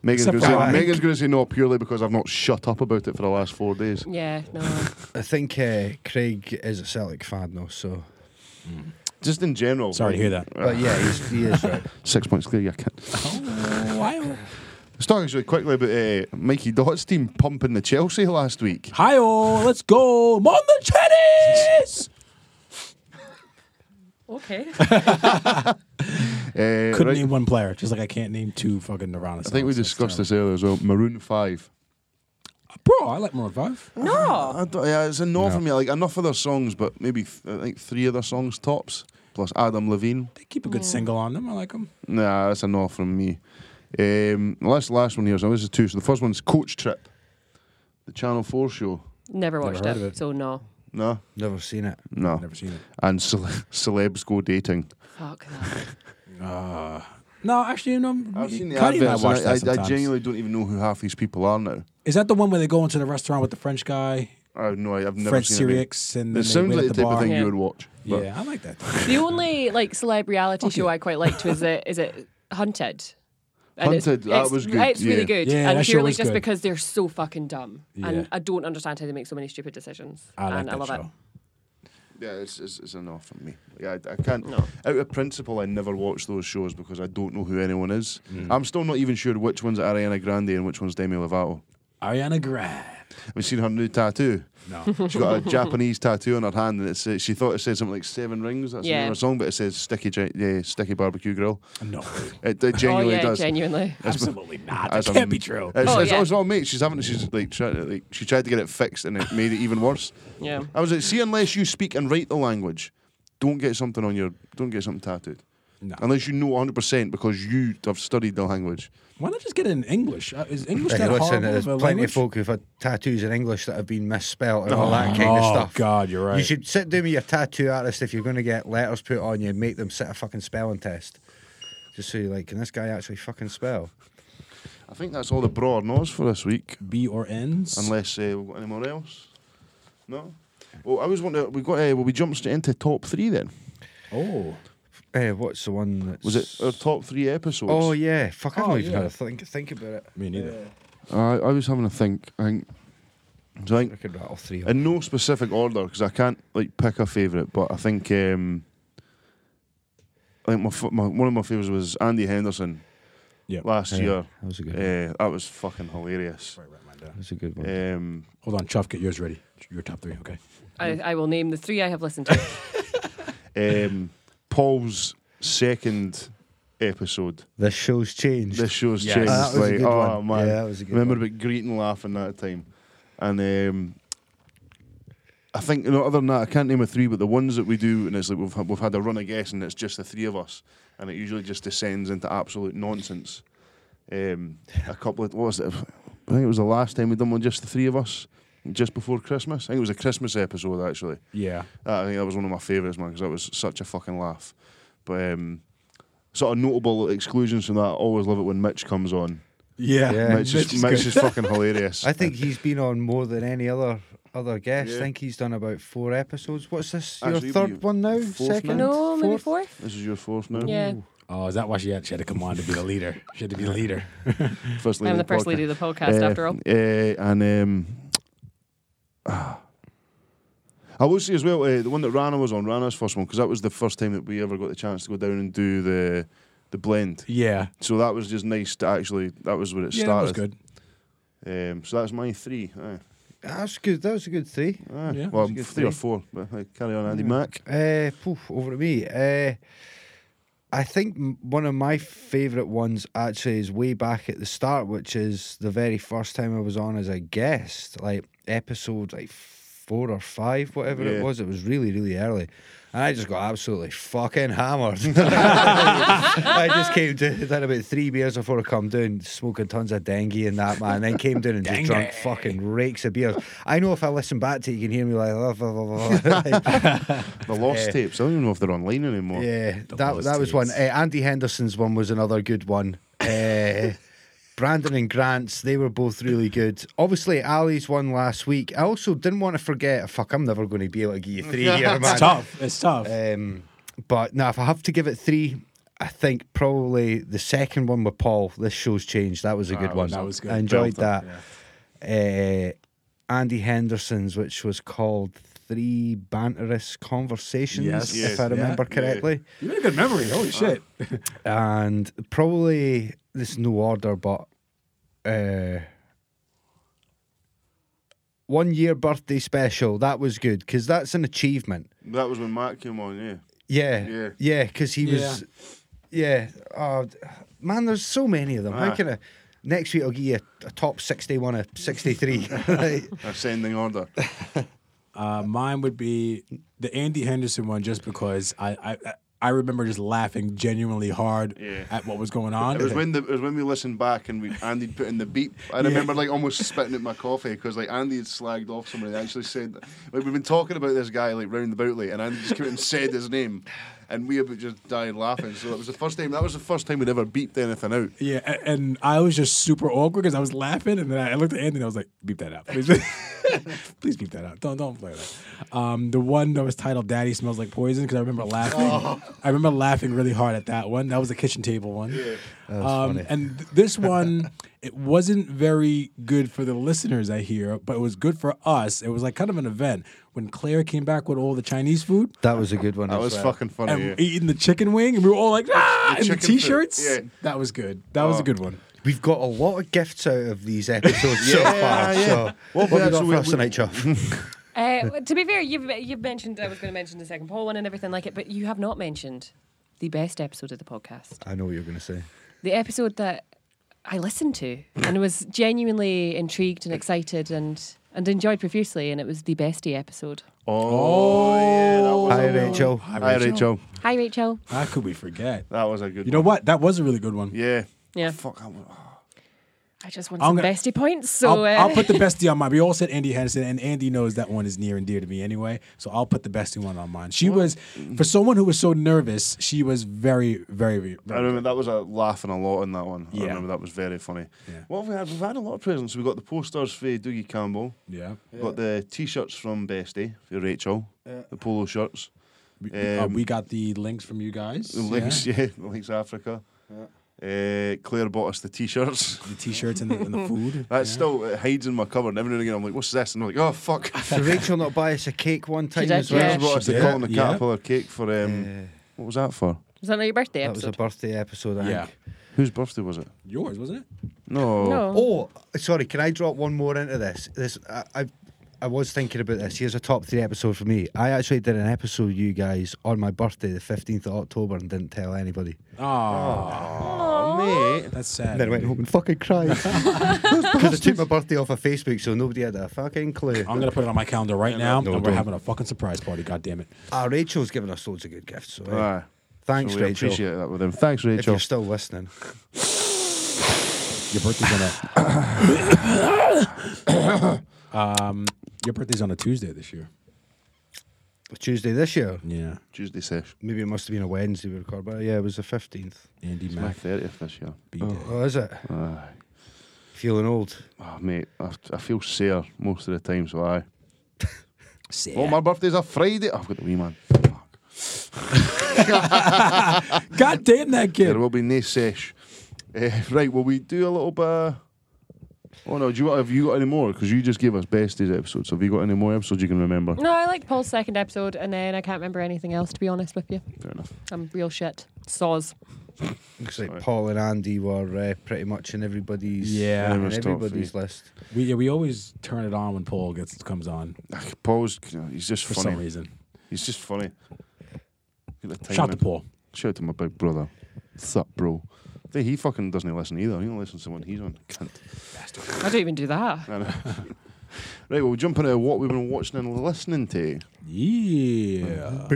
S2: Megan's
S4: Ah. Except
S2: going to say
S4: for Mike.
S2: Megan's going to say no purely because I've not shut up about it for the last four days.
S5: Yeah, no.
S6: I think uh, Craig is a Celtic fan though. So,
S2: Just in general.
S4: Sorry to hear that.
S2: Ah.
S6: but yeah, he's, he is right.
S2: Six points clear, you can
S4: Hi-oh.
S2: Let's talk actually quickly about uh, Mikey Dott's team pumping the Chelsea last week.
S4: Hi-oh, let's go. I'm on the tennis.
S5: Okay.
S2: Uh,
S4: Couldn't
S2: right-
S4: name one player, just like I can't name two fucking Nirvana.
S2: I think we discussed this earlier as well. Maroon 5.
S4: Bro, I like Maroon 5.
S5: No.
S2: I don't- yeah, it's a no, for me. Like enough of their songs, but maybe th- I think three of their songs tops. Plus Adam Levine.
S4: They keep a good single on them. I like them.
S2: Nah, that's a no from me. Um, last last one here. So this is two. So the first one's Coach Trip, the Channel Four show.
S5: Never watched
S4: heard
S5: it,
S4: of it.
S5: so no.
S2: No,
S6: Never seen it.
S2: no.
S4: Never seen it.
S2: And cele- (laughs) celebs go dating.
S5: Fuck that.
S4: No, actually, you know, I've
S2: seen the
S4: Cuddy and I
S2: adverts.
S4: watched
S2: and I,
S4: that
S2: I, I
S4: sometimes.
S2: genuinely don't even know who half these people are now.
S4: Is that the one where they go into the restaurant with the French guy,
S2: I have no. I've never
S4: French
S2: seen it.
S4: Syriacs, and then
S2: It
S4: they
S2: sounds
S4: wait
S2: like
S4: at
S2: the
S4: the
S2: type of
S4: bar?
S2: thing
S5: Yeah.
S2: you would watch. but-
S4: Yeah, I like that.
S5: The only like celeb reality show I quite liked was it is it Hunted. And it's-
S2: Hunted, that
S5: it's-
S2: was good,
S5: It's really
S2: yeah.
S5: good,
S4: Yeah,
S5: and
S4: that show
S5: purely
S4: was
S5: just
S4: good.
S5: because they're so fucking dumb,
S4: Yeah.
S5: and I don't understand how they make so many stupid decisions.
S4: I like
S5: and
S4: that
S5: I love
S4: show.
S5: it. Oh,
S2: Yeah, it's, it's, it's enough for me. Like, I, I can't.
S5: No.
S2: Out of principle, I never watch those shows because I don't know who anyone is.
S4: Mm.
S2: I'm still not even sure which one's Ariana Grande and which one's Demi Lovato.
S4: Ariana Grande.
S2: Have you seen her new tattoo?
S4: No.
S2: (laughs) She's got a Japanese tattoo on her hand, and it says, she thought it said something like Seven Rings. That's the
S5: Yeah.
S2: name of her song, but it says Sticky Gi- yeah, Sticky Barbecue Grill. (laughs)
S4: no.
S2: It, it
S5: oh
S2: genuinely
S5: yeah,
S2: does.
S5: genuinely.
S4: Absolutely not. That
S2: As a-
S4: can't be true.
S2: It's,
S5: Oh,
S2: it's,
S5: yeah.
S2: it's all mate. She's having. She's like, try, like she tried to get it fixed, and it made it even worse.
S5: Yeah.
S2: I was like, see, unless you speak and write the language, don't get something on your, don't get something tattooed.
S4: No.
S2: Unless you know 100% because you have studied the language.
S4: Why not just get it in English? Uh, Is English
S6: Hey,
S4: that
S6: listen,
S4: horrible?
S6: there's
S4: of a
S6: plenty
S4: language?
S6: of folk who've had tattoos in English that have been misspelled and all that kind of
S4: Oh,
S6: stuff.
S4: God, you're
S6: You
S4: right.
S6: should sit down with your tattoo artist if you're going to get letters put on you and make them sit a fucking spelling test. Just so you're like, can this guy actually fucking spell?
S2: I think that's all the broad noise for this week,
S4: B or N's.
S2: unless uh, we've got any more else. No? Well, I was wondering, we got, uh, well, we jumped straight into top three then.
S4: oh.
S6: Uh, what's the one that's.
S2: Was it our top three episodes?
S6: Oh, yeah. Fuck, I've
S4: Oh,
S6: not even
S4: yeah.
S6: had a think, think about it.
S4: Me neither.
S2: I, I was having a think. I think. So I
S6: I
S2: think
S6: could rattle three off.
S2: in no specific order because I can't like pick a favourite, but I think um, I think my, f- my one of my favourites was Andy Henderson
S4: Yeah.
S2: last
S6: Yeah,
S2: year.
S6: That was a good one.
S2: Uh, that was fucking hilarious.
S4: Right, right, mine
S6: That
S4: down.
S6: was a good one.
S2: Um,
S4: Hold on, Chuff, get yours ready. Your top three, okay?
S5: I, I will name the three I have listened to.
S2: um, Paul's second episode.
S6: This show's changed.
S2: This show's
S4: Yes.
S2: changed.
S4: Ah,
S6: that was a
S2: like,
S6: good
S2: oh
S6: one.
S2: man,
S6: Yeah, that was a good
S2: remember
S6: one.
S2: about greeting laughing that time, and um, I think you know, other than that, I can't name a three, but the ones that we do, and it's like we've had, we've had a run of guess, and it's just the three of us, and it usually just descends into absolute nonsense. Um, a couple of what was it? I think it was the last time we done one just the three of us, just before Christmas. I think it was a Christmas episode actually.
S4: Yeah.
S2: That, I think that was one of my favourites, man, because that was such a fucking laugh. But um, sort of notable exclusions from that. I always love it when Mitch comes on.
S4: Yeah.
S6: Yeah.
S2: Mitch,
S4: Mitch
S2: is,
S4: is
S2: Mitch
S4: good.
S2: is fucking
S4: (laughs)
S2: hilarious.
S6: I think he's been on more than any other other guest.
S2: Yeah.
S6: I think he's done about four episodes. What's this? Your
S2: Actually,
S6: third
S2: you-
S6: one now?
S2: fourth now?
S6: Second?
S5: no, maybe fourth.
S2: this is your fourth now.
S5: Yeah,
S4: Oh, is that why she had, she had to come on to be the leader? She had to be the leader.
S2: First lady
S5: I'm the
S2: of
S5: first lady of the podcast
S2: Uh,
S5: after all.
S2: uh, and um, (sighs) I will say as well, uh, the one that Rana was on, Rana's first one, because that was the first time that we ever got the chance to go down and do the the blend.
S4: Yeah.
S2: So that was just nice to actually. That was where it
S4: Yeah, that was
S2: started.
S4: good.
S2: Um, so that's my three. aye.
S6: That's good. That was a good three.
S2: Aye.
S4: Yeah,
S2: well,
S6: that's a
S2: three,
S6: good
S2: or
S6: three.
S2: four. But aye, carry on, Andy Mac.
S6: Uh, poof, over to me. Uh, I think m- one of my favourite ones actually is way back at the start, which is the very first time I was on as a guest, like episode like four or five, whatever
S2: Yeah.
S6: it was. It was really, really early. And I just got absolutely fucking hammered. (laughs) I just came to had about three beers before I come down, smoking tons of dengue and that man. Then came down and just drunk fucking rakes of beers. I know if I listen back to it, you can hear me like, (laughs)
S2: The lost
S6: Uh,
S2: tapes. I don't even know if they're online anymore.
S6: Yeah, that,
S4: Lost
S6: that was one. Uh,
S4: Tapes.
S6: Andy Henderson's one was another good one.
S4: (laughs)
S6: Uh, Brandon and Grant's, they were both really good. Obviously, Ali's one last week. I also didn't want to forget. Fuck, I'm never going to be able to give you
S4: (laughs)
S6: three here, man.
S4: It's tough. It's tough.
S6: Um, but now, if I have to give it three, I think probably the second one with Paul. This show's changed. That was a good
S4: Ah,
S6: one.
S4: that was good.
S6: I enjoyed
S2: Belter,
S6: that. Uh, Andy Henderson's, which was called Three Banterous Conversations,
S4: Yes.
S2: Yes,
S6: if I
S4: yeah,
S6: remember
S2: yeah.
S6: correctly
S4: you had a good memory. Holy shit.
S6: and probably this is no order, but uh, one year birthday special that was good because that's an achievement.
S2: That was when Matt came on, yeah. Yeah.
S6: Yeah, yeah, because he was, yeah. Oh, d- man, there's so many of them.
S2: Ah.
S6: How can I? Next week I'll give you a, a top sixty-one, a sixty-three. (laughs) Right.
S2: Ascending order.
S4: Uh, mine would be the Andy Henderson one, just because I I, I- I remember just laughing genuinely hard
S2: Yeah.
S4: at what was going on.
S2: It was when the, it was when we listened back and we Andy put in the beep. I remember like almost spitting at my coffee because like Andy had slagged off somebody. and actually said like we've been talking about this guy like round about like, and Andy just came out and said his name, and we about just died laughing. So that was the first time. That was the first time we'd ever beeped anything out.
S4: yeah, a- and I was just super awkward because I was laughing, and then I looked at Andy and I was like, "Beep that out, please, (laughs) please beep that out. Don't don't play that." Um, the one that was titled "Daddy Smells Like Poison" because I remember laughing.
S2: Oh.
S4: I remember laughing really hard at that one. That was the kitchen table one. um, And th- this one, (laughs) it wasn't very good for the listeners, I hear, but it was good for us. It was like kind of an event when Claire came back with all the Chinese food
S6: that was a good one.
S2: That
S6: as
S2: was
S6: well.
S2: fucking
S4: and
S2: funny. yeah.
S4: eating the chicken wing, and we were all like, ah,
S2: The
S4: and the
S2: chicken food,
S4: t-shirts.
S2: yeah. Oh.
S4: That was good. That was a good one.
S6: We've got a lot of gifts out of these episodes so far. So, what,
S2: we
S6: have you got
S2: actually-
S6: for us
S2: we-
S6: tonight, Chuff? (laughs)
S5: Uh, to be fair, you've you've mentioned I was going to mention the second poll one and everything like it, but you have not mentioned the best episode of the podcast,
S6: I know what you're going to say.
S5: the episode that I listened to and was genuinely intrigued and excited and and enjoyed profusely, and it was the bestie episode.
S2: Oh, yeah, that was.
S6: Hi,
S2: a-
S6: Rachel.
S2: Oh. Hi Rachel.
S5: Hi, Rachel.
S4: How could we forget?
S2: That was a good.
S4: You know
S2: one.
S4: what? That was a really good one.
S2: Yeah.
S5: Yeah,
S2: Fuck. That was,
S5: I just want
S4: I'm
S5: some
S4: gonna-
S5: bestie points. So
S4: I'll,
S5: uh,
S2: eh?
S4: I'll put the
S2: (laughs)
S4: bestie on mine. We all said Andy Henderson, and Andy knows that one is near and dear to me anyway. So I'll put the bestie one on mine. She was, for someone who was so nervous, she was very, very.
S2: I
S4: very
S2: remember that was a laughing a lot in that one. I
S4: Yeah.
S2: remember that was very funny.
S4: Yeah.
S2: What have we had? We've had a lot of presents. We got the posters for Doogie Campbell.
S4: yeah.
S2: We've Got the t-shirts from Bestie for Rachel. The polo shirts.
S4: We, uh,
S2: Um,
S4: we got the links from you guys.
S2: The links, (laughs) yeah, the links Africa. Uh, Claire bought us the T-shirts. (laughs)
S4: The t-shirts and the, and the food.
S2: That still it hides in my cupboard. And every now and again, I'm like, "What's this?" And I'm like, "Oh fuck!" (laughs)
S6: So Rachel not buy us a cake one time
S5: did,
S6: as
S2: So yeah.
S5: yeah.
S2: that's
S6: well.
S2: what us the
S4: She did,
S2: cotton the
S4: yeah.
S2: caterpillar cake for. Um, What was that for?
S5: Was that not your birthday
S6: That was a
S5: episode?
S6: birthday episode, I
S4: Yeah.
S6: think.
S2: Whose birthday was it?
S4: Yours wasn't it?
S2: No.
S5: no.
S6: Oh, sorry. Can I drop one more into this? This I, I, I was thinking about this. Here's a top three episode for me. I actually did an episode, you guys, on my birthday, the fifteenth of October, and didn't tell anybody.
S4: Oh,
S2: Oh, mate.
S4: that's
S6: And
S4: sad.
S6: then I went home and fucking cried (laughs) because I took my birthday off of Facebook, so nobody had a fucking clue.
S4: I'm gonna put it on my calendar right now,
S6: no,
S4: and we're
S6: don't.
S4: having a fucking surprise party. God damn it!
S6: Ah, Rachel's given us loads of good gifts. So, eh,
S2: Aye.
S6: thanks,
S2: So we
S6: Rachel.
S2: appreciate that with him. Thanks,
S6: If
S2: Rachel.
S6: you're still listening,
S4: Your birthday's on a. um, your birthday's on a Tuesday this year.
S6: Tuesday this year.
S4: Yeah,
S2: Tuesday sesh.
S6: Maybe it must have been a Wednesday we recorded, but yeah, it was the fifteenth.
S4: Andy
S2: My
S4: Mac.
S2: thirtieth this year.
S4: B-Day.
S6: Oh, is it?
S2: Aye.
S6: Feeling old.
S2: Oh, mate, I, I feel sore er most of the time, so aye.
S4: Sad.
S2: Oh, my birthday's a Friday. I've got the wee man.
S4: God damn that kid!
S2: There will be no sesh. Eh, right, will we do a little bit? of- Oh no, do you want- have you got any more? Because you just gave us besties episodes. Have you got any more episodes you can remember?
S5: No, I liked Paul's second episode, and then I can't remember anything else. To be honest with you,
S2: Fair enough.
S5: I'm real shit. Saws.
S6: Looks like Paul and Andy were uh, pretty much in everybody's
S4: Yeah.
S6: in
S2: Everyone's top
S6: everybody's list.
S4: We yeah, we always turn it on when Paul gets comes on
S2: Ah, Paul's you know, he's just
S4: for some
S2: funny.
S4: reason.
S2: he's just funny. Look at the
S4: Shout
S2: timing.
S4: to Paul.
S2: Shout out to my big brother. Sup, bro. Hey, He fucking doesn't listen either. He don't listen to when he's on. Cunt.
S5: I don't even
S4: (laughs)
S5: do that.
S2: I know. right, well, we jump into what we've been watching and listening to.
S4: Yeah.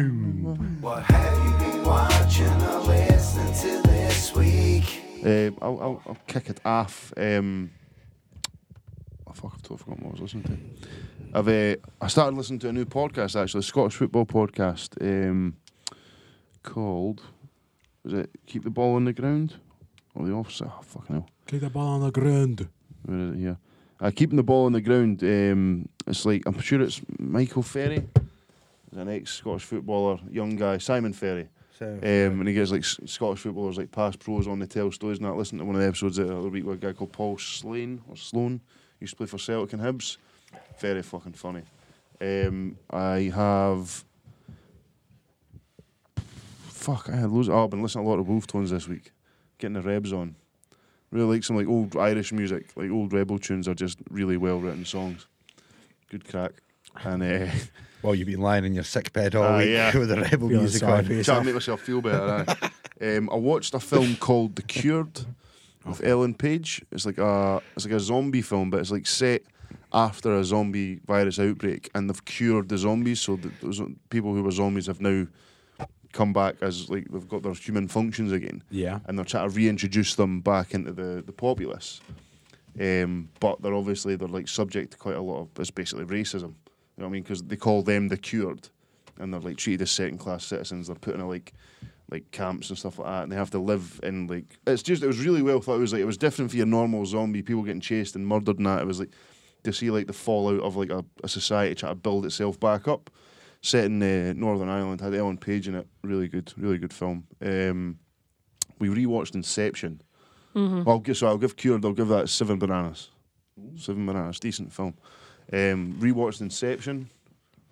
S2: Um, I'll, I'll, I'll kick it off. Um, oh, fuck, I've totally forgotten what I was listening to. I've uh, I started listening to a new podcast actually, a Scottish football podcast um, called was it Keep the Ball on the Ground or the Offside? Oh, fucking hell,
S4: Kick the ball on the ground.
S2: where is it here? Uh, keeping the ball on the ground. Um, it's like I'm sure it's Michael Ferry, he's an ex Scottish footballer, young guy, Simon Ferry.
S6: So
S4: Eh.
S2: Um, and he gets like S- Scottish footballers like past pros on the tell stories and that. Listen to one of the episodes the other week with a guy called Paul Slane or Sloan. He used to play for Celtic and Hibs. Very fucking funny. Um, I have. Fuck, I had loads. Oh, I've been listening to a lot of Wolf Tones this week. Getting the Rebs on. Really like some like old Irish music. Like old Rebel tunes are just really well written songs. Good crack. And uh, (laughs)
S6: well, you've been lying in your sick bed all
S2: Ah,
S6: week
S2: yeah.
S6: (laughs) with the rebel
S4: Feeling
S6: music
S4: sorry
S6: on.
S4: for
S2: trying to make myself feel better. aye. um, I watched a film called The Cured with Ellen Page. It's like a it's like a zombie film, but it's like set after a zombie virus outbreak, and they've cured the zombies. So the, those people who were zombies have now come back as like they've got their human functions again
S4: Yeah.
S2: and they're trying to reintroduce them back into the, the populace. Um, but they're obviously they're like subject to quite a lot of it's basically racism. You know what I mean? Because they call them the cured, and they're like treated as second class citizens. They're put in a, like like camps and stuff like that, and they have to live in like it's just it was really well thought. It was like it was different for your normal zombie people getting chased and murdered and that. It was like to see like the fallout of like a, a society trying to build itself back up. Set in uh, Northern Ireland, had Ellen Page in it. Really good, really good film. Um, we rewatched Inception. Well, I'll give, so I'll give Cured, I'll give that seven bananas. Seven bananas, decent film. Um, rewatched Inception,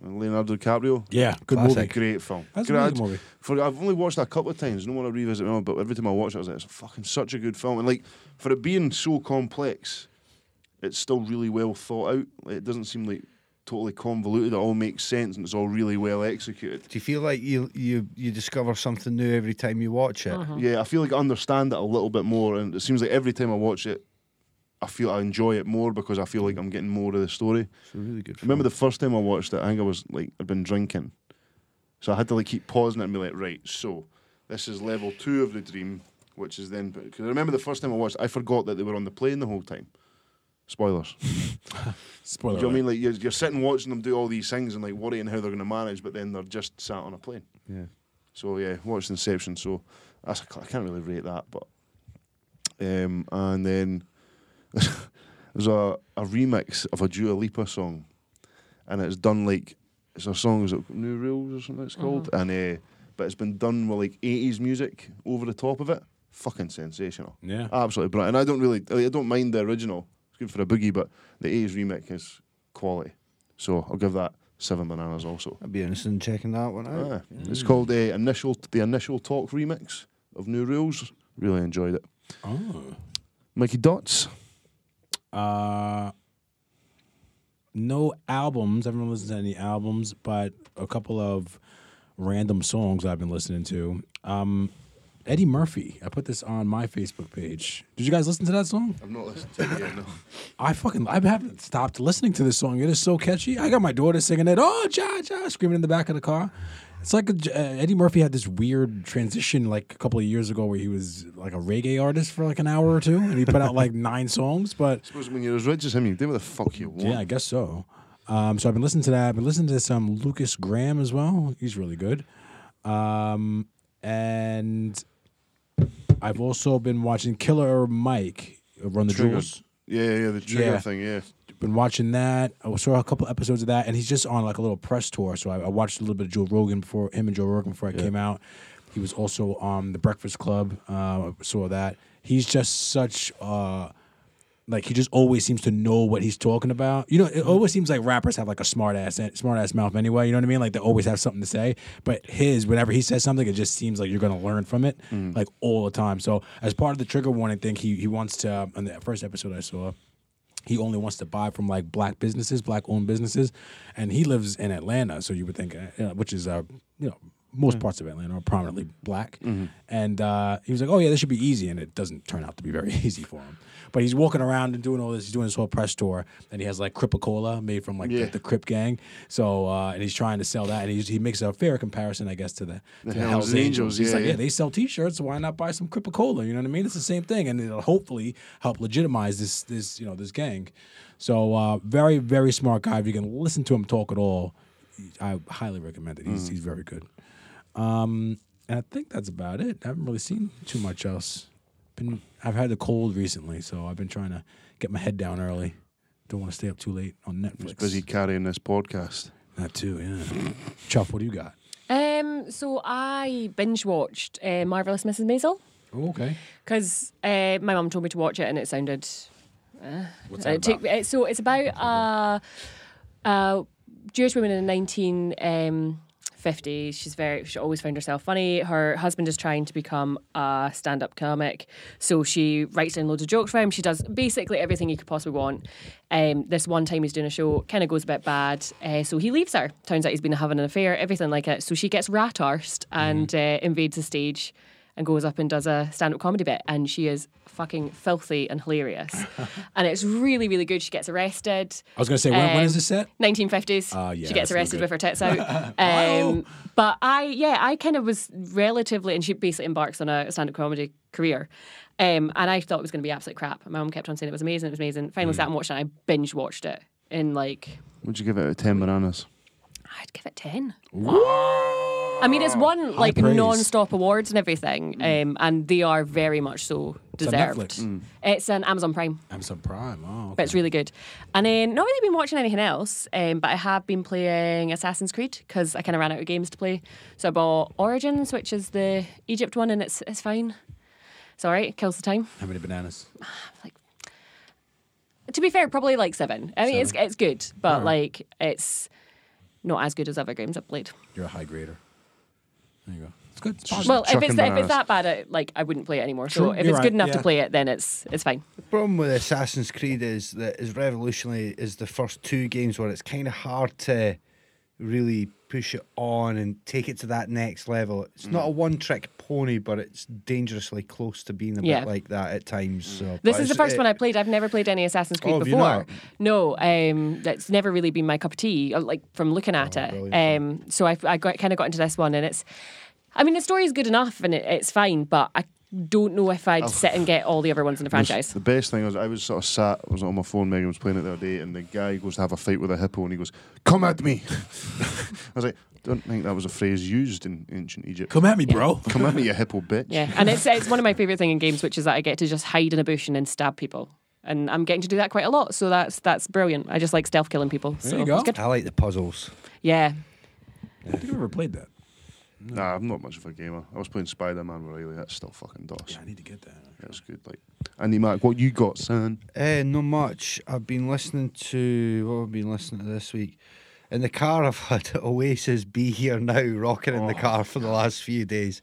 S2: and Leonardo DiCaprio.
S4: Yeah. Good
S6: Classic.
S4: movie.
S2: Great film.
S4: That's a
S2: Grad-
S4: good movie.
S2: For I've only watched that a couple of times. No want to revisit it, but every time I watch it, I was like, it's fucking such a good film. And like for it being so complex, it's still really well thought out. Like, it doesn't seem like totally convoluted. It all makes sense and it's all really well executed.
S6: Do you feel like you you you discover something new every time you watch it?
S2: Yeah, I feel like I understand it a little bit more, and it seems like every time I watch it, I feel I enjoy it more because I feel like I'm getting more of the story.
S6: It's a really good.
S2: Remember the first time I watched it, I think I was like I'd been drinking, so I had to like keep pausing it and be like, right, so this is level two of the dream, which is then because I remember the first time I watched, it, I forgot that they were on the plane the whole time. Spoilers. Do
S4: Spoiler.
S2: you know what I
S4: alert.
S2: mean? Like you're, you're sitting watching them do all these things and like worrying how they're going to manage, but then they're just sat on a plane.
S6: Yeah.
S2: So yeah, watched Inception. So that's a cl- I can't really rate that, but um, and then (laughs) there's a, a remix of a Dua Lipa song, and it's done like it's a song is it New Rules or something it's called, and uh, but it's been done with like eighties music over the top of it. Fucking sensational.
S4: Yeah.
S2: absolutely brilliant. And I don't really, I don't mind the original. It's good for a boogie, but the eighties remix is quality. So I'll give that seven bananas also.
S6: I'd be interested in checking that one out.
S2: Ah,
S4: Mm.
S2: It's called the initial the initial talk remix of New Rules. Really enjoyed it.
S4: Oh.
S2: Mikey Dots.
S4: Uh, no albums. I haven't listened to any albums, but a couple of random songs I've been listening to. Um, Eddie Murphy. I put this on my Facebook page. Did you guys listen to that song?
S2: I've not listened to it yet. No.
S4: I fucking I haven't stopped listening to this song. It is so catchy. I got my daughter singing it. Oh, ja, ja, screaming in the back of the car. It's like a, uh, Eddie Murphy had this weird transition like a couple of years ago where he was like a reggae artist for like an hour or two, and he put out like (laughs) nine songs. But
S2: (laughs) suppose when you're as rich as him, you do what the fuck you want.
S4: yeah, I guess so. Um, so I've been listening to that. I've been listening to some Lucas Graham as well. He's really good. Um, and I've also been watching Killer Mike Run the
S2: Trigger.
S4: Jewels.
S2: Yeah, yeah, yeah, the trigger
S4: Yeah.
S2: thing, yeah.
S4: been watching that. I saw a couple episodes of that, and he's just on like a little press tour. So I, I watched a little bit of Joe Rogan before him and Joe Rogan before I came out. He was also on the Breakfast Club. Uh, saw that. He's just such. Uh, like he just always seems to know what he's talking about. You know, it always seems like rappers have like a smart ass smart ass mouth anyway. You know what I mean? Like they always have something to say. But his, whenever he says something, it just seems like you're gonna learn from it like all the time. So as part of the trigger warning thing, he he wants to on the first episode I saw, he only wants to buy from like black businesses, black owned businesses, and he lives in Atlanta, so you would think, uh, you know, which is uh, you know most
S2: Hmm.
S4: parts of Atlanta are prominently black,
S2: Mm-hmm.
S4: and uh, he was like, oh yeah, this should be easy, and it doesn't turn out to be very (laughs) easy for him. But he's walking around and doing all this. He's doing this whole press tour, and he has like Crippa Cola made from like
S2: Yeah.
S4: the, the Crip Gang. So uh, and he's trying to sell that, and he's, he makes a fair comparison, I guess, to the, to
S2: Hell's Angels,
S4: He's
S2: yeah,
S4: like,
S2: yeah.
S4: yeah, they sell T-shirts, so why not buy some Crippa Cola? You know what I mean? It's the same thing, and it'll hopefully help legitimize this this you know this gang. So uh, very very smart guy. If you can listen to him talk at all, I highly recommend it. He's he's very good. Um, and I think that's about it. I haven't really seen too much else. Been I've had a cold recently, so I've been trying to get my head down early. Don't want to stay up too late on Netflix.
S2: Busy carrying this podcast.
S4: That too, yeah. Chuff, what do you got?
S5: Um, so I binge watched uh, Marvelous Mrs. Maisel
S4: Oh, okay.
S5: because uh, my mum told me to watch it and it sounded.
S4: What's
S5: Uh,
S4: that
S5: took-
S4: about?
S5: uh, so it's about uh, uh, Jewish woman in the 1950s. She's very. She always found herself funny. Her husband is trying to become a stand-up comic, so she writes down loads of jokes for him. She does basically everything he could possibly want. Um, this one time he's doing a show, kind of goes a bit bad, uh, so he leaves her. Turns out he's been having an affair, everything like it. So she gets rat arsed and uh, invades the stage and goes up and does a stand-up comedy bit and she is fucking filthy and hilarious and it's really really good she gets arrested
S4: I was gonna say, when, when is this set?
S5: 1950s
S4: Ah, yeah,
S5: she
S4: that's
S5: gets
S4: no
S5: arrested
S4: good.
S5: with her
S4: (laughs)
S5: tits out um, but i yeah i kind of was relatively and she basically embarks on a stand-up comedy career um, and i thought it was going to be absolute crap my mum kept on saying it was amazing it was amazing
S4: Hmm.
S5: finally sat and watched it and i binge watched it in like
S2: Would you give it out of 10 bananas?
S5: I'd give it ten. I mean, it's won like
S4: praise. Hmm.
S5: non-stop awards and everything, um, and they are very much so
S4: on
S5: deserved.
S4: Netflix. Mm.
S5: It's an Amazon Prime,
S4: I'm some prime. Oh,
S5: but
S4: okay.
S5: it's really good. And then not really been watching anything else, um, but I have been playing Assassin's Creed because I kind of ran out of games to play. So I bought Origins, which is the Egypt one, and it's it's fine. It's all right. It kills the time.
S4: how many bananas?
S5: To be fair, probably like seven. I mean, it's it's good, but
S4: Alright.
S5: like it's not as good as other games I've played.
S4: You're a high grader. There you go. It's good. It's
S5: Well, if it's,
S2: chucking
S5: if
S2: bananas.
S5: it's that bad, I, like I wouldn't play it anymore.
S4: True,
S5: So if
S4: you're
S5: it's
S4: right,
S5: good enough
S4: yeah.
S5: to play it, then it's it's fine.
S6: problem with Assassin's Creed is that is revolutionary is the first two games where it's kind of hard to really push it on and take it to that next level. It's not a
S5: Mm.
S6: one trick pony, but it's dangerously close to being a
S5: Yeah.
S6: bit like that at times. So
S5: This
S6: but
S5: is the
S6: it's-
S5: first
S6: it-
S5: one I played. I've never played any Assassin's Creed
S6: Oh, have you
S5: before.
S6: not?
S5: No, um, that's never really been my cup of tea. uh, Like from looking at
S6: Oh,
S5: it, um, so I, I got, kind of got into this one, and it's, I mean, the story is good enough and it, it's fine, but I don't know if I'd sit and get all the other ones
S6: (laughs)
S5: in the franchise.
S2: The best thing was I was sort of sat, I was on my phone, Megan was playing it the other day, and the guy goes to have a fight with a hippo, and he goes, "Come at me!" (laughs) I was like, "Don't think that was a phrase used in ancient Egypt."
S4: Come at me, bro.
S2: Come at me, you hippo bitch!
S5: Yeah, and it's it's one of my favorite thing in games, which is that I get to just hide in a bush and then stab people, and I'm getting to do that quite a lot. So that's that's brilliant. I just like stealth killing people. so
S4: you go.
S5: It's good.
S6: I like the puzzles.
S5: Yeah,
S4: I think I've ever played that.
S2: Nah, I'm not much of a gamer. I was playing Spider Man with Riley. That's still fucking DOS.
S4: Yeah, I need to get that.
S2: That's good. Like Andy Mac, what you got, son?
S6: Uh, not much. I've been listening to what I've been listening to this week. In the car, (laughs) I've had Oasis "Be Here Now" rocking in the
S5: Oh.
S6: car for the last few days.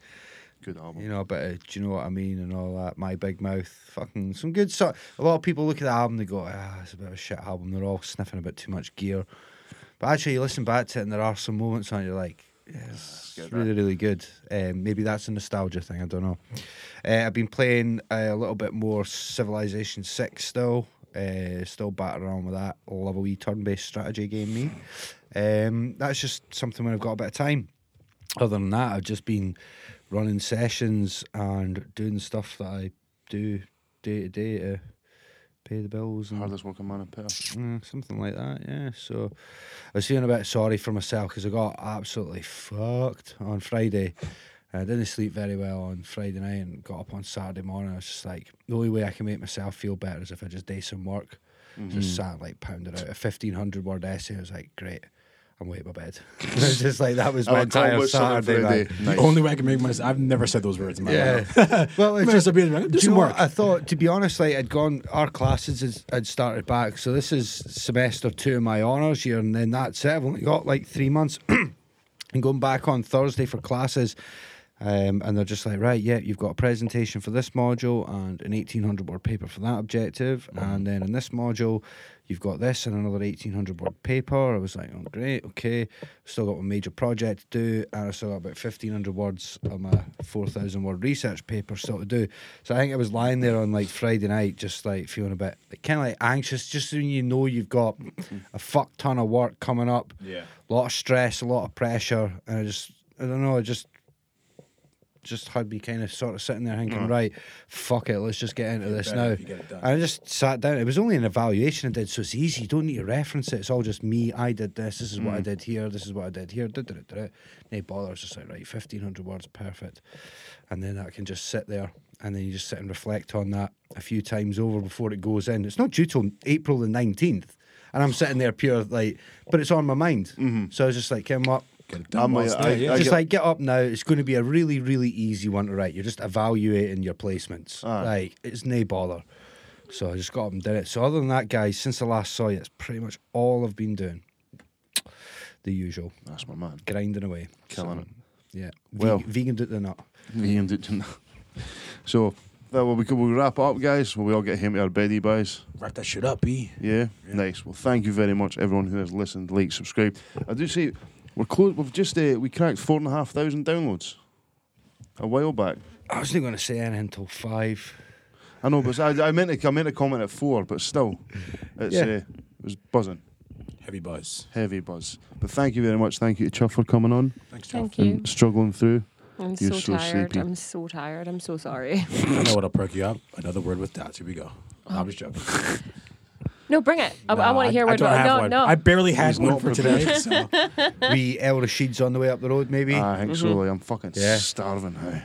S2: Good album.
S6: You know, but uh, do you know what I mean and all that. My Big Mouth, fucking some good stuff. A lot of people look at the album, they go, "Ah, it's a bit of a shit album." They're all sniffing a bit too much gear. But actually, you listen back to it, and there are some moments on it you're like, yes,
S2: get
S6: it's really, really good. Um, maybe that's a nostalgia thing. I don't know. Uh, I've been playing uh, a little bit more Civilization Six still. Uh, still battering on with that. Love a wee turn-based strategy game, me. Um, that's just something when I've got a bit of time. Other than that, I've just been running sessions and doing stuff that I do day to day to pay the bills and
S2: Hardest working man in Perth.
S6: Mm, something like that, yeah. So I was feeling a bit sorry for myself because I got absolutely fucked on Friday. I didn't sleep very well on Friday night and got up on Saturday morning. I was just like, the only way I can make myself feel better is if I just do some work.
S2: Mm-hmm.
S6: Just sat like pounded out a fifteen hundred word essay. I was like, great, I'm way to my
S2: (laughs)
S6: bed. (laughs) It's just like that was
S2: Oh, I
S6: my
S2: went, "Tell me
S6: entire
S2: what's on
S6: Saturday night.
S2: Friday." Nice.
S4: The only way I can make myself, I've never said those words in my
S6: Yeah.
S4: life.
S6: well,
S4: Might as well be in the- do
S6: you
S4: some
S6: know what?
S4: work.
S6: I thought, to be honest, like I'd gone, our classes is, had started back, so this is semester two of my honours year, and then that's it. I've only got like three months, (clears throat) and going back on Thursday for classes. Um, and they're just like, right, yeah, you've got a presentation for this module and an 1800 word paper for that objective. And then in this module, you've got this and another 1800 word paper. I was like, oh, great, okay. Still got one major project to do. And I still got about 1500 words of my 4000 word research paper still to do. So I think I was lying there on like Friday night, just like feeling a bit like, kind of like anxious, just when you know you've got a fuck ton of work coming up.
S4: Yeah.
S6: A lot of stress, a lot of pressure. And I just, I don't know, I just just had me kind of sort of sitting there thinking, right, fuck it, let's just get into this
S4: better
S6: now.
S4: if you get it done.
S6: And I just sat down. It was only an evaluation I did, so it's easy. You don't need to reference it. It's all just me. I did this. This is
S4: Hmm.
S6: what I did here. This is what I did here. Da, da, da, da, da. No bother. It's just like right, fifteen hundred words, perfect. And then I can just sit there, and then you just sit and reflect on that a few times over before it goes in. It's not due till April the nineteenth, and I'm sitting there pure like, but it's on my mind.
S4: Mm-hmm.
S6: So I was just like, Kim, what?
S4: Get it
S2: I'm
S4: done.
S2: like,
S4: whilst
S2: I-
S4: there, yeah.
S2: I-
S6: just
S2: get-
S6: like get up now. It's going to be a really, really easy one to write. You're just evaluating your placements.
S2: Aye.
S6: Like it's no bother. So I just got up and did it. So other than that, guys, since I last saw you, it's pretty much all I've been doing. The usual,
S2: That's my man.
S6: grinding away,
S2: Killing
S6: So,
S2: it.
S6: Yeah,
S2: Well-
S6: well, vegan did the nut.
S2: Me and it. (laughs) So that will we could we wrap up, guys. Will we all get him to our beddy buys?
S4: Wrap that shit up, E.
S2: Yeah? nice. Well, thank you very much, everyone who has listened, liked, subscribed. I do say we're close. We've just uh, we cracked four and a half thousand downloads a while back.
S6: I wasn't going to say anything until five.
S2: I know, but I, I meant to I meant to comment at four, but still, it's
S6: Yeah.
S2: uh, it was buzzing,
S4: Heavy buzz.
S2: heavy buzz. But thank you very much. Thank you to Chuff for coming on
S4: Thanks, Jeff.
S5: Thank you.
S2: and struggling through.
S5: I'm
S2: You're
S5: so,
S2: so
S5: tired.
S2: sleepy.
S5: I'm so tired. I'm so sorry.
S4: I know what'll perk you up. Another word with dots. Here we go. I'm just joking.
S5: No, bring it. Oh. I, I
S4: Nah,
S5: want to hear
S4: I
S5: what.
S4: don't have
S5: No,
S4: one.
S5: no.
S4: I barely had
S2: He's
S4: one
S2: not
S4: for today. so. (laughs)
S6: we El Rashid's on the way up the road, maybe.
S2: I think so. Like, Ah, I'm fucking
S6: Yeah.
S2: starving now.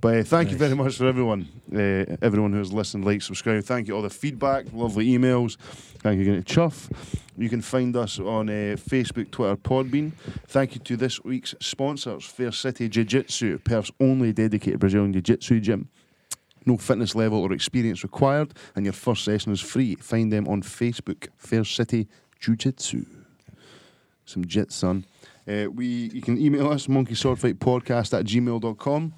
S2: But uh, thank you very much for everyone, uh, everyone who has listened, liked, subscribed. Thank you all the feedback, lovely emails. Thank you again to Chuff. You can find us on uh, Facebook, Twitter, Podbean. Thank you to this week's sponsors, Fair City Jiu Jitsu, Perth's only dedicated Brazilian Jiu Jitsu gym. No fitness level or experience required, and your first session is free. Find them on Facebook, Fair City Jiu Jitsu. Some jits, son. Uh, we, you can email us, monkeyswordfightpodcast at gmail.com.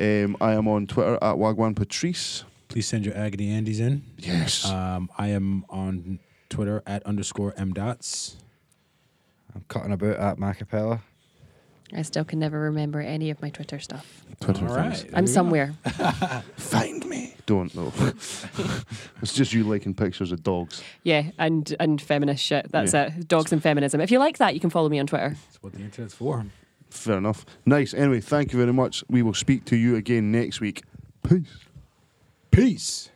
S2: Um, I am on Twitter at Wagwan Patrice.
S4: Please send your agony Andes in.
S2: Yes.
S4: Um, I am on Twitter at underscore m dots.
S6: I'm cutting about at Macapella.
S5: I still can never remember any of my Twitter stuff.
S2: Twitter
S4: All
S2: things.
S4: right.
S5: I'm somewhere.
S2: Find me. Don't know. (laughs) it's just you liking pictures of dogs.
S5: (laughs) Yeah, and and feminist shit. That's
S2: Yeah.
S5: it. Dogs and feminism. If you like that, you can follow me on Twitter.
S4: That's what the internet's for.
S2: Fair enough. Nice. Anyway, thank you very much. We will speak to you again next week. Peace.
S4: Peace.